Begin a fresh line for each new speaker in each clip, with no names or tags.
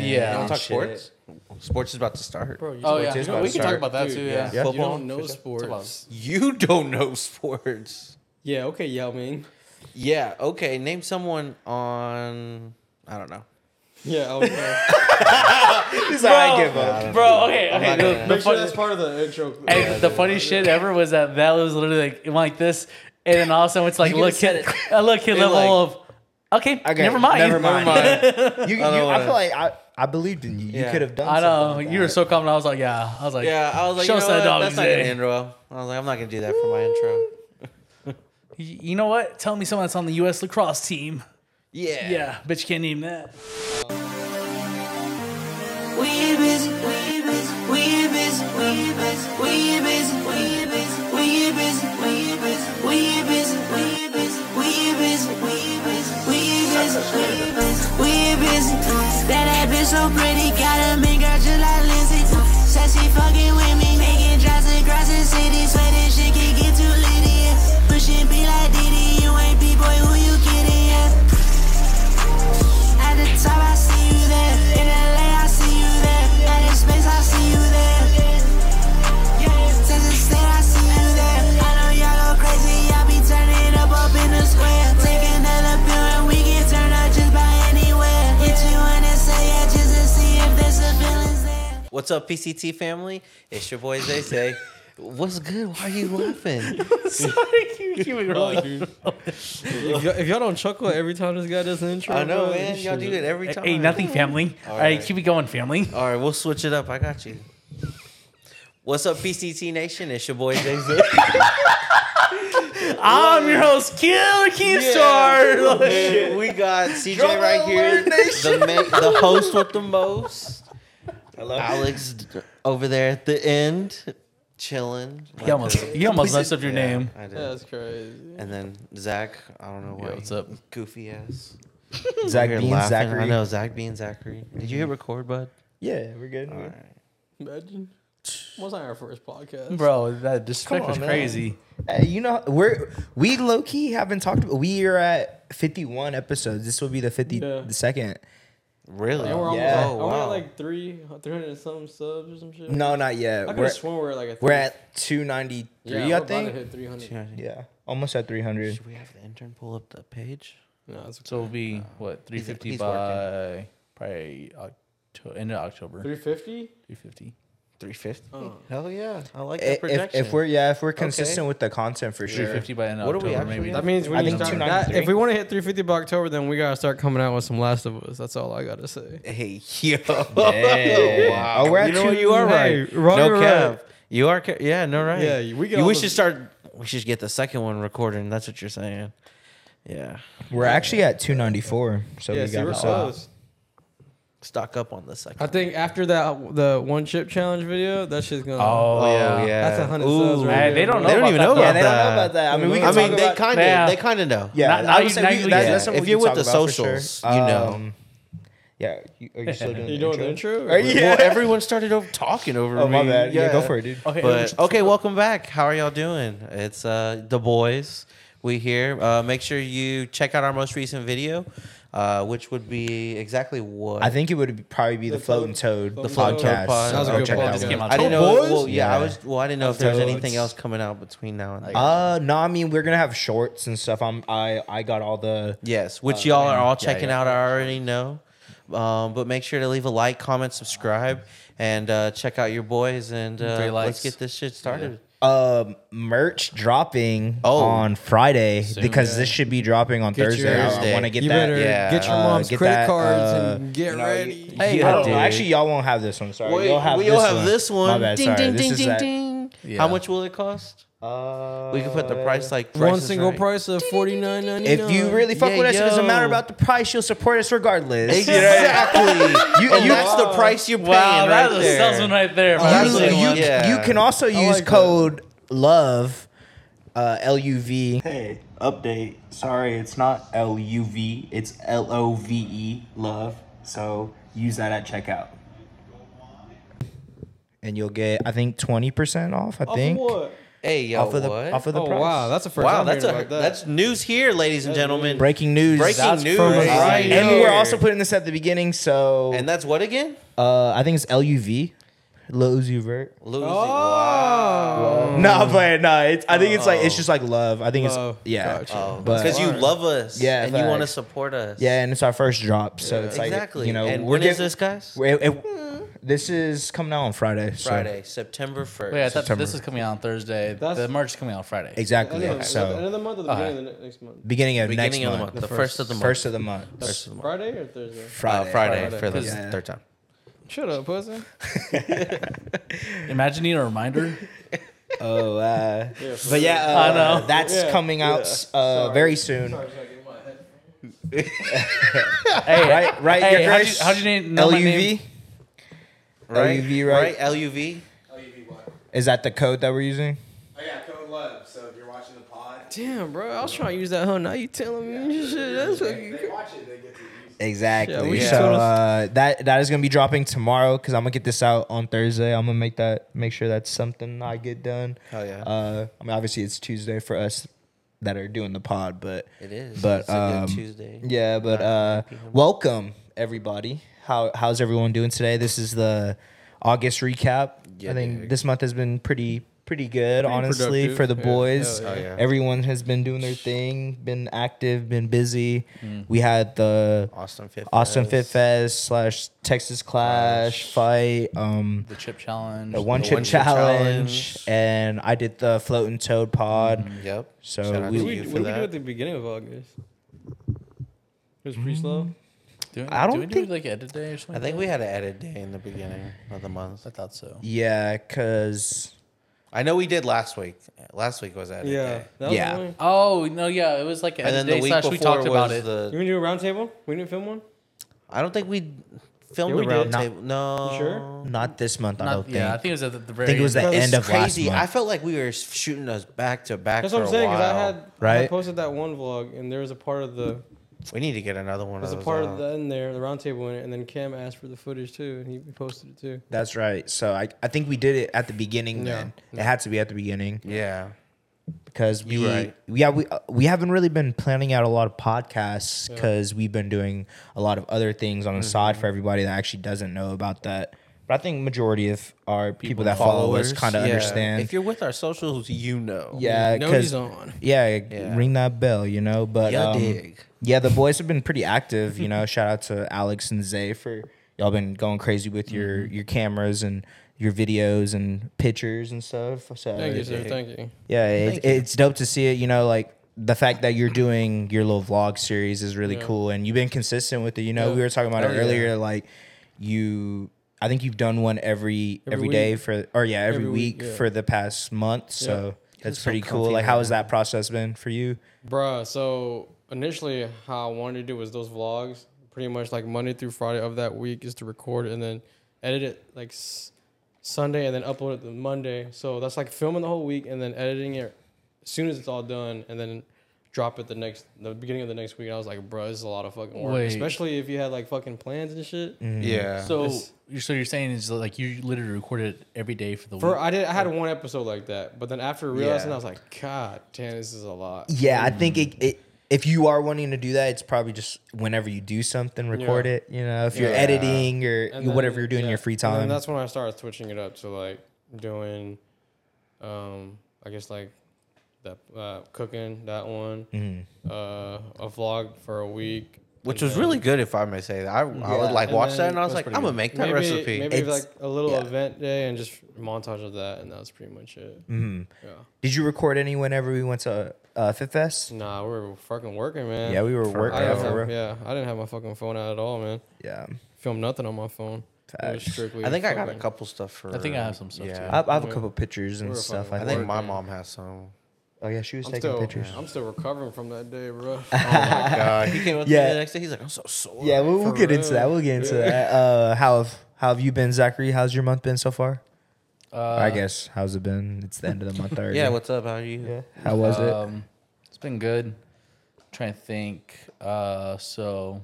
Yeah.
Ah,
You
Don't
want to talk
shit.
sports? Sports is about to start.
Bro, you
Oh
don't
yeah,
Sports is
No,
about
we
to
can talk
start.
about that
Dude,
too.
yeah.
Yeah.
You
Football,
don't know
football.
sports.
You don't know sports.
Yeah, okay, Yao Ming.
Yeah. Okay. Name someone on. I don't know.
Yeah, okay.
Bro, I give up.
Bro, okay, okay.
not
The,
gonna-
the
Make sure
fun-
that's part of the intro.
hey, the funny shit ever was that Val was literally like, it went like this, and then all of a sudden it's like,
You could've
look, kid,
said
a look, kid
You're
level
like-
of, okay,
Okay,
never mind,
never mind.
You, you,
I don't
I
wanna-
feel like I, I believed in you. You
Yeah.
could have done.
I know
something like
you were
that.
so calm. and I was like, yeah, I was like,
Yeah. I was like,
show
you
us
know
that
what?
dog.
That's not an intro. I was like, I'm not gonna do that for my intro.
You know what? Tell me someone that's on the U.S. lacrosse team.
Yeah.
Yeah, but you can't name that.
We busy, we busy, we busy, we busy, we busy, we busy, we busy, we busy, we busy, we busy, we busy, we busy, we busy, we busy, we busy. That that bitch so pretty, gotta make her just like Lindsay. Sassy fucking with me, making drives across the city. Swear this shit can get too litty. Pushing be like Diddy, you ain't B-boy, who you kidding? Yeah. At the top, I see you there. In LA, I see you there. Out in space, I see you there. Texas State, I see you there. I know y'all go crazy. Y'all be turning up up in the square. Take another pill and we can turn up just by anywhere. Hit you and then say yeah, just to see if there's a feelings there.
What's up, PCT family? It's your boys. They say, "What's good? Why are you laughing?"
Sorry, you keep it rolling.
if, y'all, if y'all don't chuckle every time this guy does an intro,
I know,
bro,
man.
you
Y'all do
should-
it every time.
Hey, nothing, family. All right.
right.
keep it going, family.
All right, we'll switch it up. I got you. What's up, PCT Nation? It's your boy Jason.
I'm your host, Killer Keemstar.
Man, we got CJ right here, the, ma- the host with the most. Alex d- over there at the end, chilling.
You almost, you almost messed up your
Yeah,
name.
I did.
That's crazy.
And then Zach, I don't know why.
Yo, what's up?
Goofy ass.
Zach
You're
Bean,
laughing.
Zachary.
I know Zach being Zachary. Did you hit record, bud?
Yeah, we're good. we're good.
Imagine. What's on our first podcast?
Bro, that disrespect
Come
was
on, man.
crazy.
Hey, Uh, you know, we're we low key haven't talked about. We are at fifty one episodes. This will be the fifty
Yeah.
the second.
Really?
And we're almost
Yeah.
at,
Oh,
are we at
wow.
like three, 300 and some subs or some shit?
No, not yet.
I could
We're
have sworn we we're at like a
we're at two ninety
yeah,
three.
we're
I
about to
think.
hit 300.
Yeah, almost at three hundred.
Should we have the intern pull up the page?
No, that's
So it'll be what three
He's-
fifty
he's
by probably October, end of October.
350?
Three fifty.
350.
Oh.
Hell yeah. I like that
If, if,
projection.
if we're yeah, if we're consistent with the content for
Three
sure.
fifty by end of
What are we
October,
actually
maybe.
at?
That means we
I
need to
think
start that.
293.
If we want to hit 350 by October, then we gotta start coming out with some Last of Us. That's all I gotta say.
Hey, yo.
Wow. Oh, we're Oh, at
you know what?
two-
You are
hey,
right.
wrong
no
or
cap.
right?
You are cap. Yeah, no right.
Yeah, we
we,
got all
we
the-
should start. We should get the second one recording. That's what you're saying. Yeah.
We're actually at two ninety four. So
Yeah,
we
see,
got
we're
us up.
close.
Stock up on the second.
I think after that, the one chip challenge video, that shit's gonna.
Oh,
Oh
yeah.
yeah.
That's a hundred subs right
Hey,
there.
they don't know.
They don't even know
about
Yeah,
about
that.
they don't know about that. I mean, we can
I
talk
mean, they
about-
kind
Yeah.
of. They kind of know.
Yeah,
Now- now
I
you-
would say
now
we,
you-
that's,
yeah.
that's something
If
we
you're
can talk
with the
about for sure.
socials, you know.
Um, yeah, you, are you still doing?
You doing the intro?
Are you-
Well, everyone started over talking over
Oh
me.
my bad. Yeah, go for it, dude.
Okay,
But okay, welcome back. How are y'all doing? It's uh, the boys. We here. Uh, make sure you check out our most recent video, uh, which would be exactly what
I think it would probably be the,
The
Floating Toad,
Floating
the
Toad.
podcast.
That was a
Go
good
check that
podcast.
one.
Came out
I didn't
today.
know.
Toys?
Well, yeah, I
Yeah.
was. Well, I didn't know if there was
Toads.
anything else coming out between now and then.
Uh, no, I mean we're gonna have shorts and stuff. I'm I I got all the
yes, which y'all are all
yeah,
checking
yeah.
out. I already know. Um, but make sure to leave a like, comment, subscribe, and uh, check out your boys. And uh,
Three likes.
let's get this shit started.
um merch dropping
Oh.
on Friday because
yeah.
this should be dropping on
Get your-
Thursday. I,
Thursday.
want to get
you
that.
better
yeah.
get your
Uh,
mom's
get
credit
that,
cards
uh,
and get ready.
Hey,
Yeah,
bro.
dude. actually, y'all won't have this one. Sorry,
Wait,
you'll have,
we
this,
all have
one.
this one.
My bad.
Ding,
Sorry.
ding,
this
ding,
is
ding,
at-
ding.
Yeah.
How much will it cost?
Uh,
We can put the price like
One
Price is
single
Right.
price of forty nine ninety nine.
If you really fuck
Yeah,
with us, it doesn't matter
yo.
about the price. You'll support us regardless.
Exactly.
You-
and
you-
that's the price you're paying
Wow,
right
that was a
there.
salesman right there. bro.
that's
Oh, you,
the
you-
one. Yeah.
you can also use
like that.
code love uh, l-u-v
Hey, update. Sorry, it's not L U V, it's L O V E, love. So use that at checkout.
and you'll get i think 20% off i
Off of
think
what?
Hey, yo,
off of the
what?
off of the
Oh
price.
wow, that's the first.
wow,
I'm
that's a,
hearing about that.
that's news here, ladies and gentlemen.
breaking news.
Breaking
That's
news
crazy.
right
and we
here.
were also putting this at the beginning, so
and that's what again?
uh, I think it's LUV, Lil Uzi Vert.
Losing.
Oh.
No, I'm playing. No, it's, I think it's like it's just like Oh. love. I think
Love.
it's yeah,
Gotcha.
Wow.
But-
Because Oh, you love us.
Yeah,
And you want to
facts.
support us.
yeah, and it's our first drop, so it's like
Exactly.
you know
and
we're
when is
getting-
this, guys?
we're- it- this is coming out on Friday. so-
Friday, September 1st.
Wait, I thought
September.
this was coming out on Thursday.
That's-
the merch is coming out on Friday.
Exactly.
End of the- end
So uh,
of the month or the beginning of the next month?
beginning of next
Beginning of the
month,
month. The, first of the month.
first of the month,
First of the month.
Friday or Thursday?
Uh,
Friday,
Friday,
Friday.
for the
Yeah.
third time.
Shut up, pussy.
Imagine needing a reminder.
Oh, uh,
Yeah, for
but yeah,
I
uh,
know.
that's
Yeah.
coming out uh, very soon.
hey,
Right, right.
Hey,
your
how'd
Chris?
you- how'd you name- know my
LUV?
name?
Right?
LUV, right?
LUV.
Is that the code that we're using?
I got code love, so if you're watching the pod,
Damn, bro. I was trying to use that hoe. Now you telling me shit. That's fucking
they watch it, they get to use it.
Exactly.
we
So
should've-
uh, that that is gonna be dropping tomorrow because I'm gonna get this out on Thursday. I'm gonna make that make sure that's something I get done.
Hell yeah.
Uh, I mean, obviously it's Tuesday for us that are doing the pod, but
It is.
But
It's a good
um,
Tuesday.
Yeah, but uh, welcome everybody. How how's everyone doing today? This is the August recap. I think this month has been pretty pretty good, honestly,
productive.
for the
Yeah.
boys.
Hell yeah.
Oh, yeah.
Everyone has been doing their thing, been active, been busy. We had the
Austin Fit.
Austin Fit
Fest.
Fest slash Texas Clash fight, um,
The chip challenge.
the one chip
one chip
challenge,
challenge. Mm.
and I did the floating toad pod.
Yep.
So
Shout out
we-
to
What did
you
we,
for
what did we
that.
do at the beginning of August? It was pretty slow.
Do we-
I
do
don't
we do,
think-
like edit day or something.
I think we had an edit day in the beginning of the month.
I thought so.
Yeah, cause
I know we did last week. Last week was edit day.
That was
Yeah.
The only.
Oh no, yeah, it was like an
And then
edit
the
day
week
slash
before
we talked
was
about it.
You
the.
gonna do a roundtable? We didn't film one.
I don't think we filmed
Yeah, we
the round
did.
table. No.
You sure?
not this month. I don't
Not,
think.
yeah, I think it was at the, the
I
very.
think it was the
Bro, this
end
is
of
crazy.
last
I
month.
felt like we were shooting us back to back.
That's
for
what I'm
a
saying.
Because
I had I
right?
posted that one vlog, and there was a part of the
We need to get another one.
there's
of
a
those
part
out.
of the in there, the roundtable in it, and then Cam asked for the footage too, and he posted it too.
That's right. So I, I think we did it at the beginning.
Yeah.
Then it had to be at the beginning
Yeah.
because we
You're right.
yeah we uh, we haven't really been planning out a lot of podcasts because we've been doing a lot of other things on the
Mm-hmm.
side for everybody that actually doesn't know about that. But I think majority of our people, that follow us kind of
Yeah.
understand.
If you're with our socials, you know.
yeah,
Nobody's
because
on.
yeah,
Yeah.
ring that bell, you know. But
Ya
um,
dig.
yeah, the boys have been pretty active. You know, shout out to Alex and Zay for y'all been going crazy with your
Mm-hmm.
your cameras and your videos and pictures and stuff. So
Thank you, sir. Thank you.
yeah, it, it's dope to see it. You know, like the fact that you're doing your little vlog series is really
Yeah.
cool, and you've been consistent with it. You know, we were talking about
Oh,
it
yeah.
earlier. Like you, I think you've done one every
Every
every day for, or yeah, every,
Every
week,
week, yeah.
for the past month. So. That's
so
pretty cool.
comfy
Like,
right
how has that process been for you?
Bruh, so initially how I wanted to do was those vlogs, pretty much like Monday through Friday of that week is to record and then edit it like s- Sunday and then upload it the Monday. So that's like filming the whole week and then editing it as soon as it's all done and then drop it the next the beginning of the next week. And I was like, bruh, this is a lot of fucking work,
Wait.
especially if you had like fucking plans and shit.
Yeah.
so.
It's-
you're- So you're saying is like you literally recorded it every day for the
For
week.
I did I had one episode like that, but then after realizing
Yeah.
I was like, God damn, this is a lot.
Yeah, I think it, it if you are wanting to do that, it's probably just whenever you do something, record
Yeah.
it. You know, if you're
Yeah.
editing or
And
you-
then-
whatever you're doing in
yeah.
your free
And
time.
then that's when I started switching it up to like doing, um, I guess like that uh, cooking that one,
Mm-hmm.
uh, a vlog for a week,
Which
and
was
then-
really good, if I may say that. I, I would like
and
watch
then-
that, and I was
that's
like,
pretty
I'm gonna
good.
make that
maybe,
recipe.
Maybe
It's-
like a little
yeah.
event day and just montage of that, and that was pretty much it. Mm-hmm. Yeah.
Did you record any whenever we went to uh, Fit Fest?
Nah, we were fucking working, man.
Yeah, we were working.
I
Yeah,
didn't
for
have,
real.
yeah, I didn't have my fucking phone out at all, man.
yeah.
Filmed nothing on my phone. It was
Facts.
strictly.
I think I got a
fucking-
couple stuff for.
I think I have some stuff,
I, I have a couple pictures
We
and
were
stuff.
fucking
I
I
think.
think my mom has some.
Oh yeah, she was
I'm
taking
still,
pictures.
I'm still recovering from that day, bro.
Oh God, he came up to
Yeah.
me the next day. He's like, I'm so sore.
Yeah, we'll, we'll
For
get into
real.
that. We'll get into that. Uh, how have how have you been, Zachary? How's your month been so far?
Uh,
I guess how's it been? It's the end of the month already.
Yeah, what's up? How are you?
Yeah. How was it?
Um, it's been good. trying to think. Uh, so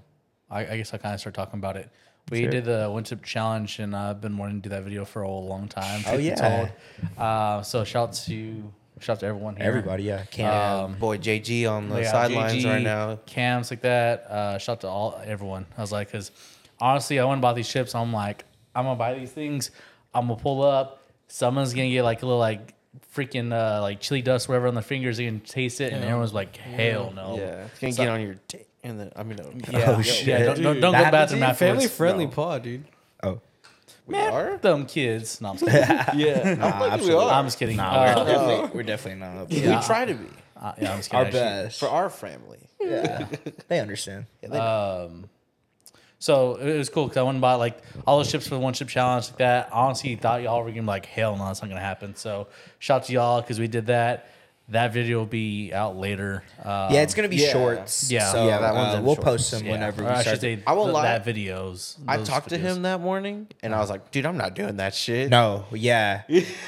I, I guess I'll kind of start talking about it. We
Sure.
did the one chip challenge,
Oh,
and I've been wanting to do that video for a long time. truth be
yeah.
told. Uh, so shout out to Shout out to everyone here.
Everybody, yeah. Can't
Boy, JG on the
Um, Yeah,
sidelines
GG,
right now.
Cams like that. Uh, shout out to all everyone. I was like, because honestly, I went and bought these chips. I'm like, I'm gonna buy these things. I'm gonna pull up. Someone's gonna get like a little like freaking uh, like chili dust, whatever, on their fingers. They can taste it, and everyone's like, hell no.
Yeah, it's gonna
So-
get on your dick, and then I mean, no,
Yeah,
Oh,
yeah,
shit.
don't don't,
Dude,
don't go
that-
to the bathroom afterwards.
Family friendly pod, dude.
Oh,
we are.
Them kids. No, I'm just kidding.
Yeah,
nah, absolutely.
I'm just kidding.
Nah,
Uh,
we're, definitely, we're definitely not. but
Yeah.
we try to be
uh, yeah, I'm just kidding.
Our
actually.
best.
for our family.
yeah. They understand.
So it was cool because I went and bought like all the chips for the one chip challenge like that. Honestly, thought y'all were gonna be like, hell no, that's not gonna happen. So shout out to y'all because we did that. That video will be out later. Uh,
yeah, it's gonna be
yeah.
shorts.
Yeah.
so,
Yeah, that one's
uh,
in
we'll
shorts.
post them
yeah.
whenever
Or
we
I
start.
should say
I won't
th-
lie.
that videos.
I
those
talked to
videos.
him that morning, and I was like, "Dude, I'm not doing that shit."
No, yeah.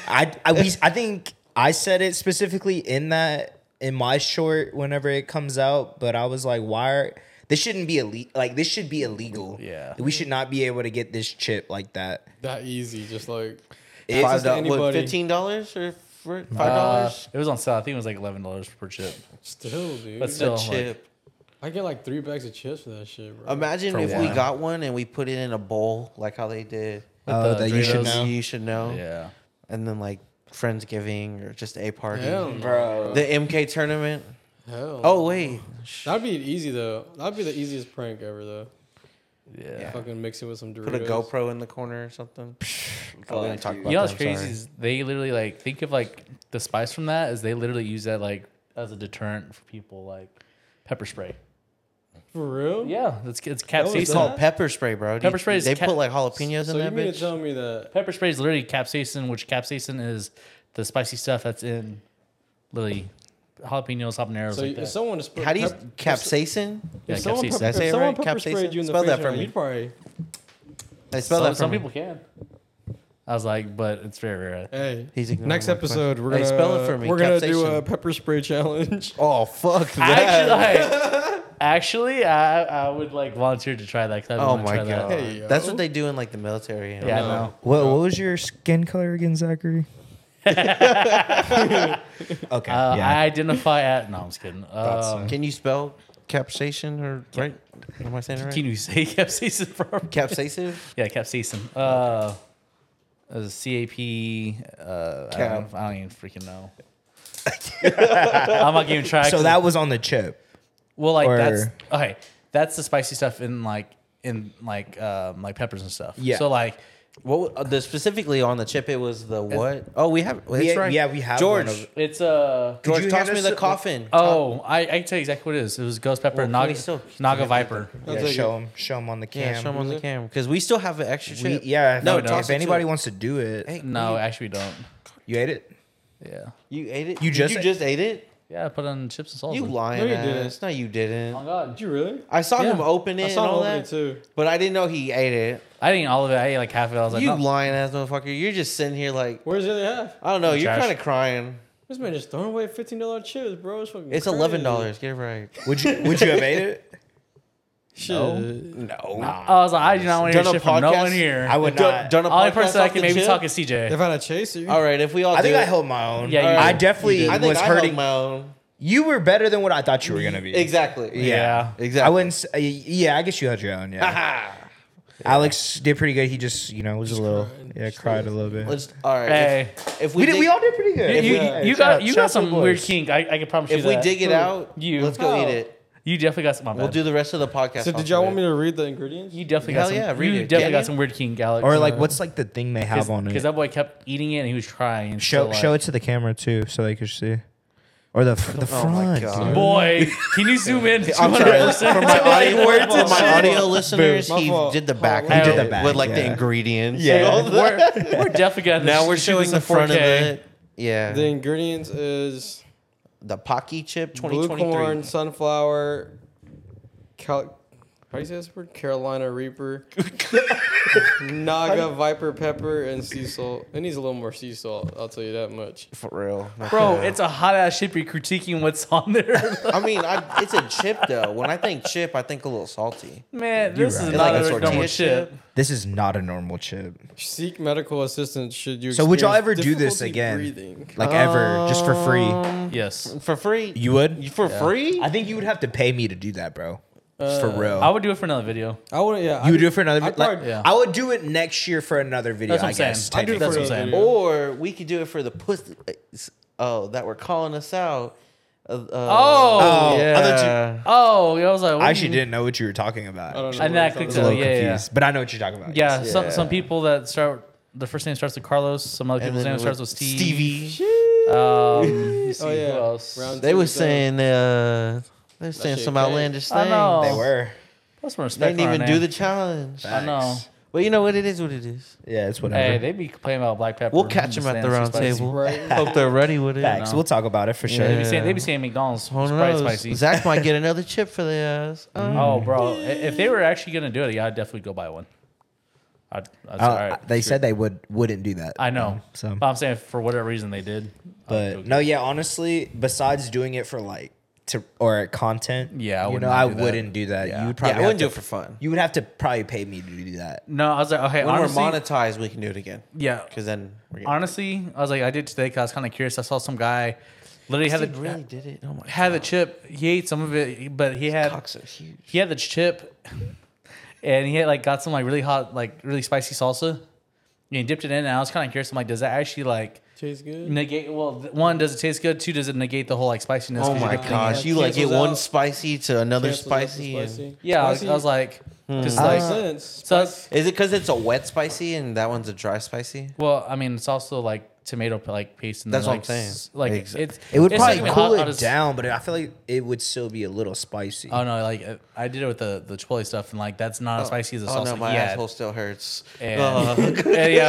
I I we, I think I said it specifically in that in my short whenever it comes out, but I was like, why are this shouldn't be illegal. Like this should be illegal.
Yeah.
we should not be able to get this chip like that.
That easy, just like
It's
Five
five
to
dollars,
anybody.
fifteen dollars or for five
Uh,
dollars?
it was on sale. I think it was like eleven dollars per chip.
still, dude.
But still,
a
like,
chip.
I get like three bags of chips for that shit, bro.
Imagine
For
if we
one.
got one and we put it in a bowl, like how they did.
with
Oh,
the
that you should
Doritos.
know.
You should know.
Yeah,
And then like friendsgiving or just a party.
hell, no,
Bro,
The MK tournament.
hell.
Oh wait,
that'd be easy though. That'd be the easiest prank ever though.
yeah.
Fucking mix it with some Doritos.
put a GoPro in the corner or something. Oh, we didn't talk about
You know what's
that, I'm
crazy
sorry.
is they literally like think of like the spice from that is they literally use that like as a deterrent for people like pepper spray.
For real?
Yeah, it's it's
It's
was
capsaicin.
called pepper spray, bro. Do you-
Pepper spray is
They
ca-
put like jalapenos
So
in
you
that
mean to
bitch.
tell me that?
Pepper spray is literally capsaicin, which capsaicin is the spicy stuff that's in literally jalapenos, habaneros.
So
like
if
that.
someone just put
How do you
pep-
capsaicin?
yeah,
If someone,
capsaicin.
pepper,
Did I say
if
it
someone
right?
pepper sprayed
Capsaicin?
you in the
Spell
face,
that
right
for
now,
me.
You'd probably.
They spell
some,
that for
some
me.
people can. I was like, but it's very rare.
Hey,
He's ignoring
next
my question.
episode we're
Hey,
gonna
spell it for me,
We're gonna do
capsaicin.
a pepper spray challenge.
Oh fuck that!
Actually, like, actually, I I would like volunteer to try that. 'cause I've
Oh
been wanting to
my
try that.
god,
Hey,
that's
yo.
what they do in like the military. you know?
Yeah, no.
what what was your skin color again, Zachary? okay,
Uh,
yeah.
I identify at. No, I'm just kidding. Um,
Can you spell capsaicin or right? Am I saying it right?
can you say capsaicin for?
capsaicin?
Yeah, capsaicin. Uh, as a CAP. Uh, I, don't,
Cap.
even- I don't even freaking know. I'm not gonna even try.
so
'cause-
that was on the chip.
well, like that's
or-
okay. That's the spicy stuff in like in like um, like peppers and stuff.
Yeah.
So like
What wa- the specifically on the chip? It was the what? Oh, we have. That's
yeah,
right.
yeah, we have
George.
one of-
it's uh,
Could
George,
you
toss
hand
me
us
the
a-
coffin.
oh, I, I can tell you exactly what it is. It was ghost pepper
Well,
and
can
naga
we still-
naga viper.
Yeah,
like
show them, show them on the
yeah,
cam.
show 'em on the camera because we still have an extra
We-
chip.
yeah,
no.
if,
toss
if
it to
anybody
him.
wants to do it,
Hey,
No, actually we don't.
you ate it.
Yeah.
you ate it.
You
Did
just
you
ate-
just ate it.
Yeah, I put on chips and salsa.
You lying
No, you
ass.
didn't.
No, you
Oh my
didn't.
god.
Uh, Did you really?
I saw
Yeah.
him open it
I
and
saw him
all
open
that,
it too.
but I didn't know he ate it.
I didn't eat all of it. I ate like half of it. I was like,
you
no.
lying ass motherfucker. You're just sitting here like
Where's the other half?
I don't know. You're
Trash.
kind of crying.
This man just throwing away fifteen dollar chips, bro. It's, fucking
It's
crazy.
eleven dollars. Get it right.
Would you would you have ate it?
Shit.
Oh.
No.
I was like, I do not want to hear
Done a
shit from no
podcast?
one here.
I would
Done-
not.
done a
Only
podcast
person I
off
can
the
maybe
chip?
talk is CJ.
If I had a chaser,
All right, if we all
I think
do
I
it-
held my own.
Yeah, you
I
did.
definitely
I think
was
I
hurting.
held my own.
you were better than what I thought you were gonna be.
Exactly.
Yeah.
Exactly.
I wouldn't. s- uh, Yeah, I guess you held your own. Yeah.
Ah.
Alex did pretty good. He just, you know, was a little, yeah, cried a little bit.
Let's all right.
Hey.
If, if we
We did.
dig,
We all did pretty good.
You, you,
Yeah,
you
shout
got
out-
you
shout out
got
to
some
the boys.
weird kink. I, I can promise you
if
that.
we dig it out,
You.
let's go
Oh.
eat it.
you definitely got some. My
We'll
bad.
do the rest of the podcast.
So
off
did y'all
of
want
it.
me to read the ingredients?
You definitely got
Hell
some.
yeah, read
you
it.
definitely
Can
got
you?
some weird kink, Alex.
Or like, what's like the thing they have on
because
it?
that boy kept eating it and he was trying. and
Show
so, like-
show it to the camera too, so they could see. Or the the
Oh my
front.
God.
Boy, can you zoom in?
I'm sorry.
200%?
For my audio,
words
for
and
my
shit.
audio listeners,
My
he
fault.
did the
My
back.
fault.
He did
with-
the back,
with like the
yeah.
ingredients.
Yeah.
and all that.
we're, we're definitely gonna.
Now we're
shoot
showing
this
the
in
front of
4K.
it. Yeah.
The ingredients is
the Pocky Chip
blue corn,
2023.
sunflower, cal- How do you say this word? Carolina Reaper, Naga Viper Pepper, and sea salt. It needs a little more sea salt. I'll tell you that much.
For real.
Bro, it's a hot ass ship. You're critiquing what's on there.
I mean, I, it's a chip though. When I think chip, I think a little salty.
Man, this
right.
is
It's
like
not
a
a normal
tortilla
chip.
This is not a normal chip.
Seek medical assistance should you.
So would y'all
experience
ever do this
difficulty
again?
Breathing.
Like ever, just for free.
Yes.
For free?
You would?
You- for free?
I think you would have to pay me to do that, bro. for real.
Uh, I would do it for another video.
I would. Yeah.
you would do it for another
I'd
video. Like,
probably-
Yeah.
I would do it next year for another video.
That's what
I
I'm saying.
guess.
I do it
technically.
for That's what I'm
another
saying.
Or we could do it for the pussy. Oh, that were calling us out. Uh, uh,
Oh.
Oh, I thought
yeah.
Oh, yeah, I was like, what
I
do
actually
you-
didn't know what you were talking about.
I don't know.
I
what
think I
it's
clicked
It's
it.
a
Yeah,
little
yeah.
confused, but I know what you're talking about.
Yeah,
yes.
some some people that start the first name starts with Carlos. Some other
And
people's
then
name
with
starts with Steve.
Stevie.
Um, let's see
Oh, yeah.
who else.
Round
They were
Dude, that-
saying uh, they were saying
shit
some
crazy.
outlandish
I
things.
know.
they were.
That's some
They
respect.
didn't
on our
even do
name.
the challenge.
I know.
Facts.
Well, you know what it is. What it is.
Yeah, it's
Hey,
whatever.
they be complaining about black pepper.
We'll catch them at the round table. Hope they're ready with it.
Facts.
no.
We'll talk about it for sure.
They be saying they be saying McDonald's
Who
Sprite
knows?
spicy.
Zach might get another chip for the uh, ass.
Oh, bro, i- if they
Mm.
were actually gonna do it, yeah, I'd definitely go buy one. I'd, I'd say,
I don't-
Uh,
all right,
they
screw
said they would wouldn't do that.
I know.
So-
But I'm saying for whatever reason they did. I'd go
But
get
no,
it.
yeah, honestly, besides doing it for like to or content,
Yeah, I
you
would
know,
not
I
do that.
wouldn't do that. You would
Yeah,
probably
I
have
wouldn't do
to-
it for fun.
You would have to probably pay me to do that.
No, I was like, okay,
When
honestly,
we're monetized, we can do it again.
yeah.
Because then we're getting,
Honestly, I was like, I did today because I was kind of curious. I saw some guy literally had
Honestly,
the
really did it. Oh my god,
had the chip. He ate some of it, but he had
cocks are huge.
he had the chip, and he had like got some like really hot, like really spicy salsa. And he dipped it in, and I was kind of curious. I'm like, does that actually like
Tastes good.
negate? Well, th- one, does it taste good? Two, does it negate the whole like spiciness?
Oh
'Cause you
my
dip it in-
gosh, you like get
Cancels
one
out.
spicy to another
Cancels out the
spicy. and-
Yeah, I was,
Spicy
I was like,
Hmm.
makes
just like,
sense.
so I-
Spicy-
Is it because it's a wet spicy and that one's a dry spicy?
well, I mean, it's also like tomato like paste. And
That's
then,
what
like,
I'm saying.
s- Like
Exa-
it's
It would
it's
probably
like when
cool
hot-
it
hot is-
down, but I feel like it would still be a little spicy.
Oh no! Like uh, I did it with the the chipotle stuff, and like that's not as spicy as the
Oh
salsa.
no, my
he had.
asshole still hurts.
And,
Ugh.
and, yeah,
But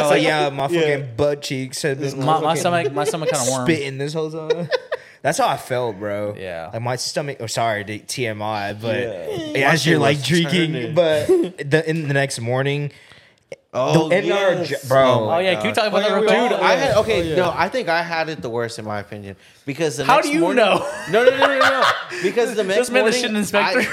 like,
Oh, yeah, my fucking butt cheeks had this
my, my
motherfucking
stomach, my stomach kind of warm.
spitting this whole time. That's how I felt, bro.
Yeah.
like my stomach. Oh, sorry, the TMI. But
My
as you're
shit
like
was
drinking,
turning.
but the, in the next morning,
oh,
The NR
yes.
bro.
Oh yeah, can you talk
Oh,
about
yeah,
that
we
real
all-
quick?
Dude, I had
Oh,
okay.
yeah.
No, I think I had it the worst in my opinion because the
How
next
do you
morning-
know?
No, no, no, no, no. no. Because the next
Just made a
morning,
shit inspector.
I,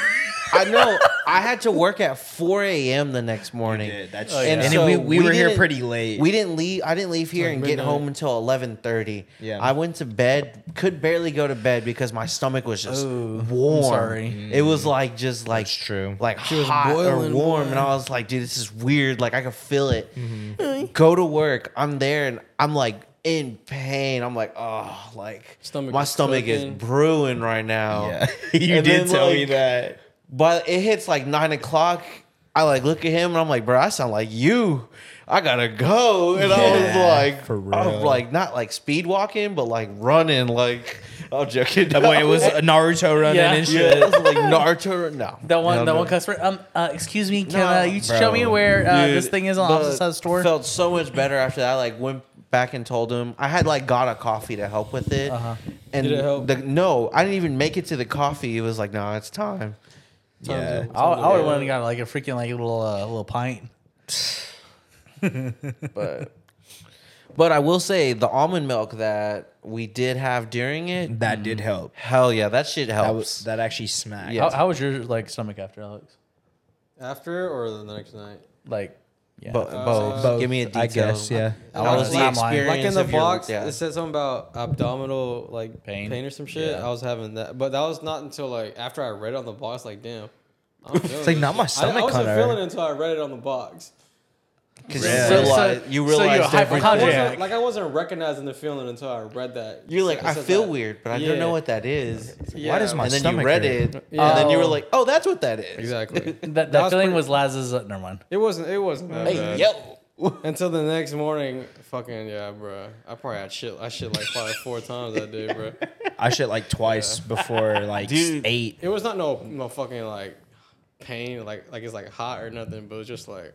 I know I had to work at 4 a.m. the next morning.
that's
Oh, yeah.
and,
And
so
then we, we, were here
didn't-
pretty late.
We didn't leave. I didn't leave here
Like
and get
midnight.
home until eleven thirty.
Yeah.
I went to bed. Could barely go to bed because my stomach was just
Ooh, I'm
warm.
sorry.
It was like just like
true.
like
was
hot
boiling,
or warm,
boy.
and I was like, dude, this is weird. Like I could feel it.
Mm-hmm.
Go to work. I'm there, and I'm like in pain. I'm like, oh, like
Stomach
my
is
stomach
cooking.
is brewing right now.
yeah, you
And
did
then,
tell me
like,
that.
But it hits like nine o'clock. I like look at him and I'm like, bro, I sound like you. I gotta go. And
Yeah,
I was like,
for real.
I'm like not like speed walking, but like running. Like I'm joking.
That boy, it was a Naruto running
Yeah.
and
yeah,
shit.
it was like Naruto. No,
That one,
Hell
that
no.
one customer. Um, uh, excuse me, can
No,
uh, you show me
bro.
where uh,
Dude,
this thing is on the
but
opposite side of the store?
Felt so much better after that. I, Like went back and told him I had like got a coffee to help with it.
Uh-huh.
And
Did it help?
The, no, I didn't even make it to the coffee. It was like, no, it's time.
Yeah.
I, I would have went and got like a freaking like a little uh, little pint.
but but I will say the almond milk that we did have during it,
That
Mm.
did help.
hell yeah, that shit helps.
That was that actually smacked.
How, how was your like stomach after Alex?
After or the next night?
Like, yeah,
Bo- both.
both,
Give me a detail.
I guess, yeah.
That
Like
was the
timeline. Like in
experience.
Like in the
of your-
box,
yeah.
it said something about abdominal like
Pain.
pain, or some shit.
Yeah.
I was having that, but that was not until like after I read it on the box. Like damn, it's
like, not my
I,
stomach,
I wasn't
Connor.
feeling it until I read it on the box.
'Cause
Yeah.
you realize,
So-
you
so you're
realize
a
different
I
hypochondriac.
things.
Jack.
wasn't, like I wasn't recognizing the feeling until I read that.
You're like,
It
I
says
feel
that.
weird, but I
Yeah.
don't know what that is.
Why does
Yeah.
my
and then
stomach
you read
hurt?
it,
Yeah.
and then you were
Oh.
like, "Oh, that's what that is."
exactly?
that,
That
that
was
feeling
pretty-
was Laz's. Uh, never mind.
It wasn't. It wasn't. That
Hey,
bad.
yo,
Until the next morning, fucking yeah, bruh. I probably had shit. I shit like probably four times that day, bruh.
I shit like twice before like
Dude.
eight.
It was not no no fucking like pain, like like it's like hot or nothing, but it was just like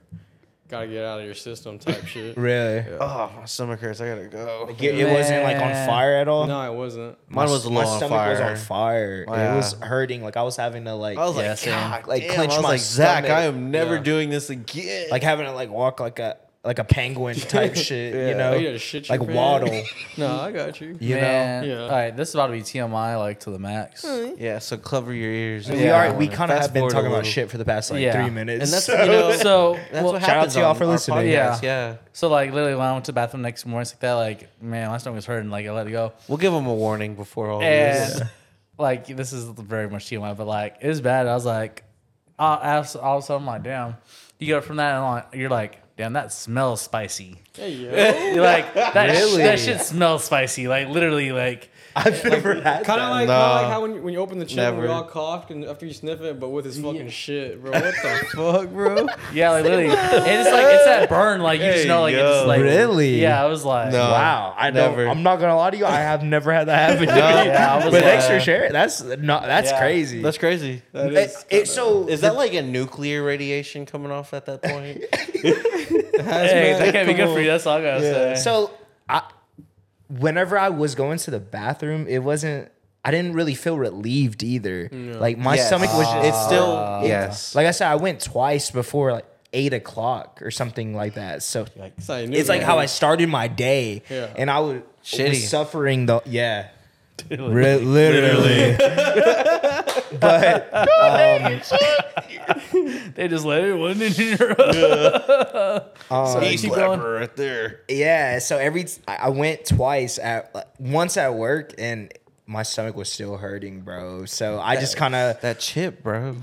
gotta get out of your system type shit.
Really?
Oh, my stomach hurts. I gotta go.
It, it wasn't like on
Man.
fire at all.
No, it wasn't.
Mine was a
my
little on
stomach was on fire.
fire. Yeah.
It was hurting. Like I was having to like
I was
Yeah,
like,
same.
God,
Like,
like damn.
clench
I was
my
like, Zach,
stomach.
I am never
Yeah.
doing this again.
like having to like walk like a like a penguin type shit. You know,
Oh, you had a shit your
like
pants?
waddle.
No, I got you.
You
Man.
know.
Yeah.
All right, this is about to be TMI like to the max. And
yeah, so cover your ears.
We
Yeah.
are. We kind of
Fast
have been
forward a
talking about
little.
shit for the past like
Yeah.
three minutes.
And that's
So-
you know
so
that's
well,
what
shout out
happens
to y'all
on
for
our
listening.
podcast,
Yeah.
yeah.
so like literally when I went to the bathroom next morning, it's like that. Like man, my stomach was hurting. Like I let it go.
We'll give them a warning before all
And
this.
like this is very much TMI, but like it was bad. I was like, all, all of a sudden, I'm like, damn. You go from that and like, you're like, damn, that smells spicy.
Hey, yo.
You're like that. sh-
Really?
that shit smells spicy. Like literally, like
I've never had.
Kind of
that.
like,
No.
kinda like how when you, when you open the chicken, we
Never.
all coughed, and after you sniff it, but with his fucking shit, bro. What the fuck?
Fuck, bro.
yeah, like literally. and it's like it's that burn. Like you just
Hey,
know, like it's
yo.
just, like
Really?
Yeah, I was like,
No.
Wow, I never.
Uh, Never.
I'm not gonna lie to you. I have never had that happen. to me.
Yeah, I was
but thanks
like-
for sharing. That's not. That's
Yeah.
crazy.
That's crazy.
That
It-
is
it- so
Is that like a nuclear radiation coming off at that point?
hey, that can't be good for you. That's all I gotta say.
So I whenever I was going to the bathroom, it wasn't I didn't really feel relieved either. Like my
Yes.
stomach was just
It's still-
it-
yes.
Like I said, I went twice before like eight o'clock or something like that. So
It's like,
it's like how I started my day
Yeah.
and I was,
Shitty.
was suffering the yeah. Re- literally, but
They just let it one in your
um,
keep going.
right there.
yeah. So every t- I I went twice at like, once at work, and my stomach was still hurting, bro. So I just kind of
That chip, bro.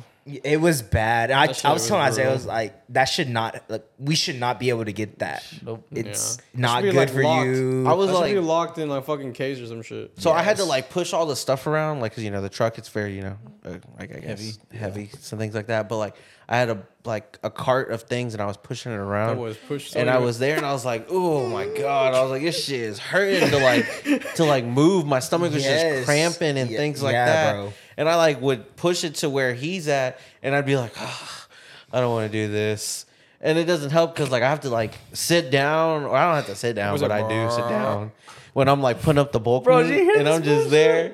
It was bad. I,
shit
I was
was
telling Isaiah, I
brutal.
was like, that should not, like, we should not be able to get that.
Nope.
It's
Yeah.
not
should be,
good
like,
for
locked.
you.
I
I
was
should
like,
be locked in like fucking case or some shit.
so I had to like push all the stuff around, like, cause you know the truck, it's very, you know, uh, like I guess heavy, heavy, some things like that. But like, I had a like a cart of things, and I was pushing it around.
That was pushed so
and I
you-
was there, and I was like, oh my god, I was like, this shit is hurting to like to like move. My stomach was
Yes.
just cramping and
Ye-
things like
yeah,
that.
bro.
And I like would push it to where he's at, and I'd be like, "Ah, I don't want to do this. And it doesn't help because like I have to like sit down, or I don't have to sit down,
Was
but
it
I do sit
brrr?
down when I'm like putting up the bulk
Bro, did
meat,
you hear
Mm, and I'm
this
just there,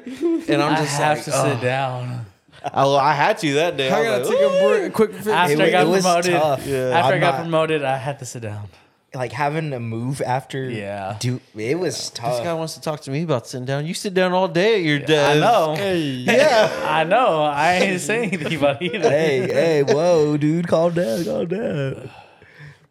and I'm
I
just
have
like, oh.
to
"Ugh."
sit down.
I, I had to that day.
I
was
gotta
like,
take a break, quick.
After
It
I
wa-
got
it was
promoted,
tough. Yeah.
after i
I'm
got
not-
promoted, I had to sit down.
like, having to move after.
Yeah.
Dude, it was
This guy
tough.
wants to talk to me about sitting down. You sit down all day at your
I
desk.
know.
Yeah.
I know. I ain't saying anything about it either.
hey, hey, whoa, dude, calm down, calm down.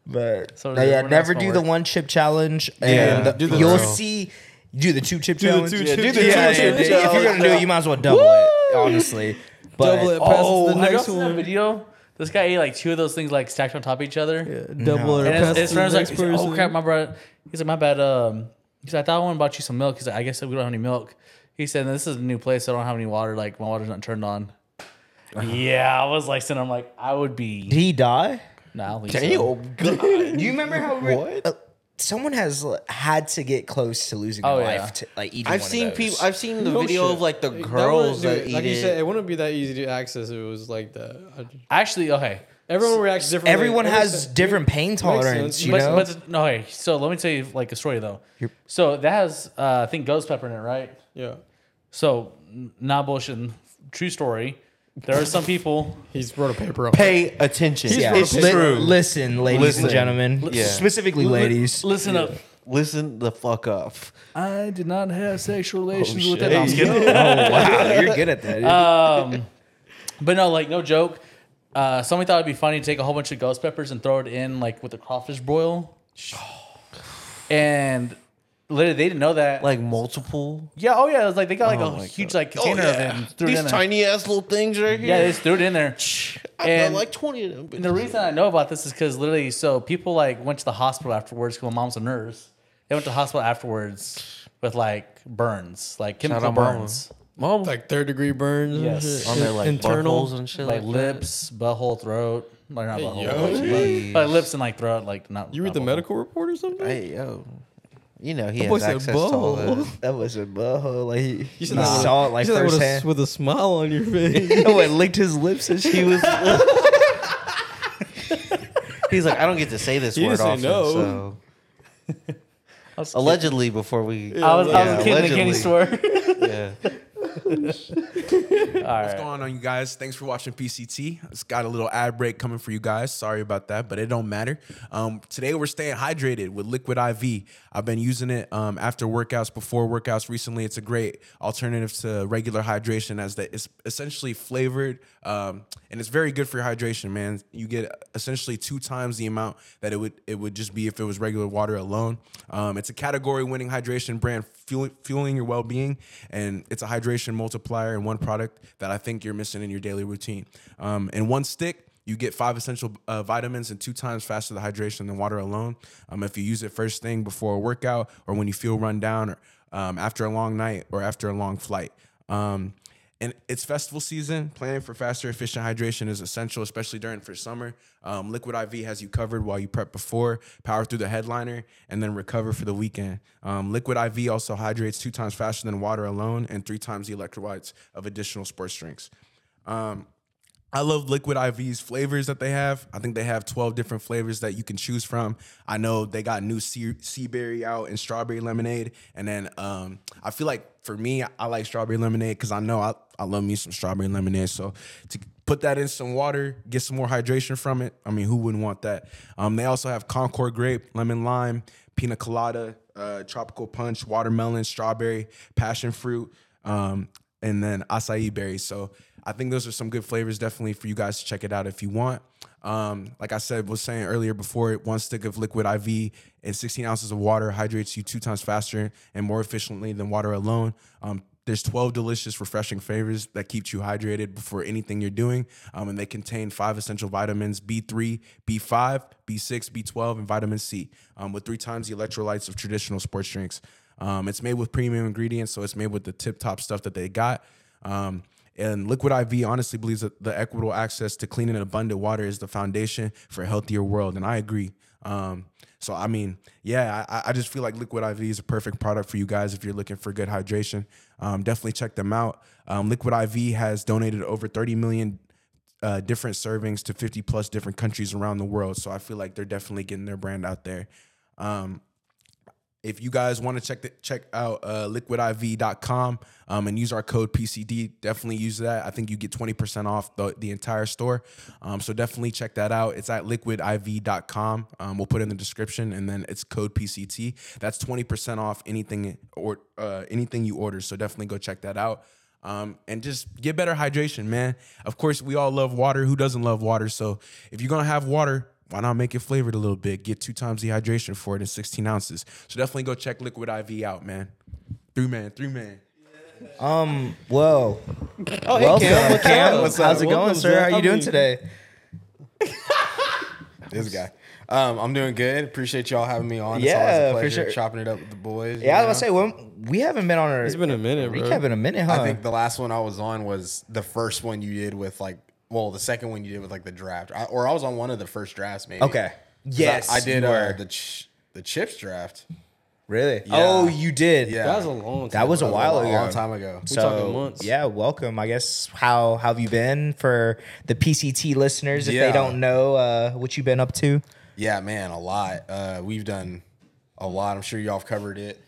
But
So
no,
we're
yeah,
not
never
gonna
do the
work.
one chip challenge.
Yeah,
And the-
do the
you'll
two.
see. Do the two chip challenge.
two
yeah,
chip
do the
challenge.
two
Yeah,
chip
yeah,
challenge. If you're gonna do it, you might as well double it. Honestly, but
Double it, pass it to
Oh,
the
have y'all
next
seen that
one.
video? This guy ate like two of those things like stacked on top of each other.
Double it or
And his,
pass it
his
to the
friend's like,
next
he's like,
person.
oh crap, my brother. He's like, my bad. Um, he's like, I thought I wanted to bought you some milk. He's like, I guess we don't have any milk. He said, this is a new place. So I don't have any water. Like my water's not turned on. yeah, I was like, sitting. I'm like, I would
did
be.
he die?
Nah, Lisa.
Damn, God.
Do you remember how we
What?
uh, someone has like, had to get close to losing
Oh,
their
yeah.
life to like eating
I've
one of
seen
those.
people. I've seen the video of like the
Like, that
girls
wouldn't-
that,
dude,
eat
like you
it.
said, it wouldn't be that easy to access if it was like that. I-
Actually, okay.
Everyone reacts differently.
Everyone
Every
has
se-
different pain tolerance,
sense.
you
but,
know.
but no, hey. So let me tell you like a story though. So that has uh, I think ghost pepper in it, right?
Yeah,
So n- not bullshitting, true story. There are some people.
he's wrote a paper on.
Pay attention.
yeah,
It's
li-
true.
Listen, ladies
Listen.
and gentlemen,
Yeah.
specifically ladies.
Listen up.
Listen the fuck up.
I did not have sexual relations with
Oh, shit.
that. No, I'm just kidding.
oh wow, you're good at that. dude.
Uh,
But no, like no joke. Uh, somebody thought it'd be funny to take a whole bunch of ghost peppers and throw it in like with a crawfish broil, and literally they didn't know that.
Like multiple.
yeah, oh yeah, it was like they got like
Oh,
a
my
huge
God.
like container of it and threw it
These
in there.
tiny ass little things right here.
yeah, they just threw it in there.
I got
and-
like twenty of them.
And the reason I know about this is because literally, so people like went to the hospital afterwards because my mom's a nurse. They went to the hospital afterwards with like burns, like chemical
out mama.
burns,
Mom,
Like third degree burns. and
Yes.
shit.
on their like
internal.
internals and shit,
like
like,
lips, butthole, throat. Like not butthole,
yo.
but-
Jeez.
but lips and like throat, like not.
You read the
not butthole.
medical report or something?
that. Hey yo, you know he
boy
has
said
access to all
butthole.
that.
that was a butthole. Like he,
You
he
with a-
saw it like
you said that with a,
firsthand.
s- with a smile on your face.
Oh, it licked his lips and she was.
He's like, I don't get to say this
He
word
didn't say
often.
no.
So
was kidding.
allegedly, before we,
I was, I was
Yeah,
a kid in a candy
allegedly.
store.
yeah.
All
What's
right.
going on, you guys? Thanks for watching PCT. It's got a little ad break coming for you guys. Sorry about that, but it don't matter. Um, today we're staying hydrated with Liquid IV. I've been using it um, after workouts, before workouts. Recently, it's a great alternative to regular hydration, as that it's essentially flavored, um, and it's very good for your hydration, man. You get essentially two times the amount that it would it would just be if it was regular water alone. Um, it's a category-winning hydration brand, fueling, fueling your well-being, and it's a hydration multiplier and one product that I think you're missing in your daily routine. Um, in one stick, you get five essential uh, vitamins and two times faster the hydration than water alone. Um, if you use it first thing before a workout or when you feel run down or um, after a long night or after a long flight. Um, and it's festival season. Planning for faster, efficient hydration is essential, especially during for summer. Um, Liquid IV has you covered while you prep before, power through the headliner, and then recover for the weekend. Um, Liquid IV also hydrates two times faster than water alone and three times the electrolytes of additional sports drinks. Um, I love Liquid IV's flavors that they have. I think they have 12 different flavors that you can choose from. I know they got new sea, sea berry out and strawberry lemonade. And then um, I feel like for me, I like strawberry lemonade because I know I, I love me some strawberry lemonade. So to put that in some water, get some more hydration from it. I mean, who wouldn't want that? Um, they also have Concord grape, lemon lime, pina colada, uh, tropical punch, watermelon, strawberry, passion fruit. Um, and then acai berry. So I think those are some good flavors, definitely for you guys to check it out if you want. Um, like I said, was saying earlier before, one stick of liquid IV and 16 ounces of water hydrates you two times faster and more efficiently than water alone. Um, there's 12 delicious, refreshing flavors that keeps you hydrated before anything you're doing, um, and they contain five essential vitamins: B3, B5, B6, B12, and vitamin C, um, with three times the electrolytes of traditional sports drinks. Um, it's made with premium ingredients, so it's made with the tip top stuff that they got. Um, and Liquid IV honestly believes that the equitable access to clean and abundant water is the foundation for a healthier world, and I agree. Um, so I mean, yeah, I, I just feel like Liquid IV is a perfect product for you guys if you're looking for good hydration. Um, definitely check them out. Um, Liquid IV has donated over 30 million uh, different servings to 50 plus different countries around the world. So I feel like they're definitely getting their brand out there. Um, if you guys want to check the, check out uh, liquidiv.com um, and use our code PCD, definitely use that. I think you get 20% off the, the entire store. Um, so definitely check that out. It's at liquidiv.com. Um, we'll put it in the description and then it's code PCT. That's 20% off anything or uh, anything you order. So definitely go check that out. Um, and just get better hydration, man. Of course, we all love water. Who doesn't love water? So if you're gonna have water, why not make it flavored a little bit? Get two times the hydration for it in 16 ounces. So definitely go check Liquid IV out, man. Three man, three man.
Um. Whoa.
Oh, hey,
Welcome,
Cam. What's
Cam.
up?
How's it
Welcome,
going, sir? How
sir.
you doing
Howdy.
today?
This guy. Um, I'm doing good. Appreciate y'all having me on.
Yeah,
it's always a
for
pleasure
sure.
chopping it up with the boys.
Yeah, I
you
was
know?
gonna say when we haven't been on a
It's been a minute, bro.
recap in a minute, huh?
I think the last one I was on was the first one you did with like, well, the second one you did with like the draft, I, or I was on one of the first drafts, maybe.
okay.
'Cause
Yes,
I, I did
you
uh,
were.
the ch- the chips draft.
really. Oh, you did.
Yeah,
That was a long time.
That was a while
a
ago.
long time ago.
So
talking months.
yeah, welcome. I guess how, how have you been for the PCT listeners if
Yeah.
they don't know uh, what you've been up to?
Yeah, man, a lot. Uh, we've done a lot. I'm sure y'all have covered it.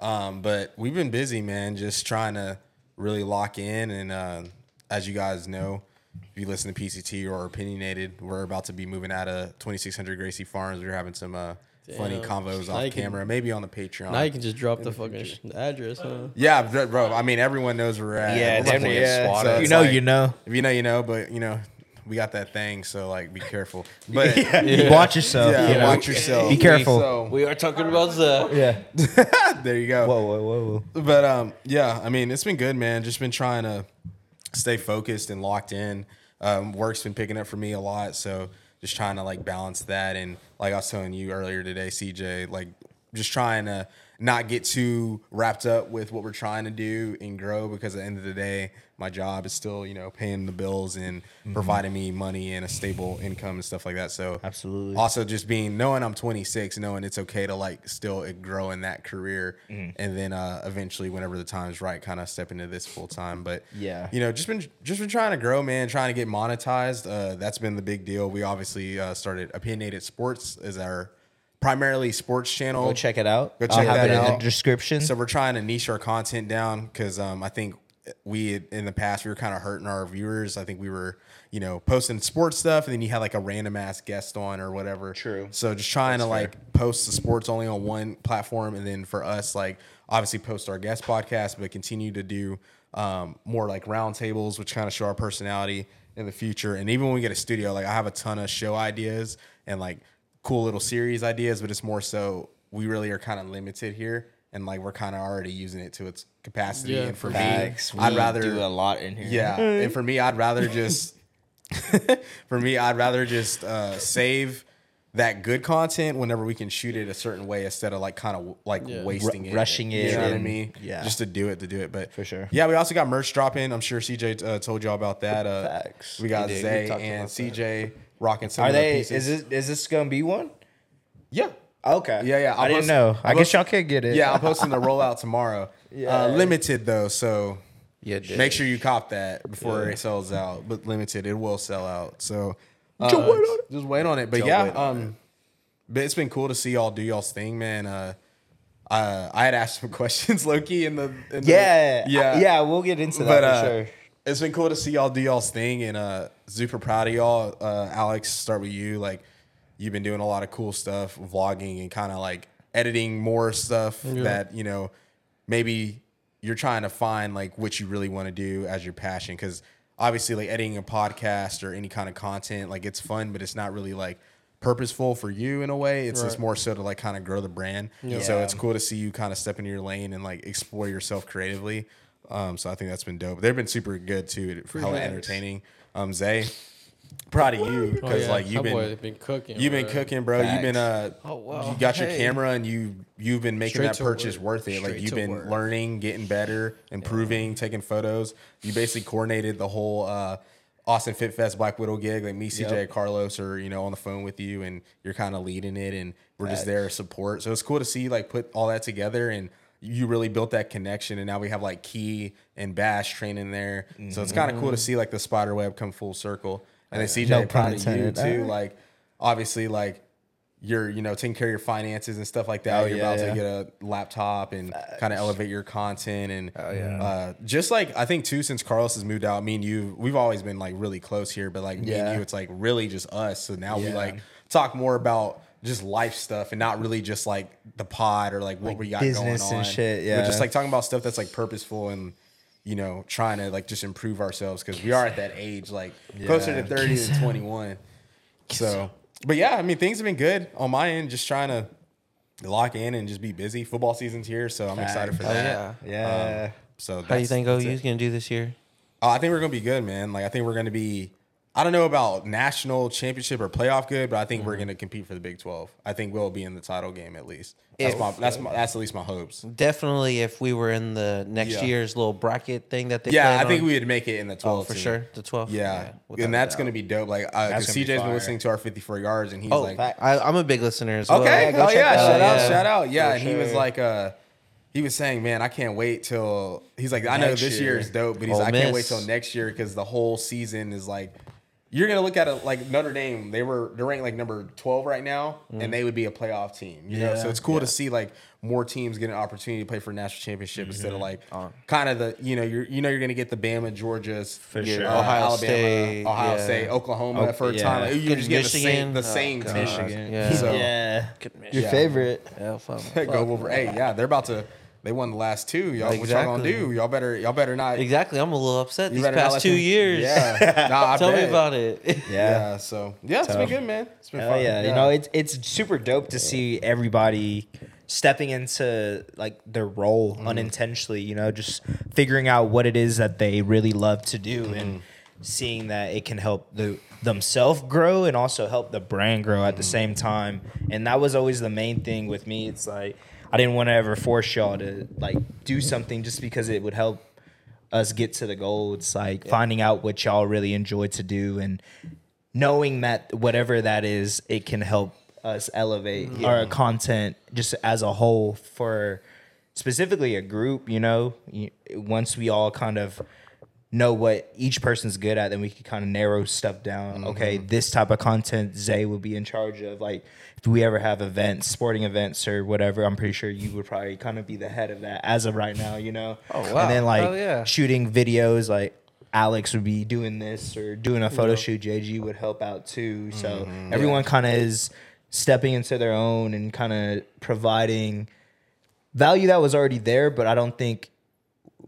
Um, but we've been busy, man, just trying to really lock in. And uh, as you guys know, if you listen to PCT or Opinionated, we're about to be moving out of 2600 Gracie Farms. We are having some uh, funny
Damn.
convos
Now
off
you can-
camera, maybe on the Patreon.
Now you can just drop the fucking sh- address, huh?
yeah, bro, bro. I mean, everyone knows where we're at. We're about to get swatted.
If you
It's
know,
like-
you know.
If you know, you know. But you know, we got that thing, so like, be careful. But
Watch yourself.
yeah,
you know.
watch yourself.
Be careful.
So-
We are talking about the.
Yeah.
there you go.
Whoa, whoa, whoa, whoa.
But um, yeah, I mean, it's been good, man. Just been trying to stay focused and locked in. Um, work's been picking up for me a lot, so just trying to like balance that. And like I was telling you earlier today, CJ, like
just trying to not get too wrapped up with what we're trying to do and grow because at the end of the day, my job is still, you know, paying the bills and
Mm-hmm.
providing me money and a stable income and stuff like that. So
Absolutely.
Also just being knowing I'm 26, knowing it's okay to like still uh, grow in that career
Mm-hmm.
and then uh eventually whenever the time's right, kind of step into this full time. But
Yeah.
you know, just been just been trying to grow, man. Trying to get monetized. Uh, that's been the big deal. We obviously uh, started opinionated sports as our primarily sports channel.
Go check it out.
Go
I'll
check
have
that
it in
out.
the description.
So we're trying to niche our content down because um, I think we had- in the past we were kind of hurting our viewers. I think we were you know posting sports stuff and then you had like a random ass guest on or whatever.
True.
So just trying to like post the sports only on one platform and then for us like obviously post our guest podcast but continue to do um, more like roundtables which kind of show our personality in the future and even when we get a studio like I have a ton of show ideas and like cool little series ideas, but it's more so we really are kind of limited here, and like we're kind of already using it to its capacity.
Yeah,
and for
for
Facts.
me,
We
I'd rather
do a lot in here.
yeah, and for me, I'd rather just for me, I'd rather just uh, save that good content whenever we can shoot it a certain way instead of like kind of like wasting it,
rushing
You
it
know what I
and-
mean?
yeah.
just to do it to do it. But for
sure.
yeah. We also got merch dropping. I'm sure CJ uh, told y'all about that. Uh,
Facts.
We got
He did. We
Zay
talked
and
about that.
CJ rocking some.
Are
of their
they?
Pieces.
Is this is this gonna be one?
yeah.
Okay.
Yeah, yeah.
I,
I'll
didn't
post-
know. I
I'll
guess
post-
y'all can get it.
Yeah, I'm posting the rollout tomorrow. Yeah, uh, limited though, so
Yeah,
make
dude.
sure you cop that before it sells out. But limited, it will sell out. So uh,
Just wait on
Just wait on it. But
Just
yeah,
wait on
um, but it's been cool to see y'all do y'all's thing, man. Uh, uh, I had asked some questions, Loki, in the in the-
Yeah.
yeah,
Yeah. Yeah. We'll get into that
but uh,
for sure.
it's been cool to see y'all do y'all's thing, and uh, super proud of y'all. Uh, Alex, start with you. Like, you've been doing a lot of cool stuff, vlogging, and kind of like editing more stuff that you know maybe you're trying to find like what you really want to do as your passion. Because obviously, like editing a podcast or any kind of content, like it's fun, but it's not really like purposeful for you in a way. It's just
Right.
more so to like kind of grow the brand. So it's cool to see you kind of step into your lane and like explore yourself creatively. Um, so I think that's been dope. They've been super good too, hella entertaining. Um, Zay, proud of you
Oh,
because like you've been
boy been cooking.
you've been
bruh.
cooking, bro. You've been uh, you got your camera and you you've been making
Straight
that
to
purchase
work.
worth it. like
Straight
you've
to
been
work.
learning, getting better, improving, taking photos. You basically coordinated the whole uh, Austin Fit Fest Black Widow gig. Like me, CJ, Carlos are you know on the phone with you, and you're kind of leading it, and we're just there as support. So it's cool to see you, like put all that together and. You really built that connection, and now we have like Key and Bash training there. So it's kind of cool to see like the spider web come full circle. And then CJ,
Mm-hmm. No pun
proud of you
intended.
too. Like obviously, like you're you know taking care of your finances and stuff like that.
Oh,
you're
yeah,
about to
yeah.
get a laptop and kind of elevate your content and uh, just like I think too since Carlos has moved out, me and you we've always been like really close here, but like me and
Yeah.
you, it's like really just us. So now we
Yeah.
like talk more about just life stuff and not really just like the pod or like what we got
business
going on
and shit,
We're just
yeah.
like talking about stuff that's like purposeful and. You know, trying to like just improve ourselves because we are at that age, like closer to 30 than 21. So, but yeah, I mean, things have been good on my end, just trying to lock in and just be busy. Football season's here, so I'm excited for
Oh,
that.
yeah.
Yeah.
So, that's,
How do you think
that's it.
OU's gonna do this year?
Uh, I think we're gonna be good, man. Like, I think we're gonna be. I don't know about national championship or playoff good, but I think
Mm-hmm.
we're gonna compete for the Big Twelve. I think we'll be in the title game at least. That's
If-
my that's my, that's at least my hopes.
Definitely, if we were in the next
Yeah.
year's little bracket thing that they
Yeah,
plan
I think
on.
we would make it in the twelve
oh for
team.
sure the 12th.
Yeah,
without
and
a
that's
doubt.
gonna be dope. Like, uh, because
gonna be
CJ's been
fire.
listening to our fifty-four yards, and he's
Oh,
like,
I, I'm a big listener as well.
Okay.
go
oh
check
yeah.
that out.
Shout out.
Yeah.
Shout out. Yeah.
For
and he was
sure.
like, uh, he was saying, man, I can't wait till he's like, I know
Next
this year.
year.
is dope, but he's
Ole
like, I can't wait
Miss.
till next year because the whole season is like, you're gonna look at it like Notre Dame. They were they're ranked like number twelve right now,
Mm.
and they would be a playoff team. You know, so it's cool to see like more teams get an opportunity to play for a national championship instead of
Mm-hmm.
like
Uh.
kind of the you know you're you know you're gonna get the Bama, Georgia's, for
sure.
Ohio
Alabama,
State,
Ohio
yeah.
State, Oklahoma
Oh,
for a
yeah.
time. Like, you're just getting the same
Michigan.
the
Oh,
same
God.
team.
Michigan. Yeah.
So-
yeah. Your
Yeah.
favorite.
Yeah, fuck,
go
fuck.
over. Hey, yeah, they're about to. They won the last two. Y'all, what y'all gonna
Exactly.
do? Y'all better. Y'all better not.
Exactly. I'm a little upset
You
these
better not
past
let
two
them-
years.
Yeah. Nah, I
Tell me
bet.
about it.
Yeah. So yeah, it's been
Tough.
good, man. It's been
Oh
fun.
yeah, you know it's it's super dope to see everybody stepping into like their
Mm-hmm. Mm-hmm.
role unintentionally. You know, just figuring out what it is that they really love to do and seeing that it can help the themselves grow and also help the brand grow
Mm-hmm.
at the same time. And that was always the main thing with me. It's like I didn't want to ever force y'all to like do something just because it would help us get to the goal. It's like finding out what y'all really enjoy to do and knowing that whatever that is, it can help us elevate
Mm.
our content just as a whole for specifically a group, you know, You- once we all kind of know what each person's good at, then we can kind of narrow stuff down.
Mm-hmm.
Okay, this type of content Zay would be in charge of. Like if we ever have events, sporting events or whatever, I'm pretty sure you would probably kind of be the head of that as of right now, you know? Oh
wow.
And then like
Hell yeah.
shooting videos like Alex would be doing this or doing a photo shoot. JG would help out too. So
Mm-hmm.
everyone kind of is stepping into their own and kind of providing value that was already there, but I don't think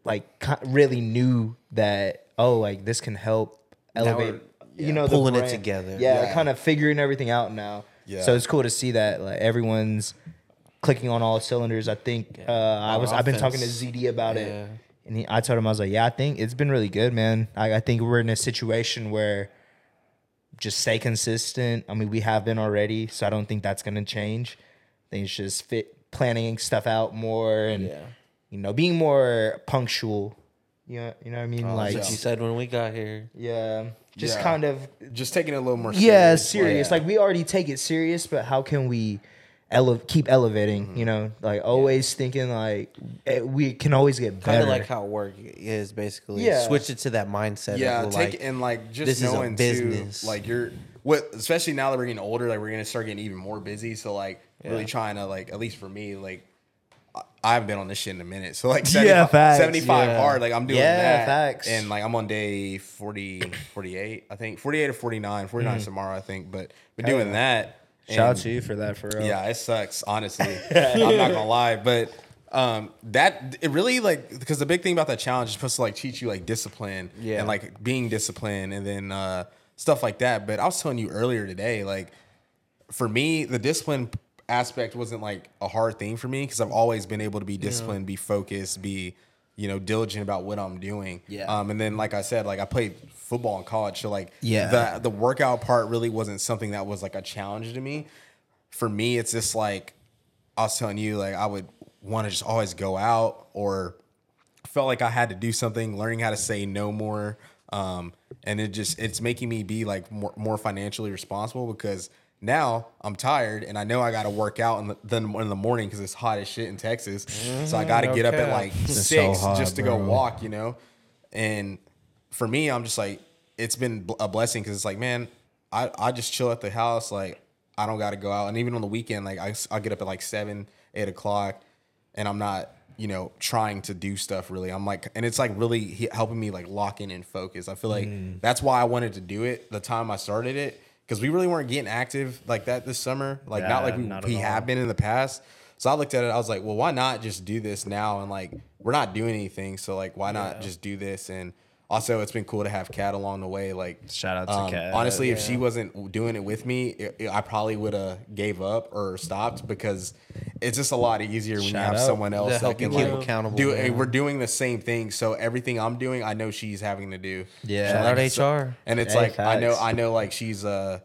like ki- really knew that oh like this can help elevate you know the
pulling it
brand.
together.
Yeah, kind of figuring everything out now.
Yeah.
So it's cool to see that like everyone's clicking on all cylinders. I think uh, I was I've been talking to ZD about it, and he, I told him I was like, yeah, I think it's been really good, man. I, I think we're in a situation where just stay consistent. I mean, we have been already, so I don't think that's gonna change. I think it's just fit planning stuff out more and you know being more punctual. You know, you know what I mean? like
Oh, That's what you said when we got here.
yeah, just
Yeah.
kind of
Just taking it a little more
yeah,
serious.
serious. Like we already take it serious, but how can we ele- keep elevating? You know, like always thinking like eh, we can always get
Kind
better.
of like how work is basically.
Yeah.
Switch it to that mindset.
yeah,
of,
take
like,
and like just
this is a
knowing
business.
too, like you're what, especially now that we're getting older, like we're gonna start getting even more busy. So like really trying to like, at least for me, like I- I haven't been on this shit in a minute. So like 75,
Yeah, facts.
75
Yeah.
hard, like I'm doing
Yeah,
that.
facts.
And like I'm on day 40, 48, I think 48 or 49, 49 is tomorrow, I think. But but doing that.
Mm. Shout out
and-
to you for that, for real.
yeah, it sucks, honestly. I'm not gonna lie, but um, that it really like because the big thing about that challenge is supposed to like teach you like discipline
Yeah.
and like being disciplined and then uh, stuff like that. But I was telling you earlier today, like for me, the discipline aspect wasn't like a hard thing for me because I've always been able to be disciplined, be focused, be you know diligent about what I'm doing.
Yeah.
Um, and then like I said, like I played football in college, so like
Yeah.
the the workout part really wasn't something that was like a challenge to me. For me, it's just like I was telling you, like I would want to just always go out or felt like I had to do something, learning how to say no more. Um, and it just it's making me be like more, more financially responsible because now I'm tired and I know I got to work out in the, then in the morning because it's hot as shit in Texas. so I got to get up at
okay.
like
so
six
hot,
just to
bro.
go walk, you know. And for me, I'm just like it's been bl- a blessing because it's like man, I I just chill at the house like. I don't got to go out, and even on the weekend, like I, s- I get up at like seven, eight o'clock, and I'm not, you know, trying to do stuff really. I'm like, and it's like really he- helping me like lock in and focus. I feel like
Mm.
that's why I wanted to do it the time I started it because we really weren't getting active like that this summer. Like not like we,
not at
we
all.
have been in the past. So I looked at it, I was like, well, why not just do this now? And like, we're not doing anything. So like, why not just do this? And also, it's been cool to have Kat along the way. Like, um,
Shout out to Kat.
Honestly, if she wasn't doing it with me, it- it- I probably would have gave up or stopped because it's just a lot easier when you
Shout
have
out.
someone else
That help
that can
you keep
like
accountable,
do.
man.
We're doing the same thing, so everything I'm doing, I know she's having to do.
Yeah.
So,
Shout
like,
out
it's-
HR.
And it's
Hey,
like I know,
facts.
I know, like she's uh,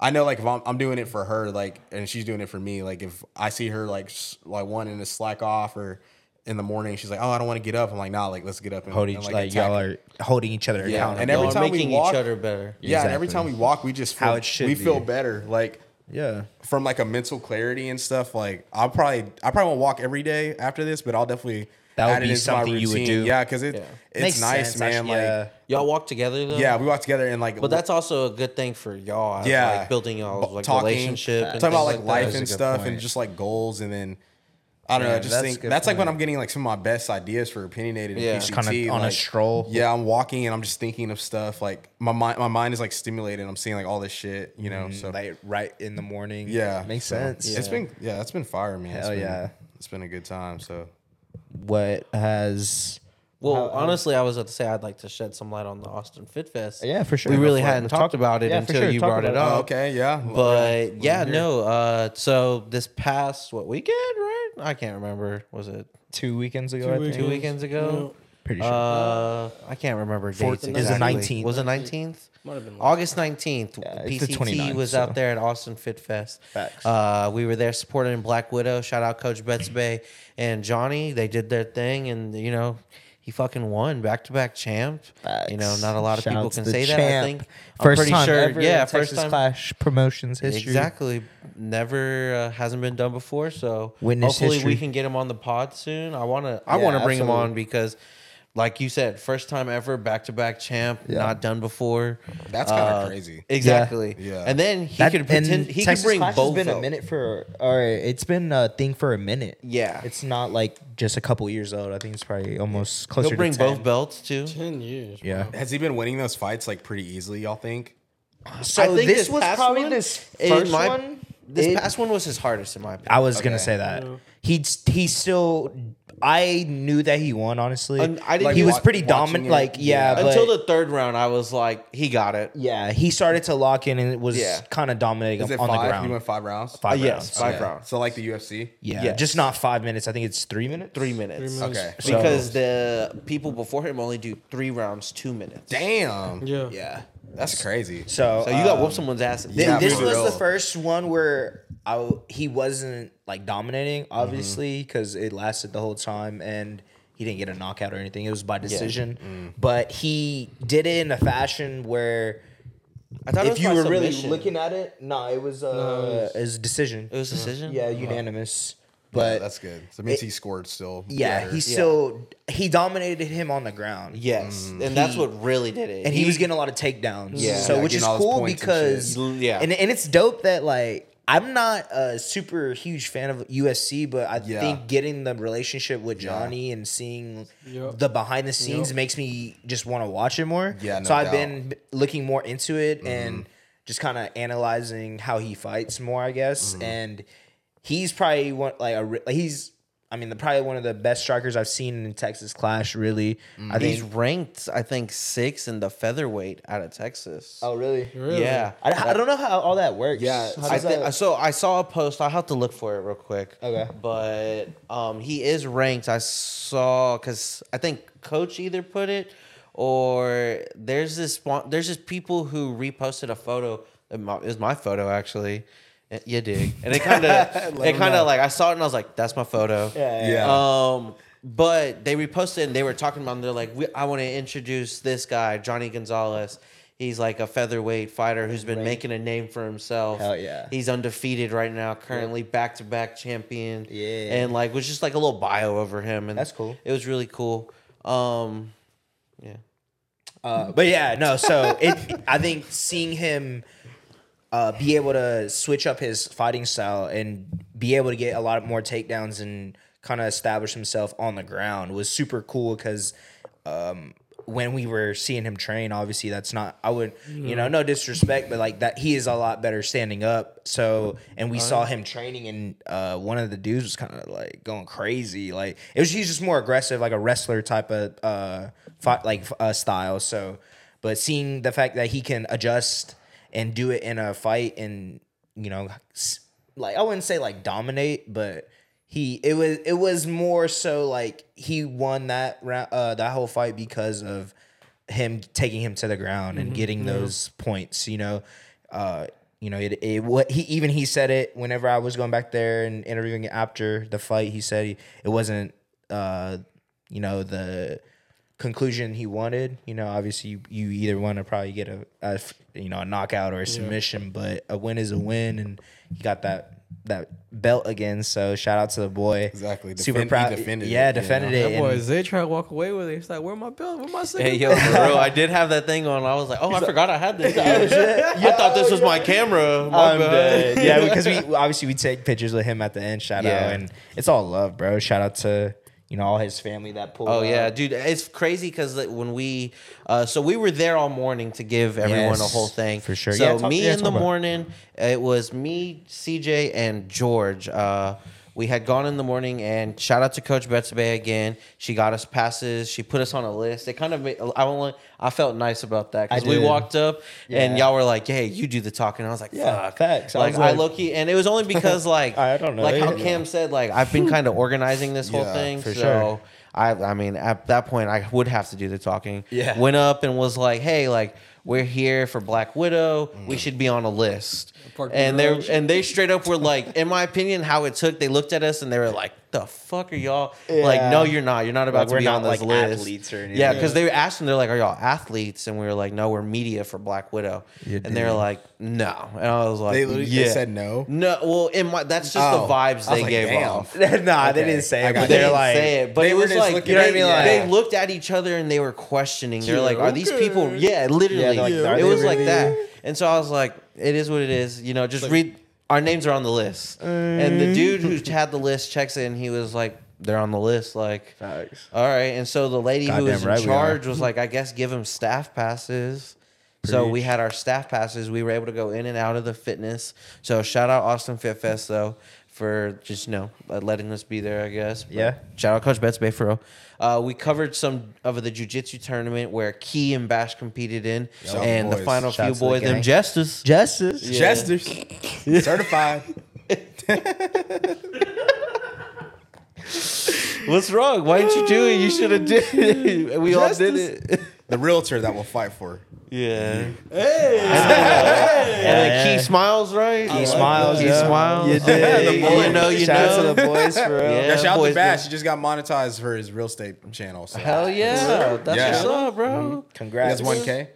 I know, like if I'm, I'm doing it for her, like, and she's doing it for me. Like if I see her like s- like wanting to slack off or in the morning, she's like, oh, I don't want to get up. I'm like, nah, like let's get up and,
Hold each-
and,
like,
attack
y'all
it."
are holding each other
Yeah,
accountable.
and every
Y'all are
time we
making
walk-
each other better.
Yeah, and every time
Exactly.
we walk, we just feel,
How it should
we
be.
feel better. Like
yeah,
from like a mental clarity and stuff. Like I'll probably I probably won't walk every day after this, but I'll definitely
That would
add it
be
into my
something you would
routine.
do.
Yeah, because it it's
Makes
nice,
sense,
man.
actually,
like
yeah.
yeah.
Y'all walk together though.
we walk together and like
But that's also a good thing for y'all. as,
yeah
like building y'all's
Bu-
like
talking,
relationship.
talking
and things
about like
that.
life
That's a
and
good
stuff
point.
and just like goals and then. I don't know. I just
that's a
think
good
that's like when
point.
I'm getting like some of my best ideas for opinionated.
Yeah.
Yeah,
Just
kinda on a stroll.
Yeah, I'm walking and I'm just thinking of stuff. Like my mind, my mind is like stimulated. I'm seeing like all this shit, you know.
Mm-hmm.
So
Mm, like right in the morning.
Yeah,
makes
so,
sense.
It's been yeah, it's been fire, man. It's
Hell
been-
yeah.
it's been a good time. So
What has
Well,
uh,
honestly, I was about to say I'd like to shed some light on the Austin Fit Fest.
Yeah, for sure.
We really
Before-
hadn't talked about it
Yeah, for
until
sure.
you
Talk
brought it
about
up.
Oh, okay, yeah, Well,
But yeah, no. Uh, so this past what weekend, right? I can't remember. Was it
two weekends ago? I think?
two weekends ago?
Pretty sure.
Uh, I can't remember dates.
It was the
Exactly.
19th.
Was it 19th?
Might have been like-
August 19th.
it's the
PCT
29th,
was
so.
out there at Austin Fit Fest.
Facts.
Uh, we were there supporting Black Widow. Shout out Coach Betts Bay and Johnny. They did their thing, and you know. He fucking won back to back champ. You know,
Facts.
not a lot of
Shout
people
out to
can
the
say that. I
champ.
think I'm
first
pretty
time
sure.
ever
yeah,
in
first
Texas
time.
Clash promotions history.
Exactly. Never uh, hasn't been done before. So
Witness
hopefully
history.
we can get him on the pod soon. I wanna I
Yeah,
wanna bring him on
absolutely.
because like you said, first time ever, back to back champ, not done before.
That's kinda
uh,
crazy.
Exactly.
Yeah. Yeah.
And then he
That-
could
and
pretend he
Texas
could bring
Clash
both.
Has been
up.
a minute for, or it's been a thing for a minute.
Yeah.
it's not like just a couple years old. I think it's probably almost closer.
He'll bring
to 10.
both belts too.
Ten years.
Yeah.
Has he been winning those fights like pretty easily? Y'all think?
So
I think this was
past
probably
one,
this
in
first
my-
one,
This
it-
past one was his hardest in my opinion.
I was gonna say that he'd he still. I knew that he won. Honestly,
And I didn't
he
even
was
watch-
pretty
watching
dominant.
it.
Like yeah,
Yeah.
but
Until the third round, I was like, he got it.
yeah, he started to lock in and it was
Yeah.
kind of dominating
Is
on
it
the
five?
ground.
He went five rounds.
Five
yes,
rounds.
five
Okay.
rounds.
So like the UFC.
Yeah,
Yes.
just not five minutes. I think it's three minutes.
Three minutes.
minutes.
Okay.
So-
Because the people before him only do three rounds, two minutes.
Damn.
Yeah.
Yeah. That's crazy.
So,
So you got
um,
whoop someone's ass.
Th-
Yeah,
this
for
was
real.
the first one where I w- he wasn't like dominating, obviously, because it lasted the whole time and he didn't get a knockout or anything. It was by decision, but he did it in a fashion where
I thought
if you were really looking at it, nah, it was uh, it was a decision.
it was decision.
yeah, unanimous. But
yeah, that's good. So it means he scored still.
yeah,
better.
he still he dominated him on the ground.
Yes, and that's
He-
what really did it.
and he, was getting a lot of takedowns.
Yeah.
so
Yeah,
which is
getting all his
cool
points and
because
shit. Yeah.
and and it's dope that like I'm not a super huge fan of UFC, but I
Yeah.
think getting the relationship with Johnny and seeing
Yep.
the behind the scenes
Yep.
makes me just want to watch it more.
Yeah, no
so I've
doubt. Mm-hmm.
been b- looking more into it and just kind of analyzing how he fights more, I guess.
Mm-hmm.
And he's probably one like a re- like, he's. I mean, the, probably one of the best strikers I've seen in Texas Clash. Really,
Mm.
I
he's
think.
ranked, I think, six in the featherweight out of Texas.
Oh, really?
Really?
Yeah,
I, I don't know how all that works.
Yeah,
How
I
does
think
that-
so. I saw a post. I'll have to look for it real quick.
Okay.
But um, he is ranked. I saw because I think Coach either put it or there's this spon- there's just people who reposted a photo. It mi- it was my photo actually. Eh, You dig, and it kind of it kind of like I saw it and I was like, that's my photo.
Yeah.
Yeah.
Um, but they reposted and they were talking about. They're like, we, I want to introduce this guy, Johnny Gonzalez. He's like a featherweight fighter who's been making a name for himself.
Hell yeah.
He's undefeated right now, currently back to back champion.
Yeah.
and like was just like a little bio over him, and
That's cool.
It was really cool. Um, yeah,
Uh, but yeah, no. So it, I think seeing him uh, be able to switch up his fighting style and be able to get a lot more takedowns and kind of establish himself on the ground was super cool because. Um, when we were seeing him train, obviously that's not I would you know, no disrespect, but like that he is a lot better standing up. So and we saw him training and uh one of the dudes was kinda like going crazy. Like it was he's just more aggressive, like a wrestler type of uh fight like uh style. So but seeing the fact that he can adjust and do it in a fight and you know s- like I wouldn't say like dominate, but he it was it was more so like he won that round uh that whole fight because of him taking him to the ground and getting those points, you know. Uh you know, it, it what he even he said it whenever I was going back there and interviewing after the fight, he said he, it wasn't uh you know the conclusion he wanted. You know, obviously you, you either want to probably get a, a f- you know a knockout or a submission, but a win is a win, and he got that that belt again. So shout out to the boy.
Exactly.
Super
Defend-
proud.
he defended it,
yeah,
you know?
defended it.
That
and-
boy, they try to walk away with it. He's like, "Where my bill? Where my
hey
second?"
yo, for real, I did have that thing on. I was like, oh, I forgot I had this. I thought this was my camera. My
"Oh, I'm
bad.
dead. yeah, because we obviously we take pictures with him at the end. Shout
Yeah.
out, and it's all love, bro. Shout out to you know all his family that pulled.
Oh
up.
yeah, dude, it's crazy because when we, uh, so we were there all morning to give everyone a
Yes,
whole thing
for sure.
So
Yeah, talk-
me
yeah,
in
talk
the
about it.
morning, it was me, CJ, and George. Uh, We had gone in the morning, and shout out to Coach Betsabay again. She got us passes. She put us on a list. It kind of made, I only I felt nice about that because
I
we
did.
walked up and
Yeah.
y'all were like, "Hey, you do the talking." I was like,
Yeah,
"Fuck,
facts. I
Like
was
I,
like-
low key, and it was only because like
I don't know.
like how
Yeah.
Cam said, like I've been kind of organizing this whole
Yeah,
thing,
for
so.
sure.
I, I mean, at that point, I would have to do the talking.
Yeah.
Went up and was like, "Hey, like we're here for Black Widow.
Mm.
We should be on a list."
Park
And they are
Rouge.
and they straight up were like, in my opinion, how it took. They looked at us and they were like, "The fuck are y'all? Like,
Yeah.
no, you're not. You're not about
Like,
to
we're
be on
not,
this
like,
list."
athletes or
Yeah,
anything.
because they asked them, they're like, "Are y'all athletes?" And we were like, "No, we're media for Black Widow." and they're like, "No," and I was like,
They literally
yeah.
they said no.
No, well, in my, that's just
Oh.
the vibes
I was
they
like,
gave
damn.
off.
nah, they
Okay.
didn't say
I
it,
got
but
you.
They
they're
didn't
like,
say it, but
they
it
were
was
just
like
looking
you
at
know what I mean.
you,
Like
yeah.
they looked at each other and they were questioning. They're
Yeah,
like, "Are these people?"
okay.
Yeah, literally.
Yeah, like, are
it
they
was like
really?
that. And so I was like, "It is what it is." You know, just read. Our names are on the list, and the dude who had the list checks it, and he was like, "They're on the list." Like,
Facts.
all right. And so the lady who
Goddamn
was
right
in
we are.
charge was like, "I guess give him staff passes." So we had our staff passes. We were able to go in and out of the fitness. So shout out Austin Fit Fest though for just you know letting us be there. I guess. But
Yeah.
Shout out Coach Betts Bay for real. Uh, we covered some of the jujitsu tournament where Key and Bash competed in, and the
boys.
final
Shout out
few
to the
boys them
gang.
justice.
justice.
Jesters, certified.
What's wrong? Why didn't you do it? You should have did it. We all did it.
The realtor that will fight for.
Yeah. Hey. And then, and then Key smiles, right?
He smiles.
He
yeah.
smiles.
You did.
the boy know you
Shout out
know.
to the boys, bro.
Yeah.
Yeah, shout out
boys
to
do.
Bash. He just got monetized for his real estate channel. So.
Hell yeah. That's
Yeah.
what's up, bro.
He
Congrats.
has 1K.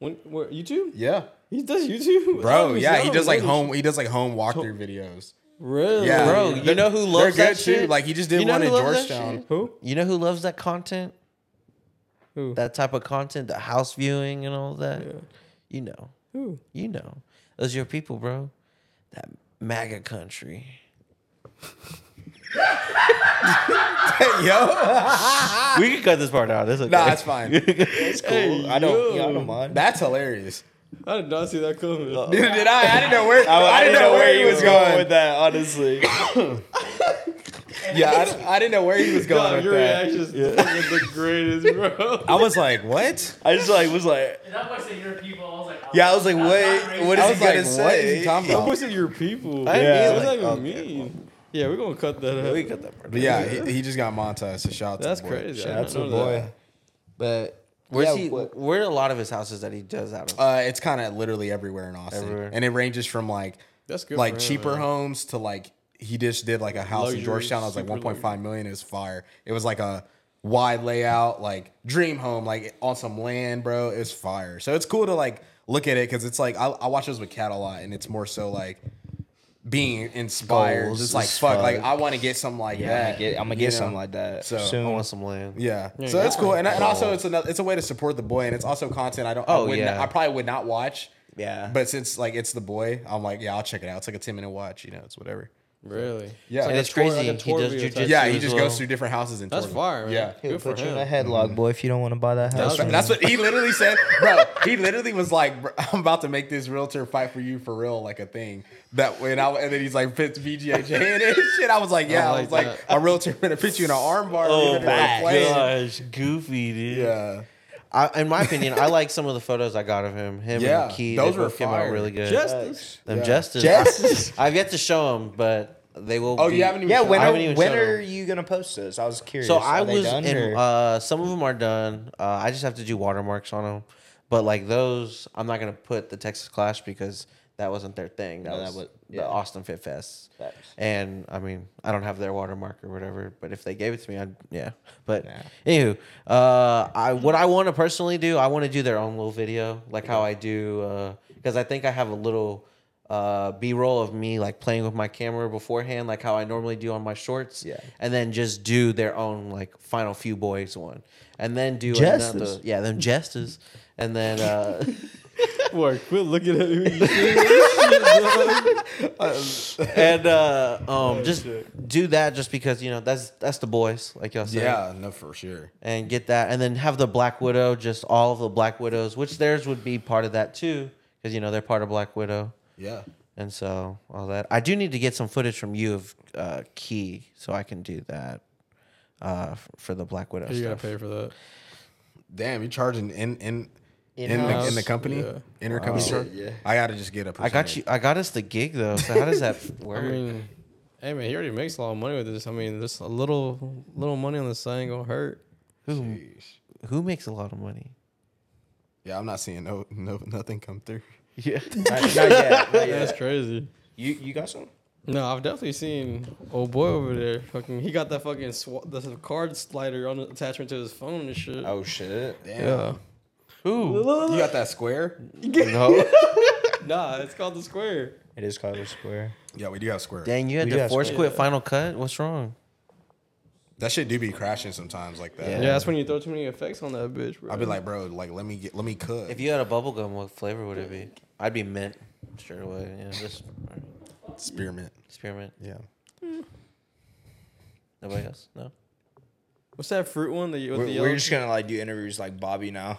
When, where, YouTube?
Yeah.
He does YouTube?
Bro,
Oh,
yeah,
he's
he
out
does like
already.
home. He does like home walkthrough videos.
Really?
Yeah,
Bro, you know who loves
They're
that
good too.
shit?
Like he just did
You know
one
who
in
loves that
Georgetown.
Who?
You know who loves that content?
Who?
That type of content, the house viewing and all that. You know.
Who?
You know. Those are your people, bro. That MAGA country.
Yo,
we can cut this part out. That's okay.
nah, it's fine.
Cool. I don't. Yeah, I don't mind.
That's hilarious.
I did not see that coming.
Neither did I. I didn't know where. I, didn't know, where he was going.
with that. Honestly,
Yeah, I, I didn't know where he was going
Dog,
with
your
that.
reaction is fucking the greatest, bro.
I was like, what?
I just like was like.
That boy said your people. I was like,
Yeah, I was like, wait, what
I
is he
was
gonna
like, what is
say?
he talking
Don't
about?
push at your people.
I
Yeah.
yeah,
What does that even mean? Yeah, we're gonna cut that out.
we cut that part
But yeah, he, he just got monetized. So shout out to
That's
the boy.
crazy. I did
That's a
not know that.
boy. But
Where's
yeah,
he,
what-
where are a lot of his houses that he does out of?
Uh, it's kind of literally everywhere in Austin,
Everywhere.
and it ranges from like
That's good
like
for him,
cheaper
man.
homes to like he just did like a house
Luxury,
in Georgetown. It was like
super
1.5 million. It was fire. It was like a wide layout, like dream home, like on some land, bro. It was fire. So it's cool to like look at it because it's like I, I watch those with Cat a lot, and it's more so like being inspired.
Goals
just like
as
fuck,
fuck.
like I want to get something like
yeah, I'm
that.
gonna get, I'm gonna
you
get
know?
something like that
So-
I
soon.
want some land.
Yeah. so that's cool. And, and also it's another it's a way to support the boy and it's also content I don't I,
Oh,
would
yeah.
not, I probably would not watch.
Yeah.
But since like it's the boy, I'm like, yeah, I'll check it out. It's like a 10 minute watch, you know, it's whatever.
Really?
Yeah.
And
a
it's
tour- like
crazy.
a
he
tour
does
video type
jujitsu.
yeah, he
as
just
well.
goes through different houses and
That's
tour them.
fire, man.
Yeah.
He'll
Good for
put you in
him.
a headlock, boy, if you don't want to buy that house.
That's, right. That's what he literally said, bro. He literally was like, bro, "I'm about to make this realtor fight for you for real, like a thing." That when I and then he's like, "Fits VGHJ and shit." I was like, "Yeah," I,
like
was like, "A realtor gonna put you in an armbar."
Oh
Oh
my
god!
gosh, goofy dude.
Yeah,
I, in my opinion, I like some of the photos I got of him. Him
Yeah,
and Key,
those
they
were
both came out
fire.
really good.
Justice.
them
Yeah.
justice.
Justice?
I've yet to show them, but they will.
Oh,
be-
you haven't even
Yeah,
shown-
when
I
are,
haven't even
when
showed
are
him.
you gonna post this? I was curious.
So
Are
I
they
was
done,
in.
or-
Uh, some of them are done. Uh, I just have to do watermarks on them, but like those, I'm not gonna put the Texas Clash because that wasn't their thing. That, was,
was-
the Austin Fit Fest.
Facts.
And I mean, I don't have their watermark or whatever, but if they gave it to me, I'd yeah. But anywho, uh, I what I want to personally do, I want to do their own little video, like how I do, because I think I have a little uh, B roll of me like playing with my camera beforehand, like how I normally do on my shorts.
Yeah.
And then just do their own like final few boys one, and then do
Jesters.
another yeah them jesters, and then. Uh,
Boy, quit looking at me.
and uh, um, just do that just because you know that's that's the boys like y'all said
yeah, no, for sure.
and get that and then have the black widow just all of the black widows which theirs would be part of that too because you know they're part of black widow
Yeah.
and so all that. I do need to get some footage from you of uh, Key, so I can do that uh, f- for the Black Widow
You gotta
stuff.
pay for that.
Damn, you charging in in in, the,
In-house?
in the company,
Yeah.
inner company. yeah, I gotta just get a.
I got you. I got us the gig though. So how does that
I
work?
mean, hey man, he already makes a lot of money with this. I mean, this a little little money on this thing gonna hurt.
who who makes a lot of money?
Yeah, I'm not seeing no no nothing come through.
Yeah.
That's crazy.
You you got some?
No, I've definitely seen old boy over there. Fucking, he got that fucking sw- the card slider on the attachment to his phone and shit.
Oh shit! Damn.
yeah.
You got that square?
no.
Nah, it's called the square.
It is called a square.
Yeah, we do have square.
Dang, you had
We do
to
have
force
some-
quit Final Cut. What's wrong?
That shit do be crashing sometimes like that.
Yeah, that's when you throw too many effects on that bitch, bro.
I'd be like, bro, like let me get let me cook.
If you had a bubble gum, what flavor would it be? I'd be mint straight away. Yeah, just
Spearmint.
experiment.
Yeah.
Nobody else? No.
what's that fruit one? The, with
We're,
the
we're
yellow.
just gonna like do interviews like Bobby now.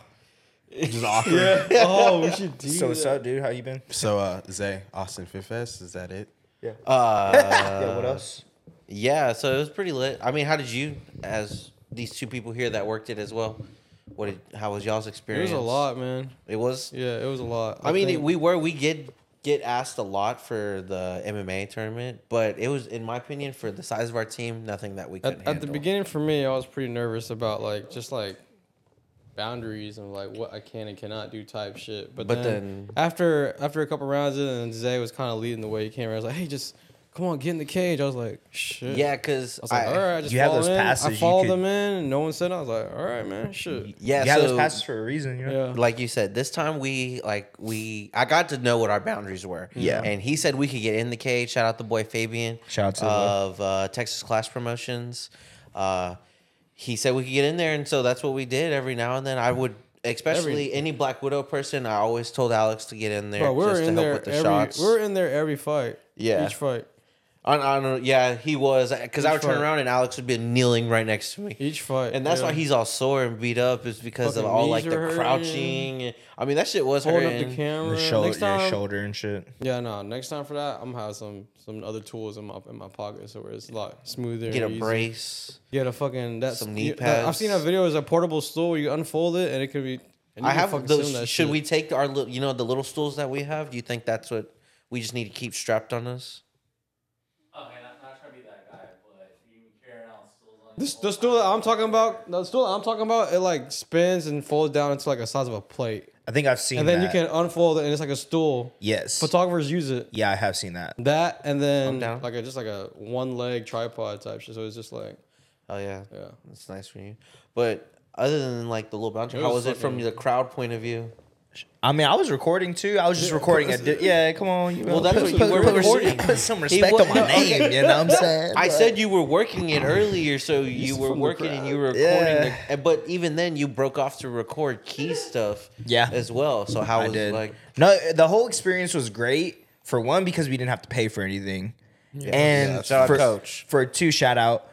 Just awkward.
oh, we should do
So what's
that.
up, dude? How you been?
So uh Zay, Austin Fit Fest, is that it?
Uh,
yeah. What else?
yeah. So it was pretty lit. I mean, how did you, as these two people here that worked it as well, what? Did, how was y'all's
It
experience?
was a lot, man.
It was.
Yeah, it was a lot.
I mean,
think-
we were we get get asked a lot for the MMA tournament, but it was, in my opinion, for the size of our team, nothing that we could.
at, at the beginning for me, I was pretty nervous about like just like boundaries and like what I can and cannot do type shit. But,
But
then,
then-
after after a couple rounds in, and Zay was kind of leading the way. He came around, I was like, "Hey, just come on, get in the cage." I was like, "Shit."
Yeah,
I
because
was like, "All right, I just
You have
follow
those
in."
passes,
I
you
followed
could-
them in, and no one said. nothing. I was like, "All right, man, shit."
yeah,
Yeah,
so
those passes for a reason. You know?
Yeah.
like you said, this time we like we I got to know what our boundaries were.
Mm-hmm.
Yeah.
and he said we could get in the cage. Shout out the boy Fabian.
Shout out to the boy.
of uh, Texas Class Promotions. Uh, he said we could get in there, and so that's what we did. Every now and then, I would. Especially any Black Widow person, I always told Alex to get in there
Bro, we were
just to
in
help
there
with the
every.
shots.
We were in there every fight.
Yeah.
each fight,
I, I don't know. Yeah, he was. Because I would turn
fight.
around and Alex would be kneeling right next to me.
each fight,
and that's
yeah.
why he's all sore and beat up is because of
Fucking
all
knees
like the
are
crouching. I mean, that shit was
holding
hurting.
up the camera.
The shoulder,
Next
yeah,
time,
shoulder and shit.
Yeah, no. Next time for that, I'm gonna have some some other tools in my in my pocket, so where it's a lot smoother.
Get a
and easier.
brace.
Get a fucking that's
Some knee
you- that- I've
pads.
seen a video as a portable stool where you unfold it and it could be. and you
I
can
have
fucking
those.
sit on that
Should
shit.
we take our little, you know, the little stools that we have? Do you think that's what we just need to keep strapped on us?
Okay, not, not trying to be that guy, but you carrying out stools on
This the stool that I'm talking about. The stool that I'm talking about it like spins and folds down into like a size of a plate,
I think I've seen.
and then
that.
you can unfold it and it's like a stool.
Yes.
Photographers use it.
yeah, I have seen that.
That and then
down.
like a, just like a one leg tripod type shit. So it's just like
Oh yeah,
yeah.
that's nice for you. But other than like the little bouncer,
It
how was
was
it from
fucking-
the crowd point of view?
I mean, I was recording too. I was just recording. A di- yeah, come on. You
Well, that's what you were
put,
recording.
Put some
He
respect
wa-
on my
no,
name. You know what I'm saying?
I
But-
said you were working it earlier, so you were working and you were recording.
Yeah.
The, and- but even then, you broke off to record key stuff.
Yeah.
as well. So how
I
was
did.
it like?
no, the whole experience was great for one because we didn't have to pay for anything, and
Yeah,
for,
shout out
coach for two shout out,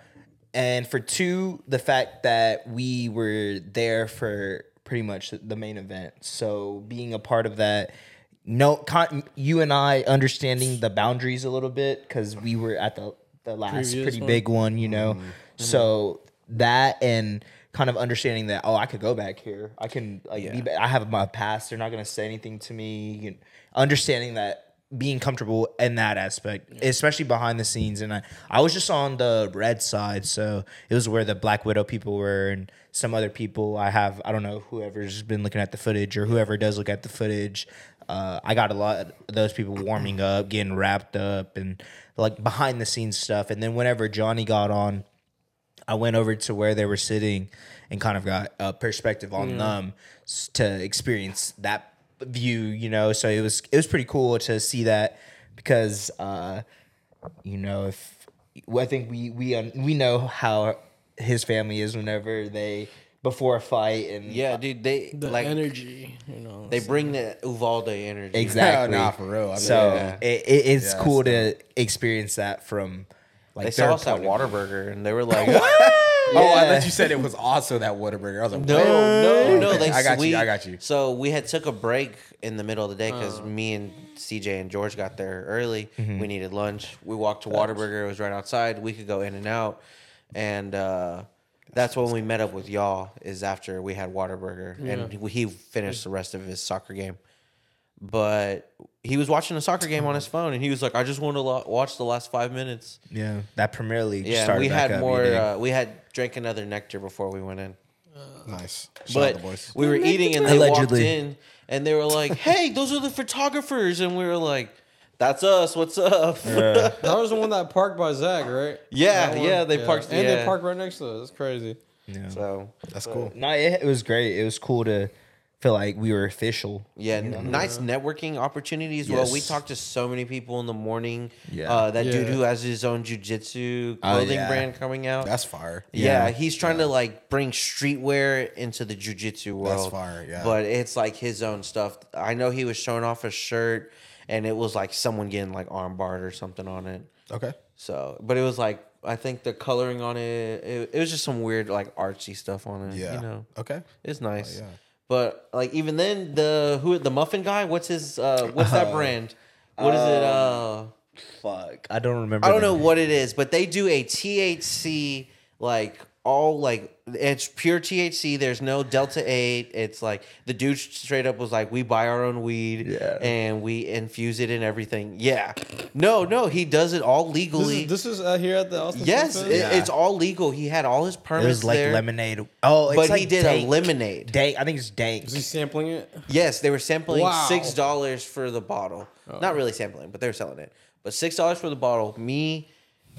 and for two the fact that we were there for pretty much the main event. So being a part of that. No, con- you and I understanding the boundaries a little bit because we were at the the last
Previous
pretty
one. Mm-hmm.
big one, you know. So that and kind of understanding that oh, I could go back here. I can like be ba- I have my past. They're not gonna say anything to me. You- understanding that being comfortable in that aspect, especially behind the scenes. And I I was just on the red side, so it was where the Black Widow people were and some other people. I have I don't know whoever's been looking at the footage or whoever does look at the footage. Uh, I got a lot of those people warming up, getting wrapped up, and like behind the scenes stuff. And then whenever Johnny got on, I went over to where they were sitting and kind of got a perspective on them s- to experience that view, you know. So it was it was pretty cool to see that because uh, you know if well, I think we we un we know how his family is whenever they before a fight and
Yeah, dude, they
The
like
energy, you know.
they bring the Uvalde energy.
exactly
nah, for real. I mean,
so
yeah.
it, it, it's
Yeah,
cool to experience that from like
They saw
their
us at
point of view.
Waterburger and they were like,
Oh, I
Yeah.
thought you said it was also that Whataburger. I was like,
No,
what?
no, no.
Okay,
Like
I got
we-
you. I got you.
So we had took a break in the middle of the day because me and CJ and George got there early.
Mm-hmm.
We needed lunch. We walked to Waterburger. It was right outside. We could go in and out, and uh, that's when we met up with y'all. Is after we had Waterburger, and he he finished the rest of his soccer game. But he was watching a soccer game on his phone, and he was like, "I just want to lo- watch the last five minutes."
Yeah, that Premier League.
Yeah,
started
we
back
had
up, you
more.
dig?
Uh, we had drank another nectar before we went in
Nice. Shout out
but
the boys.
we were eating and they walked
Allegedly.
in and they were like, "Hey, those are the photographers," and we were like, "That's us. What's up?" Yeah,
That was the one that parked by Zach, right?
yeah,
That one?
they parked.
and
yeah.
they parked right next to us. It's crazy.
So
That's cool.
no, it, it was great. It was cool to feel like we were official.
yeah, n- nice networking opportunities. Well, we
Yes.
talked to so many people in the morning.
Yeah.
uh, that dude
Yeah.
who has his own jujitsu clothing
Oh, yeah.
brand coming out.
That's fire.
yeah, he's trying to like bring streetwear into the jujitsu world.
fire, yeah.
But it's like his own stuff. I know he was showing off a shirt, and it was like someone getting like armbarred or something on it.
Okay.
So, but it was like I think the coloring on it, it, it was just some weird like artsy stuff on it.
Yeah.
you know,
Okay.
it's nice.
yeah.
But like even then, the who the muffin guy? What's his? Uh, what's that brand? What is it? Uh,
Fuck, I don't remember.
I don't
the
know
name.
what it is, but they do a THC like all like it's pure THC. There's no delta eight. It's like the dude straight up was like, "We buy our own weed
Yeah.
and we infuse it in everything." Yeah, no, no, he does it all
This
legally.
is, this is uh, here at the Austin.
yes,
Fest?
it, it's all legal. He had all his
It
permits
was like
there,
lemonade. Oh, it's
but
like
he did
dank.
a lemonade.
Dank. I think it's dank.
Is he sampling it?
Yes, they were sampling
Wow. Oh.
six dollars for the bottle. Not really sampling, but they were selling it. But six dollars for the bottle. Me,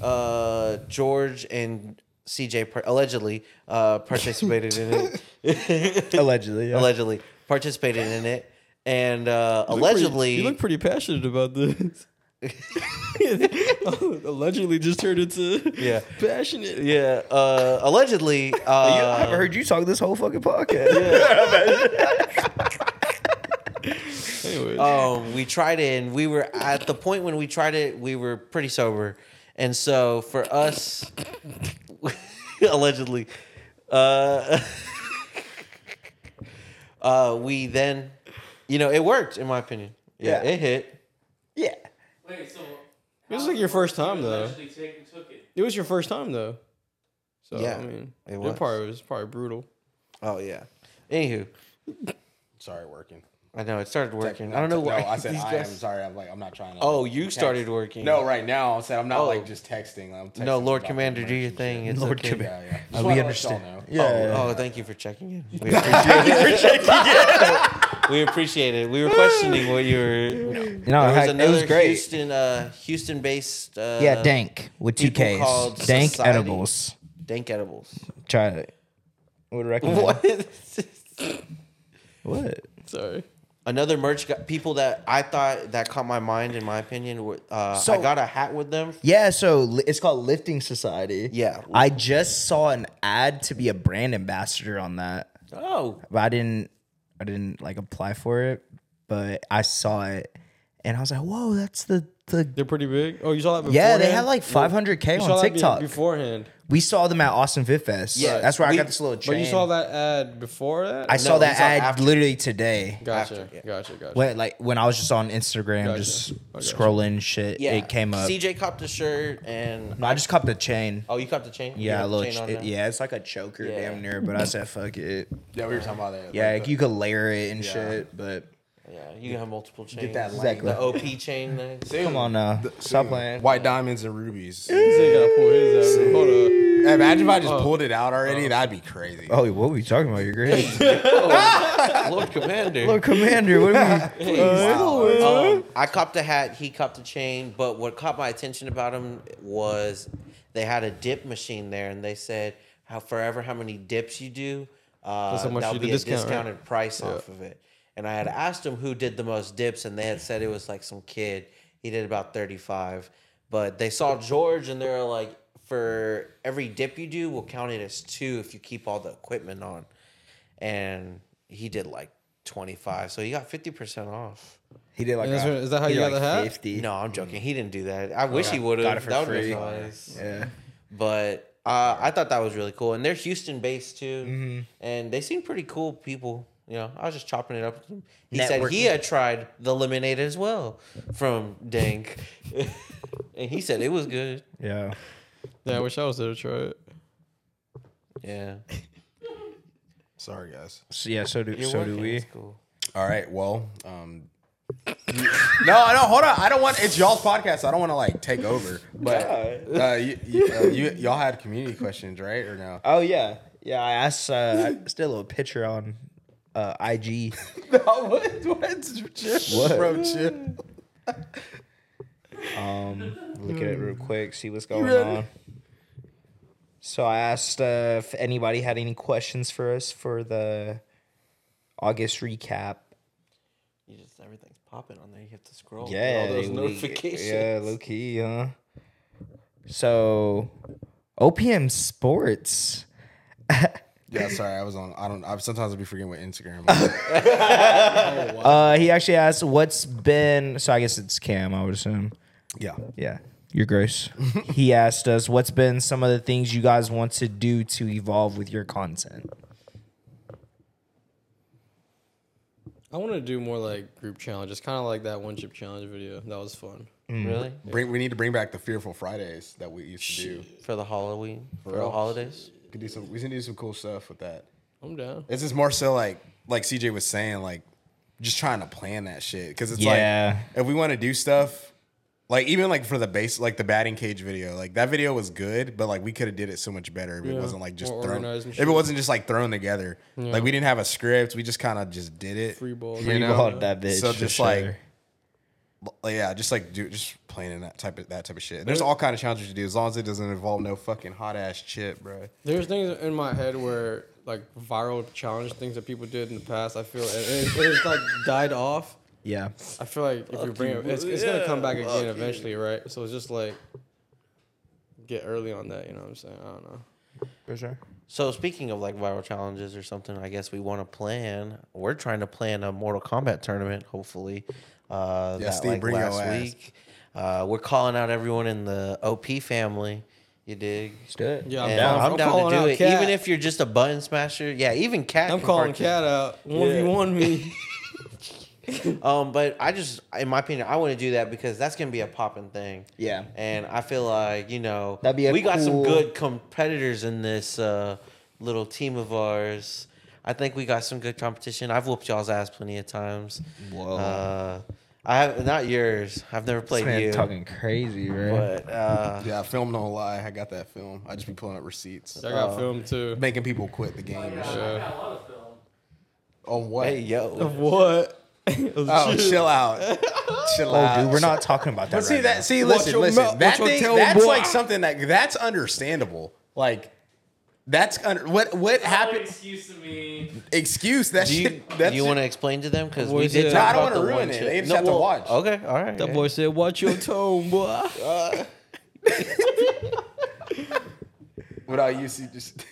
uh, George, and CJ par- allegedly uh, participated in it.
Allegedly, yeah.
allegedly participated in it, and uh, allegedly,
you look pretty passionate about this. Allegedly, just turned into
Yeah.
passionate.
yeah, uh, allegedly. Uh,
I've heard you talk this whole fucking podcast.
Anyways,
um, we tried it, and we were at the point when we tried it, we were pretty sober, and so for us, allegedly, uh, uh, we then, you know, it worked in my opinion. Yeah,
Yeah.
it hit.
yeah.
Wait, so
it was like your first time though.
took it.
It was your first time though. So
Yeah,
I mean,
it
it,
was.
probably was probably brutal.
Oh yeah. Anywho,
Sorry, working.
I know it started working. I don't know
No,
why
I said
these
I am
guys-
sorry. I'm like I'm not trying to.
Oh,
like,
you
text.
started working.
No, right now I said I'm not
Oh.
like just texting. I'm texting
No, Lord
about
Commander, do your
merch and
thing.
shit.
It's
Lord
okay.
Commander.
Yeah, Uh, yeah.
we
understand.
Yeah.
Oh, thank you for checking in. We appreciate it. we appreciate it. We were questioning what you were.
No,
there was
heck, it
another
was great.
Houston, uh, Houston-based. Uh,
yeah, dank with two
people called
Ks. Dank
Society.
edibles.
Dank edibles.
Try it. Would recommend.
What?
What?
Sorry.
another merch got people that I thought that caught my mind. In my opinion, were, uh, I
So-
got a hat with them.
Yeah, so li- it's called Lifting Society.
Yeah.
I just saw an ad to be a brand ambassador on that.
Oh,
but I didn't I didn't like apply for it, but I saw it and I was like, whoa, that's the the
They're pretty big. Oh, you saw that before?
yeah, they had like 500k
you saw
on
that be-
TikTok.
beforehand.
we saw them at Austin Fit Fest.
Yeah,
Yeah, that's where
we-
I got this little chain.
But you saw that ad before that?
I saw
we
that
saw
ad
after.
literally today.
Gotcha.
After, yeah.
Gotcha. Gotcha.
When, like when I was just on Instagram,
Gotcha.
just
I gotcha.
scrolling shit, it came up.
CJ copped a shirt, and
no, I just copped a chain.
oh, you copped a chain. You
yeah,
have
a
the
little.
chain
Ch-
on
it-
now?
yeah, it's like a choker,
Yeah.
damn near. But I said, fuck it.
Yeah, we were talking about that.
Yeah,
Like,
like, uh, you could layer it and shit. But
yeah. You can have multiple chains.
that light.
Exactly.
The OP chain. There.
come on now, stop playing.
uh, white diamonds and rubies.
Zay gotta pull his out. Hold up.
Imagine if I just pulled it out already. That'd be crazy.
Oh, what were you talking about? You're great.
Lord Commander.
Lord Commander, what are we?
Um, I copped a hat, he copped a chain, but what caught my attention about him was they had a dip machine there, and they said how forever how many dips you do, uh,
That's how much
that'll
you- the
be a
discount, right?
discounted price off of it. And I had asked him who did the most dips, and they had said it was like some kid. He did about thirty-five, but they saw George, and they were like, "For every dip you do, we'll count it as two if you keep all the equipment on." And he did like twenty-five, so he got fifty percent off.
He did like.
Is that- is that how
he
you
did
got the hat?
50.
No, I'm joking. He didn't do that. I wish he would
Mm. Got
have.
it for
That would
free.
be nice.
Yeah.
But Uh, I thought that was really cool, and they're Houston based too,
Mm-hmm.
and they seem pretty cool people. You know, I was just chopping it up with him. He said he
Networking.
had tried the lemonade as well from Dank, and he said it was good.
Yeah.
Yeah, I wish I was there to try it.
Yeah,
Sorry, guys.
So, yeah. So do so do we.
It's cool.
All right. Well, um, no, no, hold on. I don't want it's y'all's podcast. I don't want to like take over. But uh, you, you, uh, you y'all had community questions, right? Or no?
Oh yeah, yeah. I asked. Uh, I still a picture on uh, IG.
what? What? Bro, chill.
Um, look at it real
Hmm.
quick. See what's going on. So I asked uh, if anybody had any questions for us for the August recap.
You just everything's popping on there. You have to scroll. through
Yeah,
all those
we-
notifications.
Yeah, low key, huh? So, OPM Sports.
Yeah, sorry. I was on. I don't. I sometimes I'll be forgetting what Instagram.
Uh, he actually asked, "What's been?" So I guess it's Cam. I would assume.
yeah.
Yeah. Your grace. he asked us, what's been some of the things you guys want to do to evolve with your content?
I want to do more like group challenges, kind of like that one chip challenge video. That was fun.
Really?
Bring. We need to bring back the Fearful Fridays that we used to do.
Mm.
For the Halloween? For, the
real?
holidays?
We could do some. We can do some cool stuff with that.
I'm down.
It's just more so like like CJ was saying, like just trying to plan that shit because it's
Yeah.
like if we want to do stuff, like even like for the base, like the batting cage video, like that video was good, but like we could have did it so much better if it
Yeah.
wasn't like just
More
thrown.
organized and
If it
shit.
wasn't just like thrown together, like we didn't have a script, we just kind of just did it.
Free ball.
You
Free
know?
You bought that bitch.
So
for
just
sure.
like, like, yeah, just like do just playing in that type of that type of shit. There's all kind of challenges to do as long as it doesn't involve no fucking hot ass chip, bro.
There's things in my head where like viral challenge things that people did in the past. I feel it, it, it's like died off.
yeah.
I feel like if you bring it, it's, it's gonna come back again eventually, right? So it's just like get early on that. You know what I'm saying? I don't know.
For sure.
So speaking of like viral challenges or something, I guess we want to plan. We're trying to plan a Mortal Kombat tournament, hopefully. Uh,
Yeah,
that,
Steve,
like,
bring your
last
ass.
week. Uh, we're calling out everyone in the OP family. You dig?
Let's do it.
Yeah,
And I'm, down
calling
to do
out
it,
Cat.
even if you're just a button smasher. Yeah, even cat.
I'm
can
calling
participate.
Cat out. One v one me.
Um, but I just, in my opinion, I want to do that because that's gonna be a popping thing.
Yeah.
And I feel like you know
That'd be a
we got some
cool-
good competitors in this uh, little team of ours. I think we got some good competition. I've whooped y'all's ass plenty of times.
Whoa.
Uh, I have not yours. I've never played
Man,
you.
talking crazy, right?
But uh,
Yeah, film don't lie. I got that film. I just be pulling up receipts,
I got filmed too.
making people quit the game. and shit.
Yeah.
On what?
hey yo,
What?
Oh, chill out, chill out.
Oh, dude, we're not talking about that.
But see
right
that.
now.
See,
Watch
listen,
your
listen.
mouth,
That
watch your
thing,
tail,
that's
boy.
like something that that's understandable. Like that's under, what what happened.
excuse to me.
Excuse that
do you
shit.
do
That's
you want to explain to them because we
Was
did?
it-
No,
talk
I don't
about
want to
the
ruin
one
it.
chick-
They just
No,
have to
well,
watch.
Okay, all right.
That boy said, "Watch your tone, boy."
Without you, see, just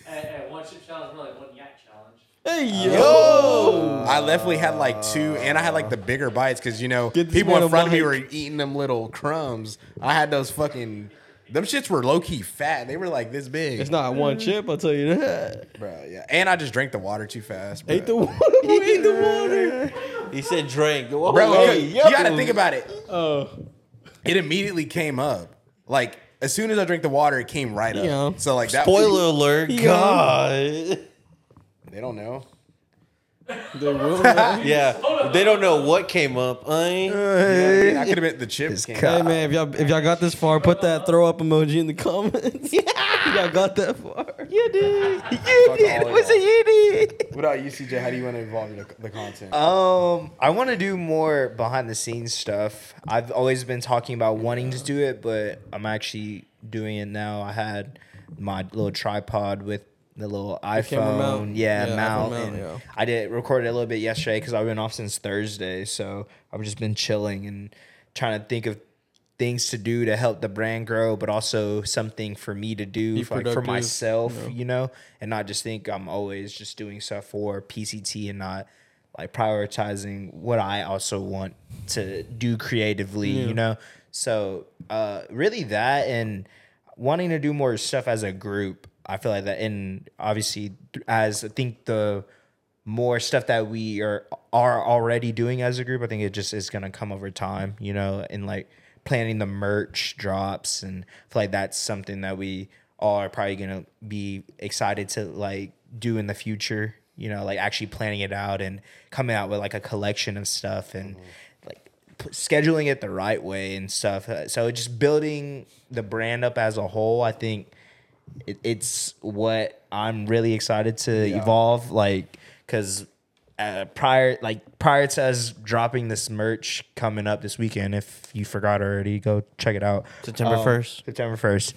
one chip challenge, more like one yak challenge.
Hey
I definitely had like two, and I had like the bigger bites because you know
Get this
people
man
in
a
front of me
mic.
were eating them little crumbs. I had those fucking. Them shits were low key fat. They were like this big,
It's not one chip, I'll tell you that.
bro. Yeah, and I just drank the water too fast. Bro.
Ate the water. we ate the water.
He said drink.
Bro,
Oh,
you- you got to think about it.
Oh,
it immediately came up. Like as soon as I drank the water, it came right up.
Yeah.
So like that.
Spoiler alert. God.
They don't know.
the water.
Yeah. They don't know what came up. I
Uh,
I could have been the chips. Came.
Hey man, if y'all if y'all got this far, put that throw up emoji in the comments. Yeah. y'all got that far. You did.
Fuck all of y'all.
you did.
What about you, CJ? How do you want to evolve the, the content?
Um, I want to do more behind the scenes stuff. I've always been talking about wanting to do it, but I'm actually doing it now. I had my little tripod with the little
camera
iPhone,
mount.
yeah,
Yeah,
mount.
iPhone mount,
and
yeah.
I did recorded a little bit yesterday because I've been off since Thursday, so I've just been chilling and trying to think of things to do to help the brand grow, but also something for me to do
Be
for, like, for
productive,
myself, you know, and not just think I'm always just doing stuff for PCT and not like prioritizing what I also want to do creatively, you know. So uh, really that and wanting to do more stuff as a group. I feel like that, and obviously, th- as I think the more stuff that we are are already doing as a group, I think it just is gonna come over time, you know, and like planning the merch drops, and I feel like that's something that we all are probably gonna be excited to like do in the future, you know, like actually planning it out and coming out with like a collection of stuff and like p- scheduling it the right way and stuff. Uh, So just building the brand up as a whole, I think it, it's what I'm really excited to evolve. Like, cause uh, prior, like prior to us dropping this merch coming up this weekend, if you forgot already, go check it out. Um,
September 1st.
September first.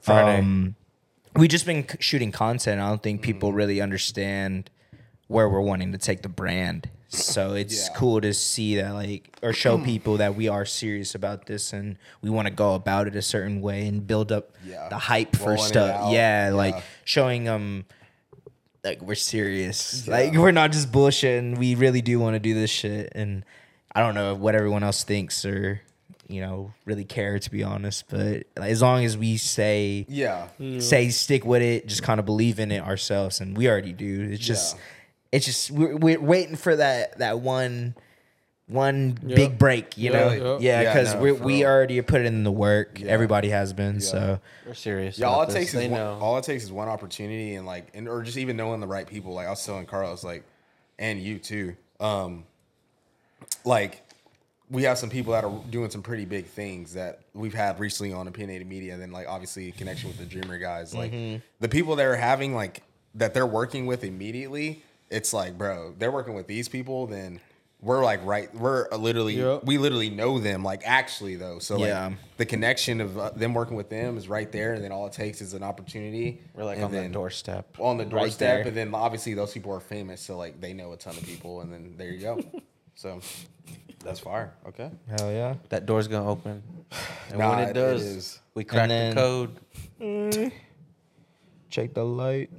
Friday.
Um, we just been c- shooting content. I don't think people really understand where we're wanting to take the brand. So it's cool to see that, like, or show people that we are serious about this and we want to go about it a certain way and build up
Yeah.
the hype for
Rolling it
stuff.
out.
Yeah, like
Yeah.
showing them like we're serious. Like we're not just bullshitting. We really do want to do this shit. And I don't know what everyone else thinks or you know really care to be honest. But like, as long as we say
Yeah.
say stick with it, just kind of believe in it ourselves, and we already do. It's just
Yeah.
it's just we're, we're waiting for that that one one big break. You
Yeah,
know,
yeah.
yeah,
Yeah,
because
no,
we
for
we
real.
already put in the work. Everybody has been so.
We're serious.
Yeah,
about
all it
this.
takes
They
is one,
know.
all it takes is one opportunity and like and or just even knowing the right people. Like I was telling Carlos, like, and you too. Um, like we have some people that are doing some pretty big things that we've had recently on opinionated media, and then like obviously in connection with the Dreamer guys. Like
Mm-hmm.
the people that are having like that they're working with immediately. It's like, bro, they're working with these people, then. We're like right. We're literally
Yeah.
we literally know them like actually though. So like
Yeah.
the connection of uh, them working with them is right there, and then all it takes is an opportunity.
We're like
and
on the
then-
doorstep.
on the doorstep,
there.
and then obviously those people are famous, so like they know a ton of people, and then there you go. so that's fire. Okay,
Hell yeah.
That door's gonna open, and
Nah,
when it
it
does,
is.
we crack
then-
the code.
Check the light.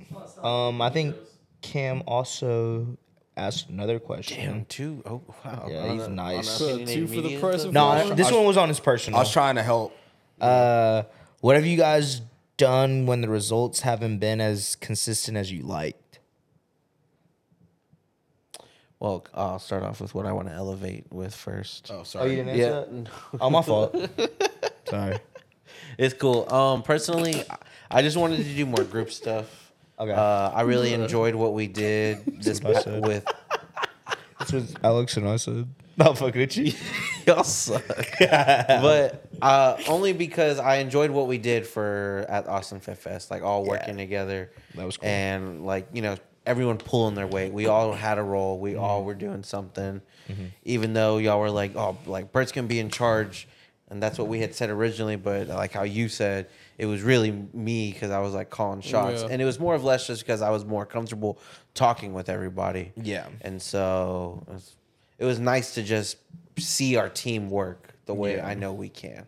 Um, I think Cam also asked another question.
Damn, two. Oh wow.
Yeah, he's nice.
So, two for the price of
No,
I
I,
was tr-
this
I was-
one was on his personal.
I was trying to help.
uh, what have you guys done when the results haven't been as consistent as you liked?
Well, I'll start off with what I want to elevate with first.
Oh, sorry.
didn't
yeah,
Oh, my fault. Sorry.
it's cool. Um, personally, I- I just wanted to do more group stuff.
Okay.
Uh, I really enjoyed what we did this
what I
pa-
said.
with.
That's what Alex and I said. Not fuck with you.
Y'all suck. but uh, only because I enjoyed what we did for at Austin Fit Fest, like all working together.
That was cool.
And like you know, everyone pulling their weight. We all had a role. We
Mm-hmm.
all were doing something, even though y'all were like, oh, like Bert's gonna be in charge, and that's what we had said originally. But like how you said, it was really me because I was like calling shots,
Yeah.
and it was more of less just because I was more comfortable talking with everybody.
Yeah.
And so it was, it was nice to just see our team work the way I know we can.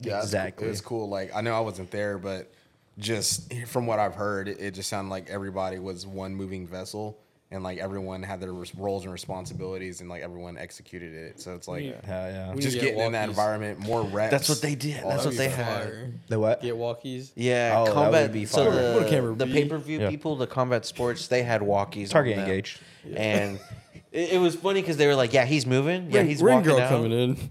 Yeah,
Exactly.
exactly. It was cool. Like I know I wasn't there, but just from what I've heard, it, it just sounded like everybody was one moving vessel, and like everyone had their res- roles and responsibilities, and like everyone executed it. So it's like
Hell yeah.
We
just
need to get
getting in that
walkies.
environment, more reps.
That's what they did.
all
That's
that
what they
stuff.
had.
The what?
Get walkies.
Yeah,
Oh, that
combat.
would be
so
fire.
What a camera
the, the
B.
pay per view
Yeah.
people, the combat sports, they had walkies.
Target
on them.
engaged.
and it, it was funny because they were like, "Yeah, he's moving. Yeah,
Ring-
he's
ring
walking
girl
out."
coming in.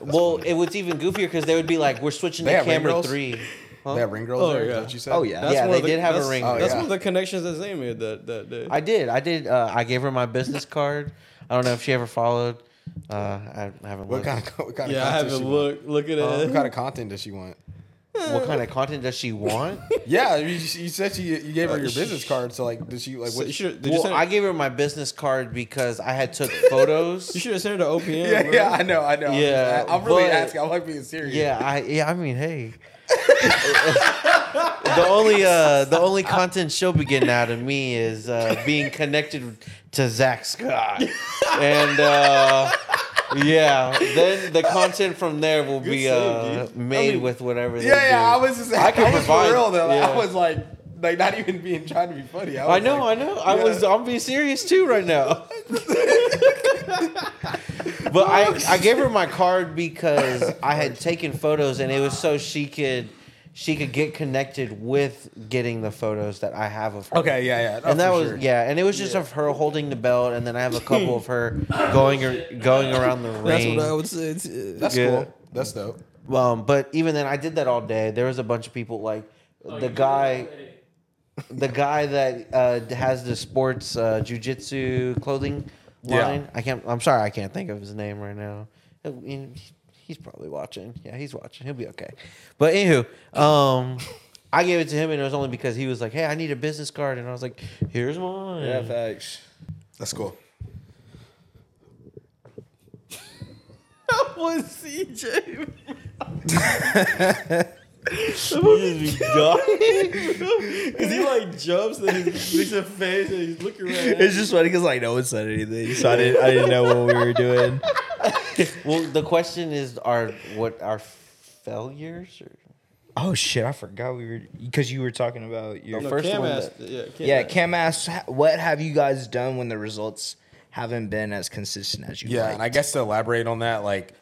Well, it was even goofier because they would be like, "We're switching
They
to
have ring
camera
girls?
three.
They had ring girls
Oh,
there.
yeah.
Yeah. What you said?
Oh, yeah.
That's
yeah,
one
they
of the-
did have a
that's-
ring.
Oh,
girl.
That's
yeah.
one of the connections that they made that, that day.
I did. I did. Uh, I gave her my business card. I don't know if she ever followed. Uh, I haven't.
What
looked.
kind of what kind
yeah,
of
I
content
haven't
she
looked. Look at
Want?
it.
What kind of content does she want?
what kind of content does she want?
Yeah, you, you said she you gave her your
she-
business card. So like, did she like?
So
What,
you should, did you
well,
send
I
it,
gave her my business card because I had took photos.
you should have sent it to OPM.
yeah,
bro.
yeah, I know, I know. I'm just-
Yeah,
I, am really
but-
asking. I'm like being serious.
yeah, I yeah, I mean, hey. the only uh, the only content she'll be getting out of me is uh, being connected to Zach Scott, and uh, yeah, then the content from there will be
save,
uh,
dude.
made
I mean-
with whatever. they
yeah, yeah. I
do.
was just, I,
can
was
provide-
for real though.
yeah.
I was like, like not even being trying to be funny. I,
I
was
know,
like,
I know. I
yeah.
was. I'm being serious too right now. but I, I gave her my card because I had taken photos and it was so she could she could get connected with getting the photos that I have of her.
Okay, yeah, yeah, no,
and that
for
was
sure.
yeah, and it was just of her holding the belt, and then I have a couple of her going or, going around the ring.
would say. It's,
That's
Yeah.
cool. That's dope.
Um, but even then, I did that all day. There was a bunch of people like
Oh,
the guy, the guy that uh, has the sports uh, jujitsu clothing
Yeah.
line. I can't. I'm sorry, I can't think of his name right now. He'll- he- He's probably watching. Yeah, he's watching. He'll be okay. But anywho, um, I gave it to him, and it was only because he was like, "Hey, I need a business card," and I was like, "Here's mine."
thanks. That's cool.
Because he like jumps and he makes a face and he's looking around.
It's just funny because like no one said anything, so I didn't I didn't know what we were doing.
Well, the question is, are what are failures? Or?
Oh shit, I forgot we were because you were talking about your
No,
first
Cam
one.
asked-
that-
yeah, Oh, Cam
yeah,
asked.
Cam asked, "Ha- "What have you guys done when the results haven't been as consistent as you?"
Yeah,
liked?"
and I guess to elaborate on that, like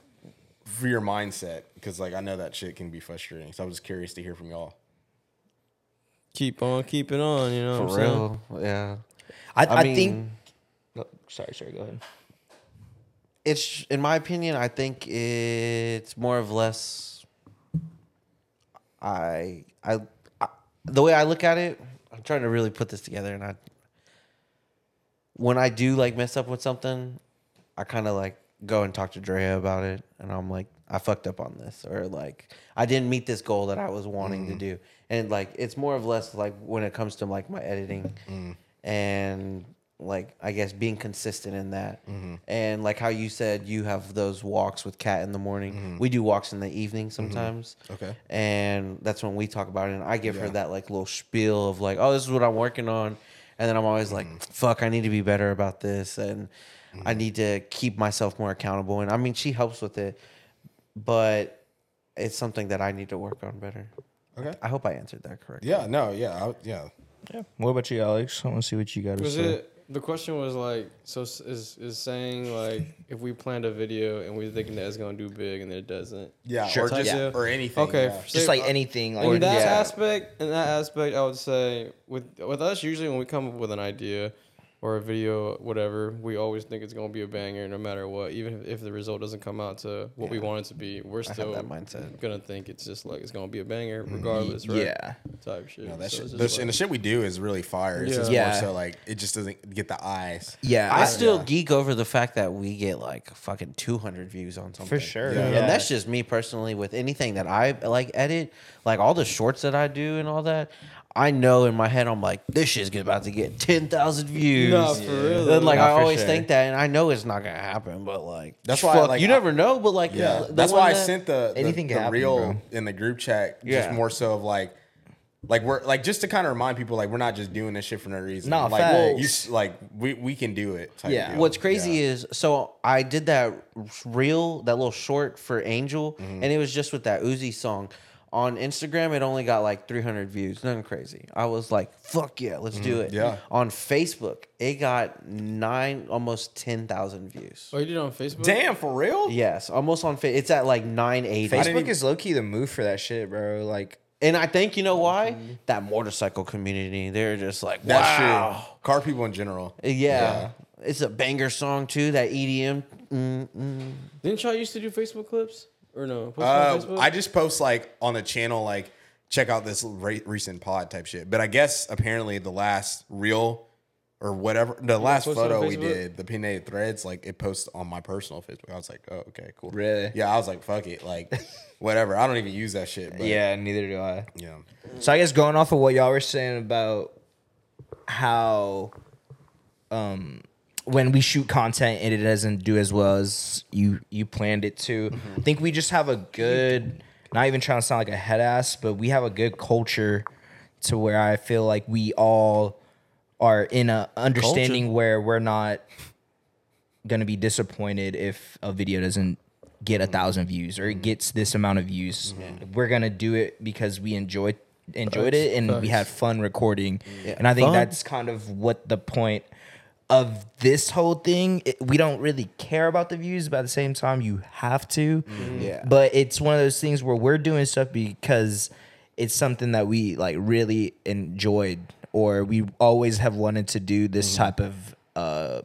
for your mindset, because like I know that shit can be frustrating. So I'm just curious to hear from y'all.
Keep on keeping on, you know what I'm saying?
yeah.
I,
I
I
mean,
think. no, sorry, sorry. Go ahead.
it's in my opinion. I think it's more of less. I I, I the way I look at it, I'm trying to really put this together, and I when I do like mess up with something, I kind of like go and talk to Drea about it, and I'm like, I fucked up on this, or like I didn't meet this goal that I was wanting to do, and like it's more of less like when it comes to like my editing, and like I guess being consistent in that, and like how you said you have those walks with Kat in the morning. We do walks in the evening sometimes.
Okay.
and that's when we talk about it, and I give her that like little spiel of like, oh, this is what I'm working on. And then I'm always like, fuck, I need to be better about this. And I need to keep myself more accountable. And I mean, she helps with it, but it's something that I need to work on better.
Okay.
I hope I answered that correctly.
Yeah. No. Yeah. I, yeah.
What about you, Alex? I want to see what you got to
Was
say.
it the question was like so s- is is saying like if we planned a video and we're thinking that it's gonna do big and it doesn't.
Yeah.
Sure.
Or just
Yeah.
or anything.
Okay,
yeah.
say-
Just like anything, like
in that
yeah.
aspect, in that aspect, I would say with with us usually when we come up with an idea or a video, whatever, we always think it's gonna be a banger no matter what. Even if, if the result doesn't come out to what we want it to be, we're still
that mindset.
gonna think it's just like it's gonna be a banger regardless, right?
Yeah.
type shit.
Mm, No, that
So
shit,
it's just
those- and the
like-
shit we do is really fire. It's
Yeah.
just
Yeah.
more so like it just doesn't get the eyes.
Yeah,
I still geek over the fact that we get like fucking 200 views on something.
for sure.
Yeah.
Yeah.
And that's just me personally with anything that I like edit, like all the shorts that I do and all that. I know in my head I'm like, this shit's about to get ten thousand views.
Nah, for real,
And, like
though.
I
Nah, for
always
sure.
think that, and I know it's not gonna happen, but like
That's why, like,
you
I-
never know. But like,
Yeah,
the- the
that's
one
why I
that-
sent the the,
Anything
the
can happen,
reel
bro.
in the group chat.
Yeah.
Just more so of like, like we're like just to kind of remind people like we're not just doing this shit for no reason.
Nah,
like
facts.
you s- like we we can do it. type
Yeah.
deal.
What's crazy is so I did that reel, that little short for Angel,
Mm-hmm.
and it was just with that Uzi song. On Instagram, it only got like 300 views, nothing crazy. I was like, "Fuck yeah, let's
Mm-hmm.
do it."
yeah.
On Facebook, it got nine, almost 10,000 views.
Oh, you did it on Facebook?
Damn, for real?
Yes, almost on. Fa- it's at like 980.
Facebook is low key the move for that shit, bro. Like,
and I think you know why
Mm-hmm.
that motorcycle community. They're just like,
That
wow.
shit. Car people in general.
Yeah. It's a banger song too. That E EDM. Mm, mm.
Didn't y'all used to do Facebook clips? Or no? Post on
Uh,
Facebook?
I just post like on the channel like check out this re- recent pod type shit. But I guess apparently the last reel or whatever the last
post it on
photo we
Facebook?
did, the pinnated threads, like it posts on my personal Facebook. I was like, oh okay, cool.
Really?
Yeah, I was like, fuck it, like whatever. I don't even use that shit. But,
yeah, neither do I.
Yeah.
So I guess going off of what y'all were saying about how um when we shoot content and it doesn't do as well as you you planned it to. I think we just have a good not even trying to sound like a head ass, but we have a good culture to where I feel like we all are in a understanding where we're not gonna be disappointed if a video doesn't get a
Mm.
thousand views or it gets this amount of views. We're gonna do it because we enjoy enjoyed it and we had fun recording. And I think
Fun.
that's kind of what the point of this whole thing. It- we don't really care about the views, but at the same time, you have to.
Mm.
Mm.
Yeah.
But it's one of those things where we're doing stuff because it's something that we like really enjoyed or we always have wanted to do
Mm.
this type of uh,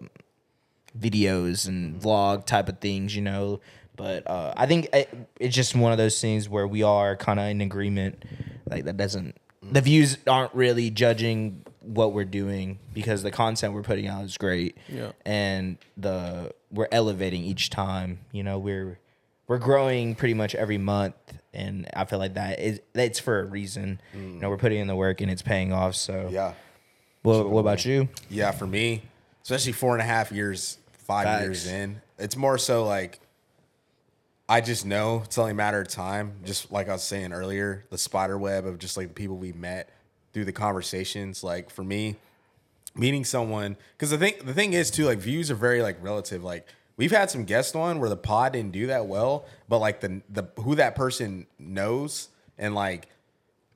videos and
Mm-hmm.
vlog type of things, you know. But uh, I think it, it's just one of those things where we are kind of in agreement. Like that doesn't the views aren't really judging what we're doing because the content we're putting out is great.
Yeah.
And the we're elevating each time. You know, we're we're growing pretty much every month, and I feel like that is that's for a reason. You know, we're putting in the work and it's paying off. So
Yeah.
What, what about you?
Yeah, for me, especially four and a half years, five
Facts.
years in, it's more so like I just know it's only a matter of time. Just like I was saying earlier, the spider web of just like the people we met through the conversations. Like for me, meeting someone because the thing the thing is too like views are very like relative like we've had some guests on where the pod didn't do that well but like the the who that person knows and like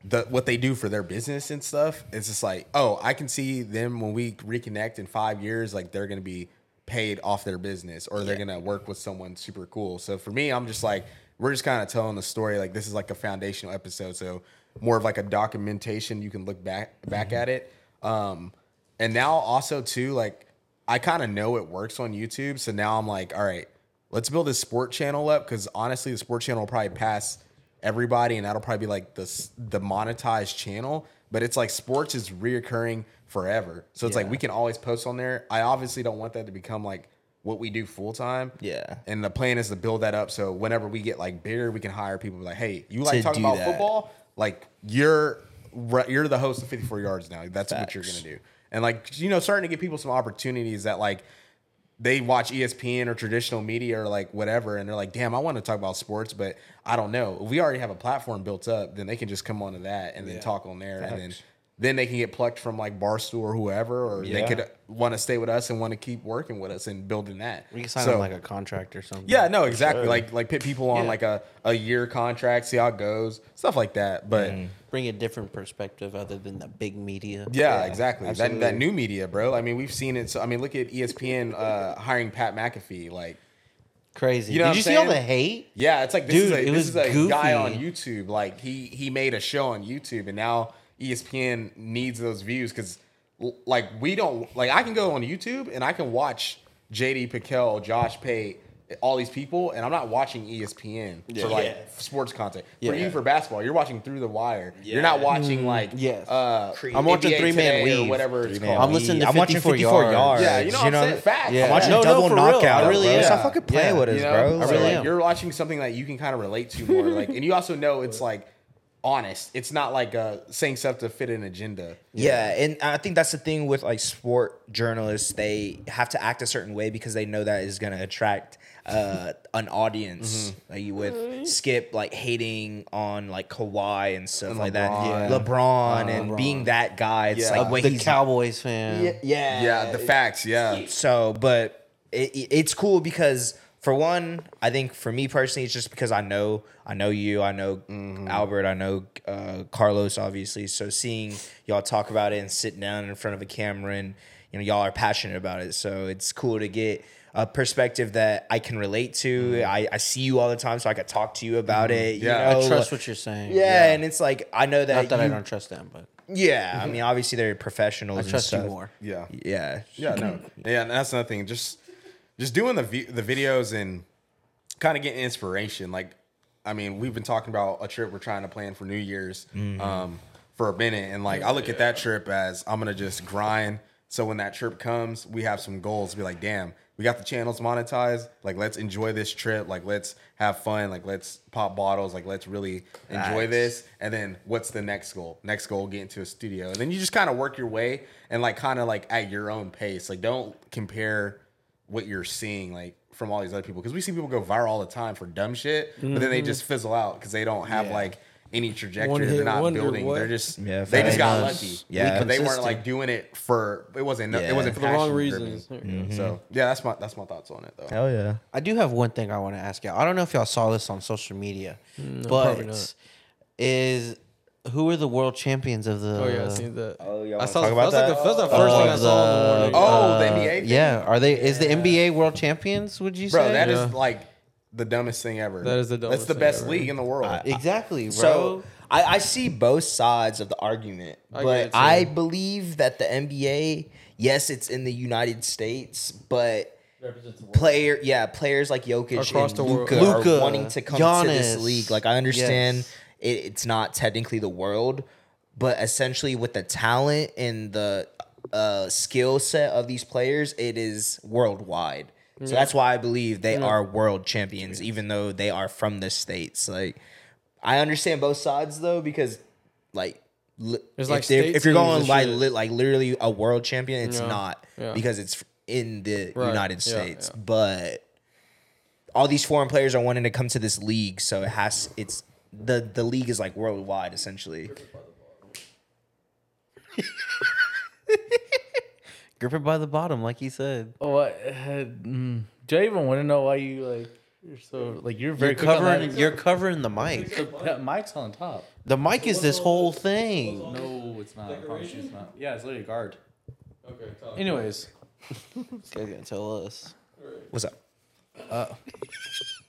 the what they do for their business and stuff it's just like oh i can see them when we reconnect in five years like they're gonna be paid off their business or they're gonna work with someone super cool so for me i'm just like we're just kind of telling the story like this is like a foundational episode so more of like a documentation you can look back back at it um and now also too like i kind of know it works on youtube so now i'm like all right let's build this sport channel up because honestly the sport channel will probably pass everybody and that'll probably be like the s- the monetized channel but it's like sports is reoccurring forever so it's like we can always post on there i obviously don't want that to become like what we do full time
Yeah.
and the plan is to build that up so whenever we get like bigger we can hire people like hey you like
To
talking
do
about
that.
football like you're re- you're the host of 54 yards now that's what you're gonna do and like you know starting to give people some opportunities that like they watch E espn or traditional media or like whatever and they're like damn i want to talk about sports but i don't know if we already have a platform built up then they can just come onto that and then talk on there and then then they can get plucked from like barstool or whoever or they could want to stay with us and want to keep working with us and building that
We can sign
So-
on like a contract or something.
yeah, no, exactly. Like like put people on like a, a year contract, see how it goes, stuff like that. But
Bring a different perspective other than the big media.
yeah, exactly. That, that
absolutely.
new media, bro. I mean, we've seen it. So I mean, look at E ESPN uh, hiring Pat McAfee. Like,
Crazy.
You know what
Did you
I'm
see all the
saying?
hate?
yeah, it's like this is
Dude,
a,
it
this
was
is a
goofy.
guy on YouTube. Like he he made a show on YouTube, and now E ESPN needs those views because like we don't like I can go on YouTube and I can watch JD Piquel, Josh Pate. All these people, and I'm not watching E ESPN for like
Yeah.
sports content. For
Yeah. Mm,
you, for basketball, you're watching through the wire. You're not watching like
Yes.
Uh,
I'm watching
NBA
Three Man
Today or
Weave.
whatever it's
Man,
called.
I'm listening to
I'm watching
54
54
yards.
yards.
Yeah, you know what I'm saying? Facts.
Yeah.
I'm watching
No, no,
double
for real.
knockout.
I really
bro.
am.
Stop fucking playing
Yeah.
with us,
you know,
bro.
I
Like,
really
Like-
am. You're watching something that you can kind of relate to more, like, and you also know it's like honest. It's not like uh, saying stuff to fit an agenda.
Yeah, and I think that's the thing with like sport journalists. They have to act a certain way because they know that is going to attract uh, an audience. Like you with Skip like hating on like Kawhi and stuff like that,
LeBron.
LeBron and being that guy. It's
Yeah.
like wait,
the
he's
Cowboys fan.
yeah, yeah,
Yeah, the facts. Yeah,
So, but it, it- it's cool because for one, I think for me personally, it's just because I know I know you, I know
Mm-hmm.
Albert, I know uh, Carlos, obviously. So seeing y'all talk about it and sitting down in front of a camera and you know y'all are passionate about it, so it's cool to get a perspective that I can relate to. I, I see you all the time, so I could talk to you about it. you
Yeah. I
know?
Mm-hmm. I trust what you're saying.
yeah, and it's like I know that.
uh,
Not that I
you-
don't trust them, but
Yeah, I mean, obviously they're professionals.
I
and
trust you
stuff.
more.
yeah,
Yeah,
yeah. No, yeah. And that's another thing. Just, just doing the vi- the videos and kind of getting inspiration. Like, I mean, we've been talking about a trip we're trying to plan for New Year's um, for a minute, and like I look at that trip as I'm gonna just grind. So when that trip comes, we have some goals. Be like, damn, we got the channels monetized. Like, let's enjoy this trip. Like, let's have fun. Like, let's pop bottles. Like, let's really enjoy this. And then, what's the next goal? Next goal, get into a studio. And then you just kind of work your way and like kind of like at your own pace. Like, don't compare what you're seeing like from all these other people because we see people go viral all the time for dumb shit but
Mm-hmm.
then they just fizzle out because they don't have like any trajectory
One-hit
they're not
wonder,
building
what?
they're just
Yeah,
they just got
facts.
lucky
Yeah.
but they weren't
Consistent.
like doing it for it wasn't
Yeah. Mm-hmm.
it wasn't
For
the wrong
passion-driven.
reasons. There
so yeah that's my that's my thoughts on it though
hell yeah.
I do have one thing I want to ask y'all. I don't know if y'all saw this on social media,
Mm, probably not.
but is who are the world champions of the?
Oh yeah, I seen that. Oh
y'all
I
wanna
saw
talk
that.
about
That's like the,
that? Oh,
that's the first thing I
Of
saw in the
the-
morning.
oh the nba thing?
uh, Yeah, are they? Is the NBA world champions? Would you
bro
say?
that is
Yeah.
like the dumbest thing ever
That is the
that's
dumbest
the
thing
best
ever.
league in the world
exactly, bro.
So I, I see both sides of the argument,
I get
but
it, too.
I believe that the NBA, yes, it's in the United States, but player, yeah, players like Jokic
Across the
and
world.
Luka
Luka,
are wanting to come to this
Giannis.
league. Like I understand,
Yes.
it, it's not technically the world, but essentially with the talent and the uh, skill set of these players, it is worldwide. So that's why I believe they are world champions, even though they are from the states. Like I understand both sides though, because like. Li- if,
It's like
they're-
state
if you're
teams
going
and
like
shit.
li- like literally a world champion, it's
Yeah.
not
Yeah.
because it's in the
Right.
United
Yeah,
States.
yeah.
But all these foreign players are wanting to come to this league, so it has it's the the league is like worldwide essentially.
Grip it by the bottom, like he said.
Oh, I, uh, mm, do I even want to know why you like? You're so like you're very
You're
quick on that.
covering. You're covering the mic.
The pe- mic's on top.
The mic is this whole thing.
No, it's not. I promise you, it's not. Yeah, it's literally a guard.
Okay, talk.
Anyways,
This guy's gonna tell us.
What's up?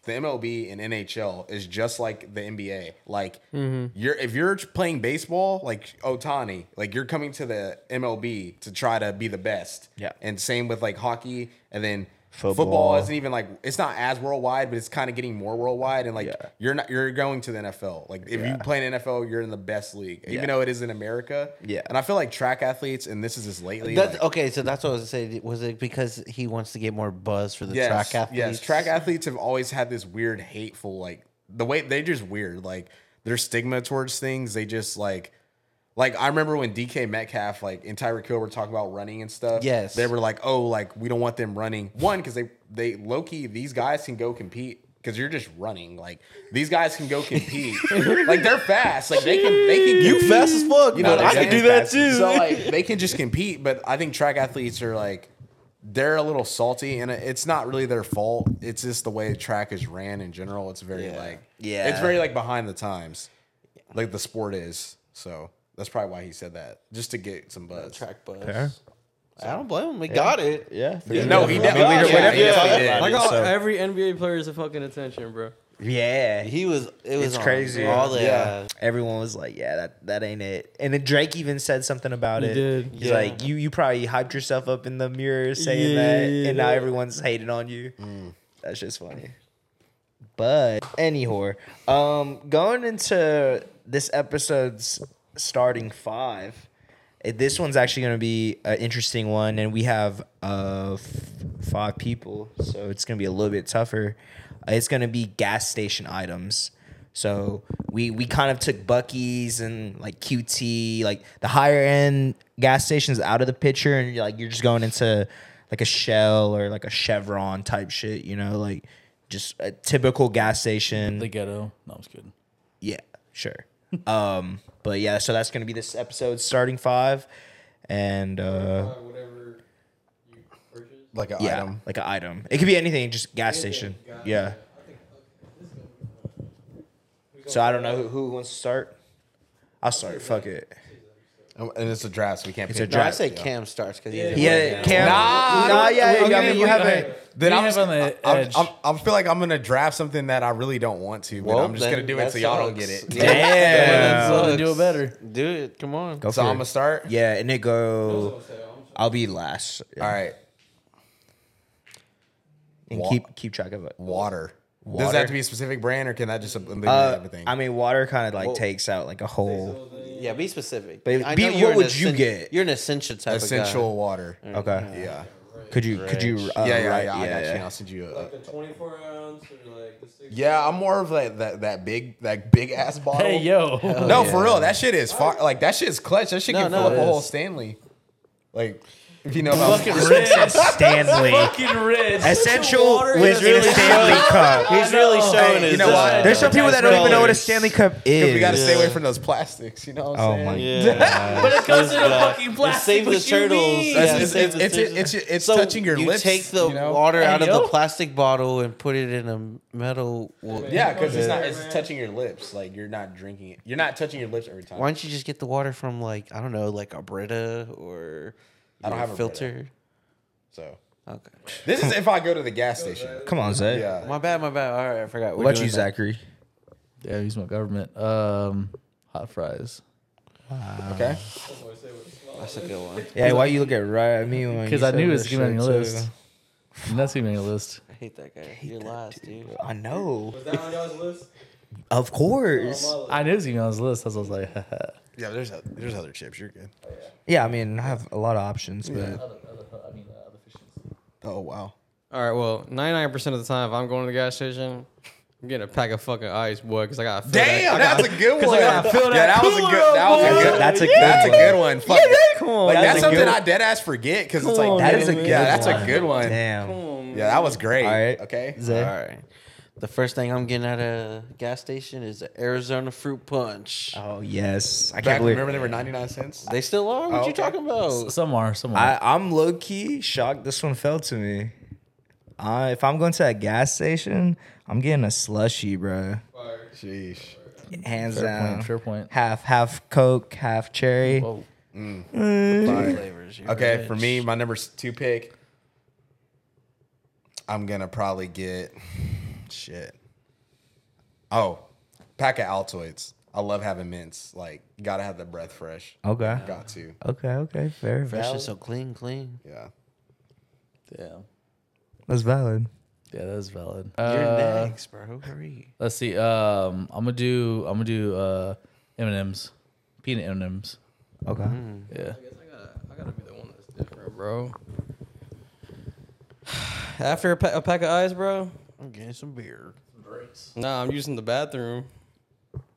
the MLB and NHL is just like the NBA. Like you're if you're playing baseball, like Otani, like you're coming to the MLB to try to be the best.
Yeah.
And same with like hockey and then football,
Football.
isn't even like it's not as worldwide, but it's kind of getting more worldwide. And like you're not you're going to the NFL. Like if you play in NFL, you're in the best league. Even though it is in America.
Yeah.
And I feel like track athletes, and this is just lately.
That's,
like-
okay, so that's what I was saying. Was it because he wants to get more buzz for the track athletes?
Yes, track athletes have always had this weird, hateful like the way they just weird like their stigma towards things. They just like. Like I remember when DK Metcalf, like and Tyreek Hill were talking about running and stuff.
Yes.
they were like, "Oh, like we don't want them running." One, because they they low key these guys can go compete because you're just running. Like these guys can go compete. like they're fast. Like they can they can
You
compete.
fast as fuck.
You know,
but I
they
can do
can
that
fast.
too.
So like they can just compete, but I think track athletes are like they're a little salty, and it's not really their fault. It's just the way track is ran in general. It's very like
Yeah.
it's very like behind the times, like the sport is. So that's probably why he said that, just to get some buzz.
track buzz. I don't blame him. We got it.
Yeah.
No,
Yeah,
he definitely we definitely
yeah.
definitely did.
I got
So-
every NBA player is a fucking attention, bro.
Yeah.
He was. It was
It's
on
crazy.
All the uh,
Yeah.
Everyone was like, "Yeah, that that ain't it." And then Drake even said something about
He
it.
did.
He's
Yeah.
like, "You you probably hyped yourself up in the mirror saying
Yeah,
that,
yeah,
and now
yeah.
everyone's hating on you."
Mm.
That's just funny. But anyhow, um, going into this episode's starting five, eh, this one's actually going to be an interesting one, and we have uh f- five people, so it's going to be a little bit tougher. Uh, it's going to be gas station items. So we we kind of took Bucky's and like QT, like the higher end gas stations out of the picture, and you're like you're just going into like a Shell or like a Chevron type shit, you know, like just a typical gas station.
the ghetto. No, I'm just kidding.
yeah, sure. um, but yeah, so that's gonna be this episode starting five, and uh,
Whatever you purchase.
like an
yeah,
item.
like an item. It could be anything, just gas station. Yeah. So I don't know who, who wants to start. I'll start. Fuck it.
Um, and it's a draft, so we can't.
It's
pick
a
No, I
draft. Uh,
say Cam starts because he's
Yeah, Cam. Nah, yeah. I mean, you haven't.
Then
We
I'm
have
just,
on the
I'm,
edge.
I'm, I'm, I feel like I'm gonna draft something that I really don't want to, but
Well,
I'm just
then
gonna do it
that
so y'all don't
sucks.
get it.
Yeah. That
So
sucks.
to do it better.
Do it. Come on.
Go
So
for
I'm
it.
gonna start.
Yeah, and it go. I'll be last.
All right,
and
Wa-
keep keep track of it.
water. Does
Water?
that have to be a specific brand, or can that just eliminate
Uh,
everything?
I mean, water kind of like takes out like a whole.
Yeah, be specific.
But
I
be-
know you're
what
an
would you
essen-
get?
You're an essential type
essential water.
Mm.
Okay.
Yeah.
Could you? Could you? Uh,
Yeah, yeah, yeah,
write-
I got you.
yeah.
I'll send you. A,
Like the 24 ounce or like the 6
yeah, I'm more of like that that big that big ass bottle.
Hey yo,
No, for real, that shit is far. Like that shit is clutch. That shit
No,
can
no,
fill up
it
a whole
is.
Stanley. Like if you know about
fucking rich,
Stanley.
fucking rich.
Essential was in a
really
Stanley
guy.
Cup.
He's really showing
you
his.
know what?
uh,
There's some people that don't even know what a
dollars.
Stanley Cup is.
we gotta stay away from those plastics. You know what I'm
Oh
saying?
my
Yeah.
But it comes in a
Yeah.
fucking
Just
plastic.
Save
what
the
you
turtles.
mean?
Yeah,
It's-
save
it's-
the
it's- it's-
turtles.
it's- it's
So
touching your
you
lips,
take the
you know?
water
Hey,
out of
yo.
the plastic bottle and put it in a metal. Well,
Yeah, because it's not it's touching your lips. Like you're not drinking it. You're not touching your lips every time.
Why don't you just get the water from like I don't know, like a Brita or
I don't
your
have a
filter.
So
Okay.
this is if I go to the gas station.
Come on, Zach.
Yeah.
My bad, my bad. All right, I forgot. We're
What about
doing
you,
that.
Zachary?
Yeah, he's my government. Um, Hot fries.
Okay.
That's a good one.
Yeah, why you look at right at me when
Because
you
I
said
knew it
this
was gonna be on
shit,
your
too?
list. That's gonna be on your list.
I hate that guy. Your lies, dude.
I know.
Was that on y'all's list?
Of course.
I knew it was gonna be on his list. That's why I was like,
Yeah, but there's oth- there's other chips. You're good.
Yeah, I mean, I have a lot of options, but
Oh wow.
All right. Well, ninety nine percent of the time, if I'm going to the gas station, I'm getting a pack of fucking ice, boy, because I got to
Damn, that's a good one. Yeah,
gotta fill that
that was a good. That was a good.
That's a
That's a
good one.
good one. Fuck.
Come on,
Like that's
that's a good
something I
one.
dead ass forget because it's
on,
like
That is a
yeah,
good
that's a
one.
good one.
damn.
Yeah, that was great.
All right.
Okay.
Zay.
All right. The first thing I'm getting at a gas station is the Arizona fruit punch.
Oh yes, I
Back,
can't believe.
remember they were 99 cents?
They still are? What
Oh,
you
okay.
talking about?
some are, some are.
I, I'm low key shocked. This one fell to me. I, if I'm going to that gas station, I'm getting a slushy, bro.
Sheesh.
Hands
Fair
down.
point, fair point.
Half half Coke, half cherry.
Whoa.
Five flavors. You're
Okay,
rich.
for me, my number s- two pick, I'm gonna probably get shit. Oh, pack of Altoids. I love having mints. Like, gotta have the breath fresh.
Okay.
Got to.
Okay. Okay. Fair.
That
Valid.
shit's so clean, clean.
Yeah.
Damn.
That's valid.
Yeah, that is valid.
You're
Uh,
next, bro. Hurry.
let's see. Um, I'm gonna do. I'm gonna do uh, M and M's, peanut M and M's.
Okay.
Mm.
Yeah.
I gotta be the one that's different, bro. After a, pa- a pack of ice, bro.
I'm getting some beer.
Nah, I'm using the bathroom.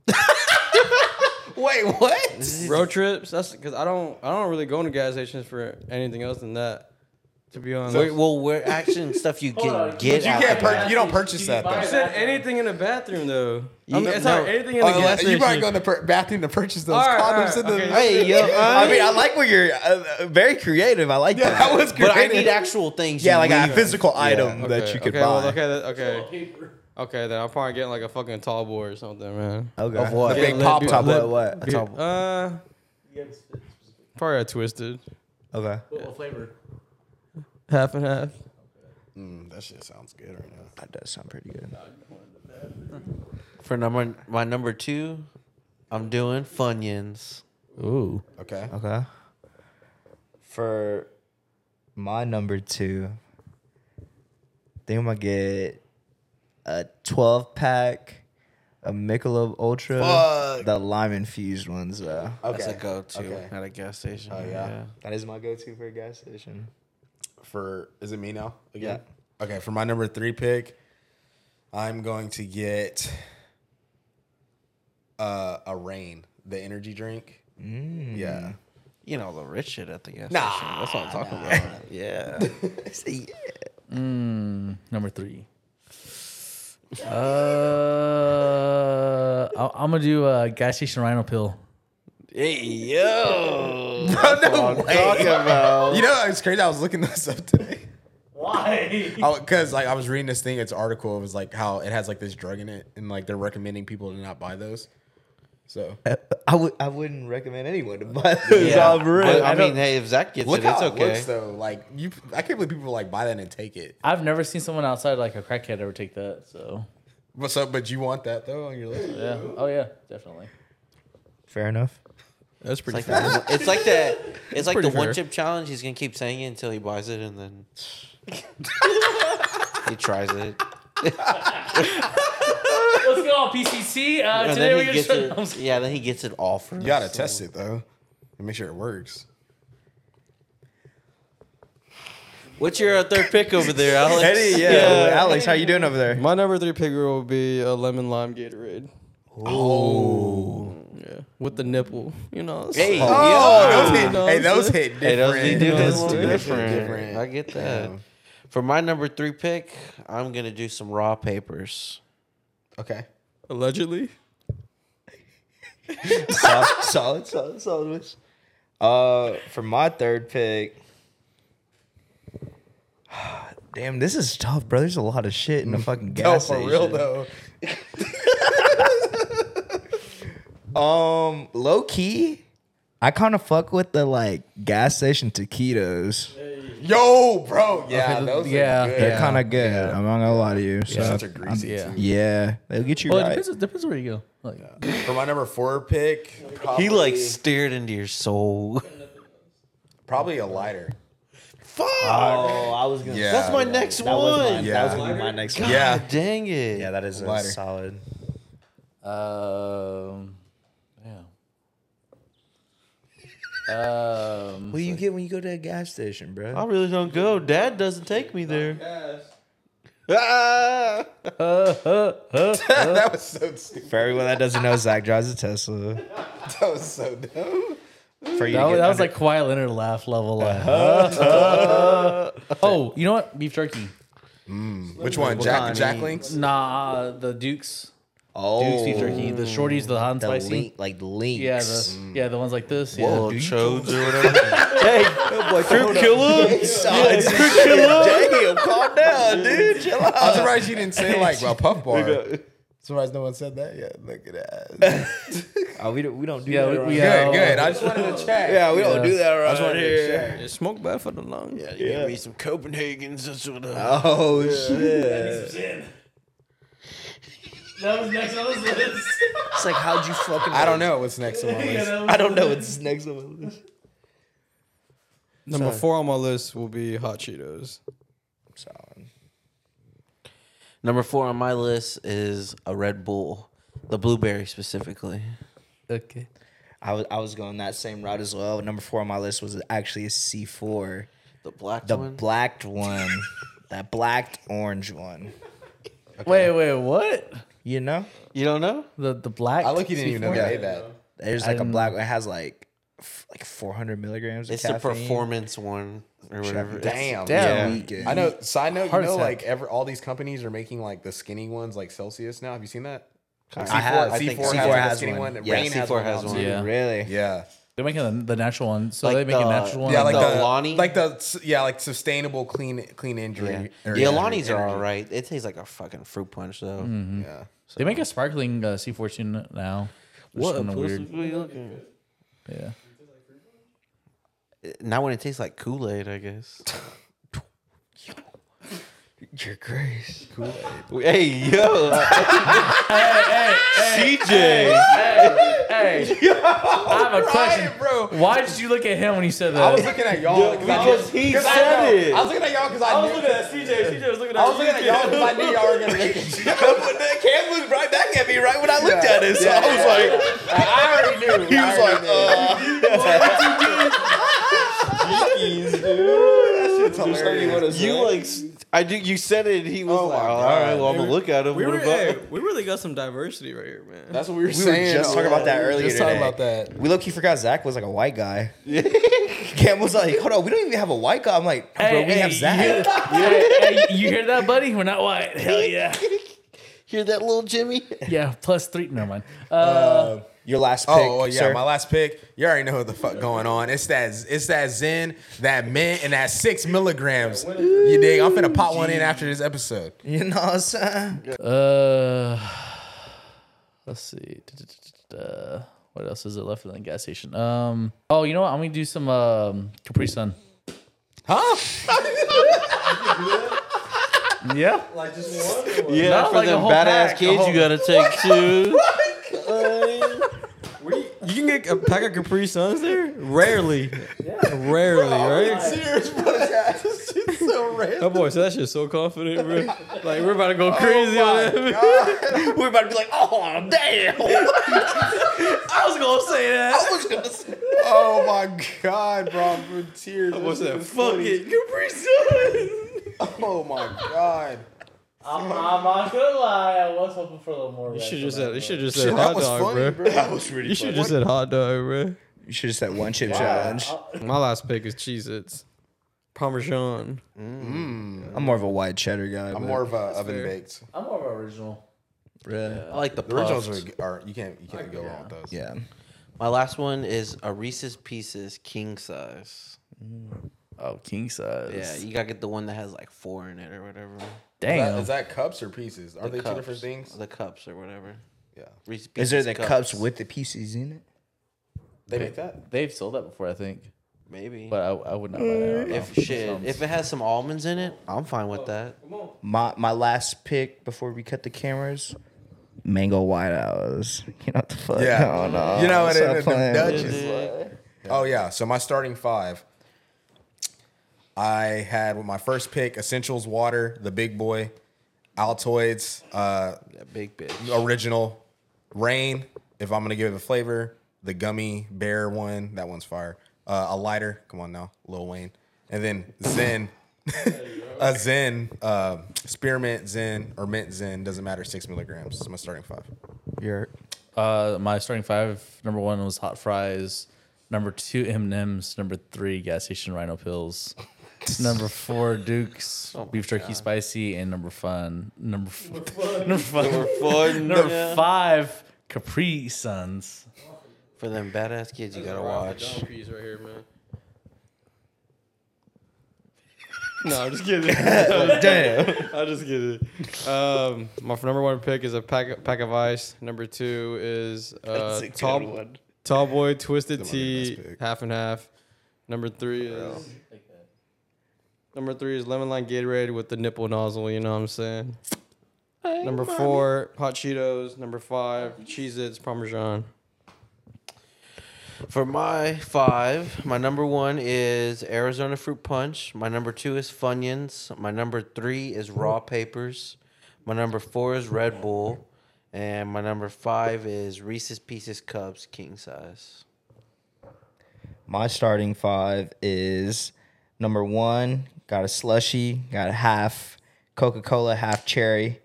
Wait, what?
Road trips. That's because I don't. I don't really go into gas stations for anything else than that. To be honest,
Wait, well, we're action stuff you can get.
You
out
can't.
the
Pur-
back.
you don't purchase that
you
though.
said anything in the bathroom though. I mean,
You-
it's
no.
not anything in the
Oh,
gas
unless- you
station.
probably go in the per- bathroom to purchase those
All right, all
condoms
right,
in the.
okay.
Hey, yo,
I mean, I like what you're uh, uh, very creative. I like that.
That was great.
but I need actual things.
Yeah,
you
like a
leave.
physical item
Okay,
that you could
okay,
buy.
Well, okay, that, okay. Okay, then I'm probably getting like a fucking tall boy or something, man.
okay.
Of what?
The
Yeah,
big
let-
pop
do-
top.
let-
What? What?
Dude, uh, probably a twisted,
Okay.
half and half.
Mm, that shit sounds good right now.
That does sound pretty good.
For number my number two, I'm doing Funyuns.
Ooh.
Okay.
Okay. For my number two, think I'm gonna get a 12 pack of Michelob Ultra,
Fuck.
the lime infused ones though.
Okay.
That's a go-to
Okay.
at a gas station.
Oh, yeah.
That is my go-to for a gas station.
for is it me now again? Okay, for my number three pick, I'm going to get uh, a rain, the energy drink.
Mm.
Yeah,
You know the rich shit at the gas
Nah,
station. That's what I'm talking about. Yeah.
Number three. Uh, I- I'm gonna do a gas station rhino pill.
hey yo.
no way.
about.
You know, it's crazy. I was looking this up today. Why? Because like I was reading this thing, its article. It was like how it has like this drug in it, and like they're recommending people to not buy those. So
I would I wouldn't recommend anyone to buy those off rip.
I, I
I
mean,
don't-
hey, if Zach gets
look
it,
how
it's
it
okay.
looks though. Like you, I can't believe people like buy that and take it.
I've never seen someone outside like a crackhead ever take that. So
But so, but you want that though on your list?
yeah. Oh yeah, definitely.
Fair enough.
That's pretty.
Like that- it's like that. It's like the
pretty
one
fair.
chip challenge. He's gonna keep saying it until he buys it, and then he tries it.
Let's go on PCC. Uh,
And
today
then
we're
he
gonna
gets
shut. I'm
it.
sorry.
Yeah, then he gets it all for.
You gotta test it though, and make sure it works.
What's your uh, third pick over there, Alex?
Eddie, yeah. Alex, how you doing over there?
My number three pick will be a lemon lime Gatorade. Oh, yeah, with the nipple, you know.
Hey,
so-
Oh,
yo.
those hit, hey, those hit different.
Hey, those be doing a little
Those hit
different.
different.
I get that.
Yeah.
For my number three pick, I'm gonna do some raw papers.
Okay.
allegedly.
solid, solid, solid, solid. wish. Uh, for my third pick. Damn, this is tough, bro. There's a lot of shit in the fucking gas
No, for
station.
real though.
Um, low key, I kind of fuck with the like gas station taquitos.
Yo, bro. Yeah,
Okay,
those
yeah.
are good.
They're
Yeah.
kind of good. I'm not gonna lie to you. So.
Those are greasy.
yeah.
too.
yeah, they'll get you
Well, it
right.
depends, it depends where you go. Like,
For my number four pick, probably,
He like stared into your soul.
probably a lighter.
Fuck.
Oh, I was gonna.
Yeah.
That's my next one.
Yeah.
gonna be Oh, my next.
God
one.
Yeah.
dang it.
Yeah, that is a
Lighter.
solid.
um, yeah. Um,
What do you get when you go to a gas station,
I
bro?
really don't go. Dad doesn't take me there. Ah!
that was so stupid.
For everyone that doesn't know, Zach drives a Tesla.
That was so dumb.
For you,
that,
to
was,
get
that was
under-
like quiet Leonard laugh level. Like, oh, you know what? Beef jerky.
Which one? Jack, Jack Links?
Nah, the Dukes. Dukes
oh,
beef jerky. The shorties, the hot and
the
spicy.
link, like links.
Yeah, the, yeah, the ones like this. Yeah.
Well, chodes or whatever. hey, fruit killer.
Damn, calm down, dude. Chill out.
I'm surprised you didn't say like a puff bar. Surprised no one said that yet. Look at that.
Oh, we don't, we don't do
Yeah,
that.
we-
around
we-
here.
yeah,
Good, good. I just wanted to check.
yeah, we don't do that around here.
Yeah, smoke bad for the lungs. Yeah.
Give me some Copenhagen's. That's what I-
Oh shit!
That was next on his list.
It's like how'd you fucking?
I don't know what's next on my list.
I don't know what's next on my list.
Number four on my list will be hot Cheetos.
Solid.
Number four on my list is a Red Bull, the blueberry specifically.
Okay.
I was I was going that same route as well. Number four on my list was actually a C four,
The black
the
one.
blacked one, that blacked orange one.
Wait, wait, what?
You know,
you don't know?
The the black.
I look you didn't even know
C4?
say that.
there's like a black. It has like f- like 400 milligrams. Of
It's the
caffeine.
performance one or whatever.
Damn.
Yeah.
Damn.
Weak.
I know. Side note, you
Heart
know,
attack.
like every all these companies are making like the skinny ones, like Celsius now. Have you seen that? Like,
I have. I think C4
like, a
has one. Yeah,
Rain has
C4
one.
has
now,
one.
too.
Yeah.
Really?
Yeah.
They're making the, the natural one, so
Like
they make
the-
a natural one.
Yeah, like
The
the,
Alani?
like the s- yeah, like sustainable clean clean injury.
The
or
Alani's
injury
are all
energy.
right. It tastes like a fucking fruit punch though.
Yeah.
they make a sparkling uh, C fourteen now. which is
What?
kinda
pussy?
weird.
What are you looking at?
Yeah.
Not when it tastes like Kool Aid, I guess.
Your grace.
hey, yo. CJ.
I have a question,
bro.
Why did you look at him when you said that?
I was looking at y'all
because he
because I
said
know-
it.
I was looking at y'all because I, knew.
at CJ. CJ was looking
I was looking at y'all because I knew y'all were gonna make it.
Cam looked right back at me right when I looked at it. So I was like,
I already knew. He was like,
You like s- I do you said it and he
Oh
was
"Oh,
like, all right, well I'm gonna look at him.
We,
what
were,
about
hey, we really got some diversity right here, man.
That's what we were
we
saying.
were just talking about that earlier.
Just talking
today.
about that.
We low key forgot Zach was like a white guy. Cam was like, hold on, we don't even have a white guy. I'm like, no, bro, we have Zach.
you hear that, buddy? We're not white. Hell yeah.
Hear that little Jimmy?
Yeah. Plus three. Never mind. Uh,
Your last pick.
Oh, oh, yeah,
sir.
my last pick. You already know what the fuck going on. It's that it's that Zen, that mint, and that six milligrams. You dig? I'm finna pop one in after this episode.
You know what I'm saying?
Uh, let's see. Uh, what else is it left in the gas station? Um. Oh, you know what? I'm gonna do some um Capri Sun. Huh? yeah.
Yeah,
Not
for
like a
them
whole
badass
pack, a
kids
whole-
you gotta take two.
You can get a pack of Capri Suns there? Rarely. Rarely, right? serious, bro. so Oh rare. Oh boy, so that shit's so confident, bro. Like we're about to go crazy on that.
We're about to be like, oh, damn.
I was gonna say that.
I was gonna say-
Oh my god, bro, I'm in tears.
What's that? Fuck it. Capri
Oh my god.
I'm, I'm not gonna lie. I was hoping for a little more.
You
red
should
for
just
that,
said. You
but-
should just
Shit,
said
that
hot
was
dog, bro.
funny, bro.
You should just said hot dog, bro.
You should have said one chip challenge.
My last pick is Cheez-Its. Parmesan.
I'm more of a white cheddar guy.
I'm more of a oven baked.
I'm more of an original.
I like the,
The originals
puffed.
are, are you can't you can't go wrong with those.
Yeah.
My last one is a Reese's Pieces king size.
Oh, king size.
Yeah, you gotta get the one that has like four in it or whatever.
Is
Damn.
that, is that cups or pieces? Are they two different
Cups.
things?
The cups or whatever.
Yeah.
Reese's
Is there
Pieces
the cups with the pieces in it?
They make that?
They've sold that before, I think.
Maybe.
but I, I would not buy that. right now.
if shit, if it has some almonds in it, I'm fine
Oh.
with that.
My my last pick before we cut the cameras, mango white owls. You know what the fuck?
Yeah.
I don't know.
You know,
oh,
and
Stop
it- it- the
playing
Dutch
with
is-
me.
Oh yeah. So my starting five. I had with my first pick Essentials Water, the big boy, Altoids, uh,
That big bitch.
original, Rain. If I'm gonna give it a flavor, the gummy bear one, that one's fire. Uh, a lighter, come on now, Lil Wayne, and then Zen, a Zen, uh, spearmint Zen or mint Zen, doesn't matter, six milligrams. It's my starting five.
You're-
Uh, my starting five. Number one was hot fries. Number two, M M's. Number three, gas station Rhino pills. number four, Duke's beef jerky spicy, and number fun. Number four, number fun. Number,
Fun
five, Capri Suns.
for them badass kids you gotta watch.
Piece right here, man. No, I'm just kidding. Damn. I'm just kidding. Um, my number one pick is a pack, pack of ice. Number two is uh, tall, tall boy twisted tea, half and half. Number three is number three is lemon lime Gatorade with the nipple nozzle. You know what I'm saying? Number four, hot Cheetos. Number five, Cheez-Its Parmesan.
For my five, my number one is Arizona Fruit Punch. My number two is Funyuns. My number three is Raw Papers. My number four is Red Bull. And my number five is Reese's Pieces Cups King Size.
My starting five is number one, got a slushy, got a half Coca Cola, half cherry.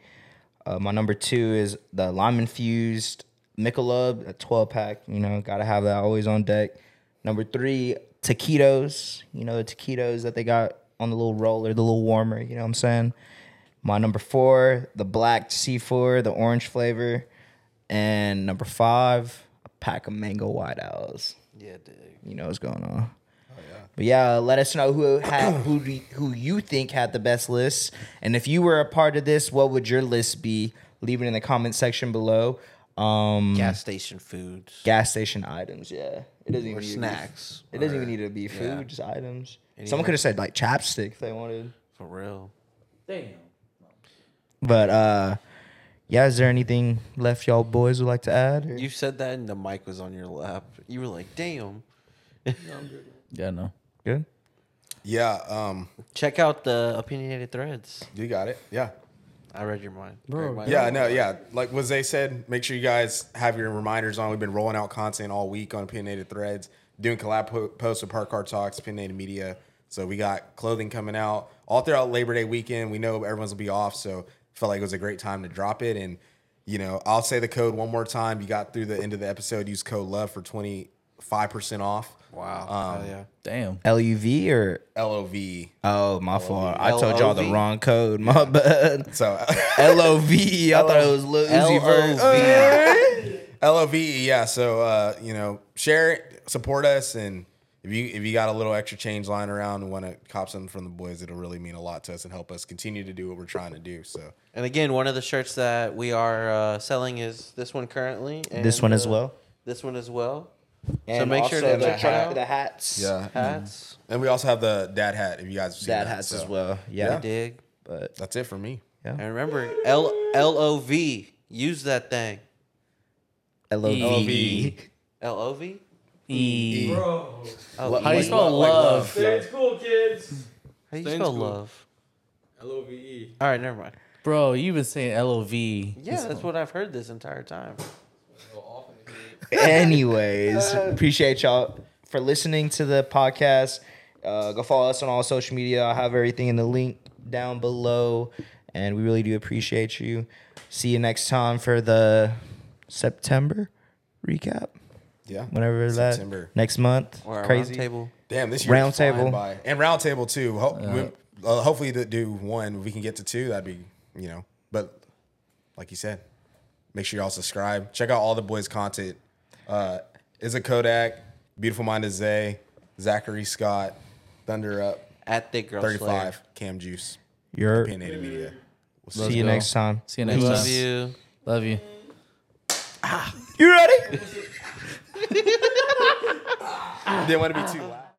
Uh, my number two is the lime infused Michelob, a 12 pack. You know, gotta have that always on deck. Number three, taquitos. You know, the taquitos that they got on the little roller, the little warmer. You know what I'm saying? My number four, the black C4, the orange flavor. And number five, a pack of mango white owls
Yeah, dig.
you know what's going on.
Oh,
But yeah, uh, let us know who had who do you, who you think had the best list, and if you were a part of this, what would your list be? Leave it in the comment section below. Um,
Gas station foods.
gas station items, yeah. It doesn't even need to be-
snacks,
it doesn't even
or-
need to be food,
yeah.
just items. Someone could have said like chapstick if they wanted.
For real.
But uh, yeah, is there anything left y'all boys would like to add? or-
You said that and the mic was on your lap. You were like, damn.
Yeah, no.
good.
Yeah, um,
Check out the opinionated threads.
you got it. Yeah.
I read your mind. Greg,
Yeah, no, yeah. Like what Zay said, make sure you guys have your reminders on. We've been rolling out content all week on Opinionated Threads, doing collab po- posts with Park Car Talks, Opinionated Media. So we got clothing coming out all throughout Labor Day weekend. We know everyone's will be off, so felt like it was a great time to drop it. And you know, I'll say the code one more time. You got through the end of the episode. Use code Love for twenty five percent off.
Wow. Hell yeah.
Damn.
LUV or
L O V.
oh my fault, I told y'all the
LOV.
wrong code. My bad.
So
L O V. E. I thought it was Lil Uzi Vert.
E L O V E, yeah. So uh, you know, share it, support us, and if you if you got a little extra change lying around and want to cop something from the boys, it'll really mean a lot to us and help us continue to do what we're trying to do. So
And again, one of the shirts that we are uh, selling is this one currently. And,
This one as
uh,
well.
This one as well.
And
make sure
also
to check it out.
hats.
Hats.
Mm-hmm.
and we also have the dad hat. If you guys have seen
Dad
that.
hats
So
as well. Yeah.
Dig.
But
That's it for me.
And remember, L L O V. Use that thing.
L O V. E.
LOV.
L O V.
E.
Oh,
How do you
like-
spell love?
cool,
How do
kids.
you
Stay in
spell
school.
love?
L O V E.
All right, never mind.
Bro, you've been saying L O V.
Yeah, that's what I've heard this entire time.
Anyways, appreciate y'all for listening to the podcast. Uh, go follow us on all social media. I'll have everything in the link down below. And we really do appreciate you. See you next time for the September recap.
Yeah.
Whenever
September.
that next month.
Or
Crazy.
Crazy. table.
Damn, this year
Round table.
by. and round table too. Ho- we- uh, hopefully to do one. We can get to two. That'd be you know. But like you said, make sure y'all subscribe. Check out all the boys' content. Uh, is a Kodak, beautiful mind is Zay, Zachary Scott, Thunder Up,
At Thick Girl
thirty
Slayer.
five, Cam Juice,
You're
Opinionated Media.
see you
go.
next time.
See you next
Love
time.
you.
Love you.
You ready?
Didn't want to be too loud.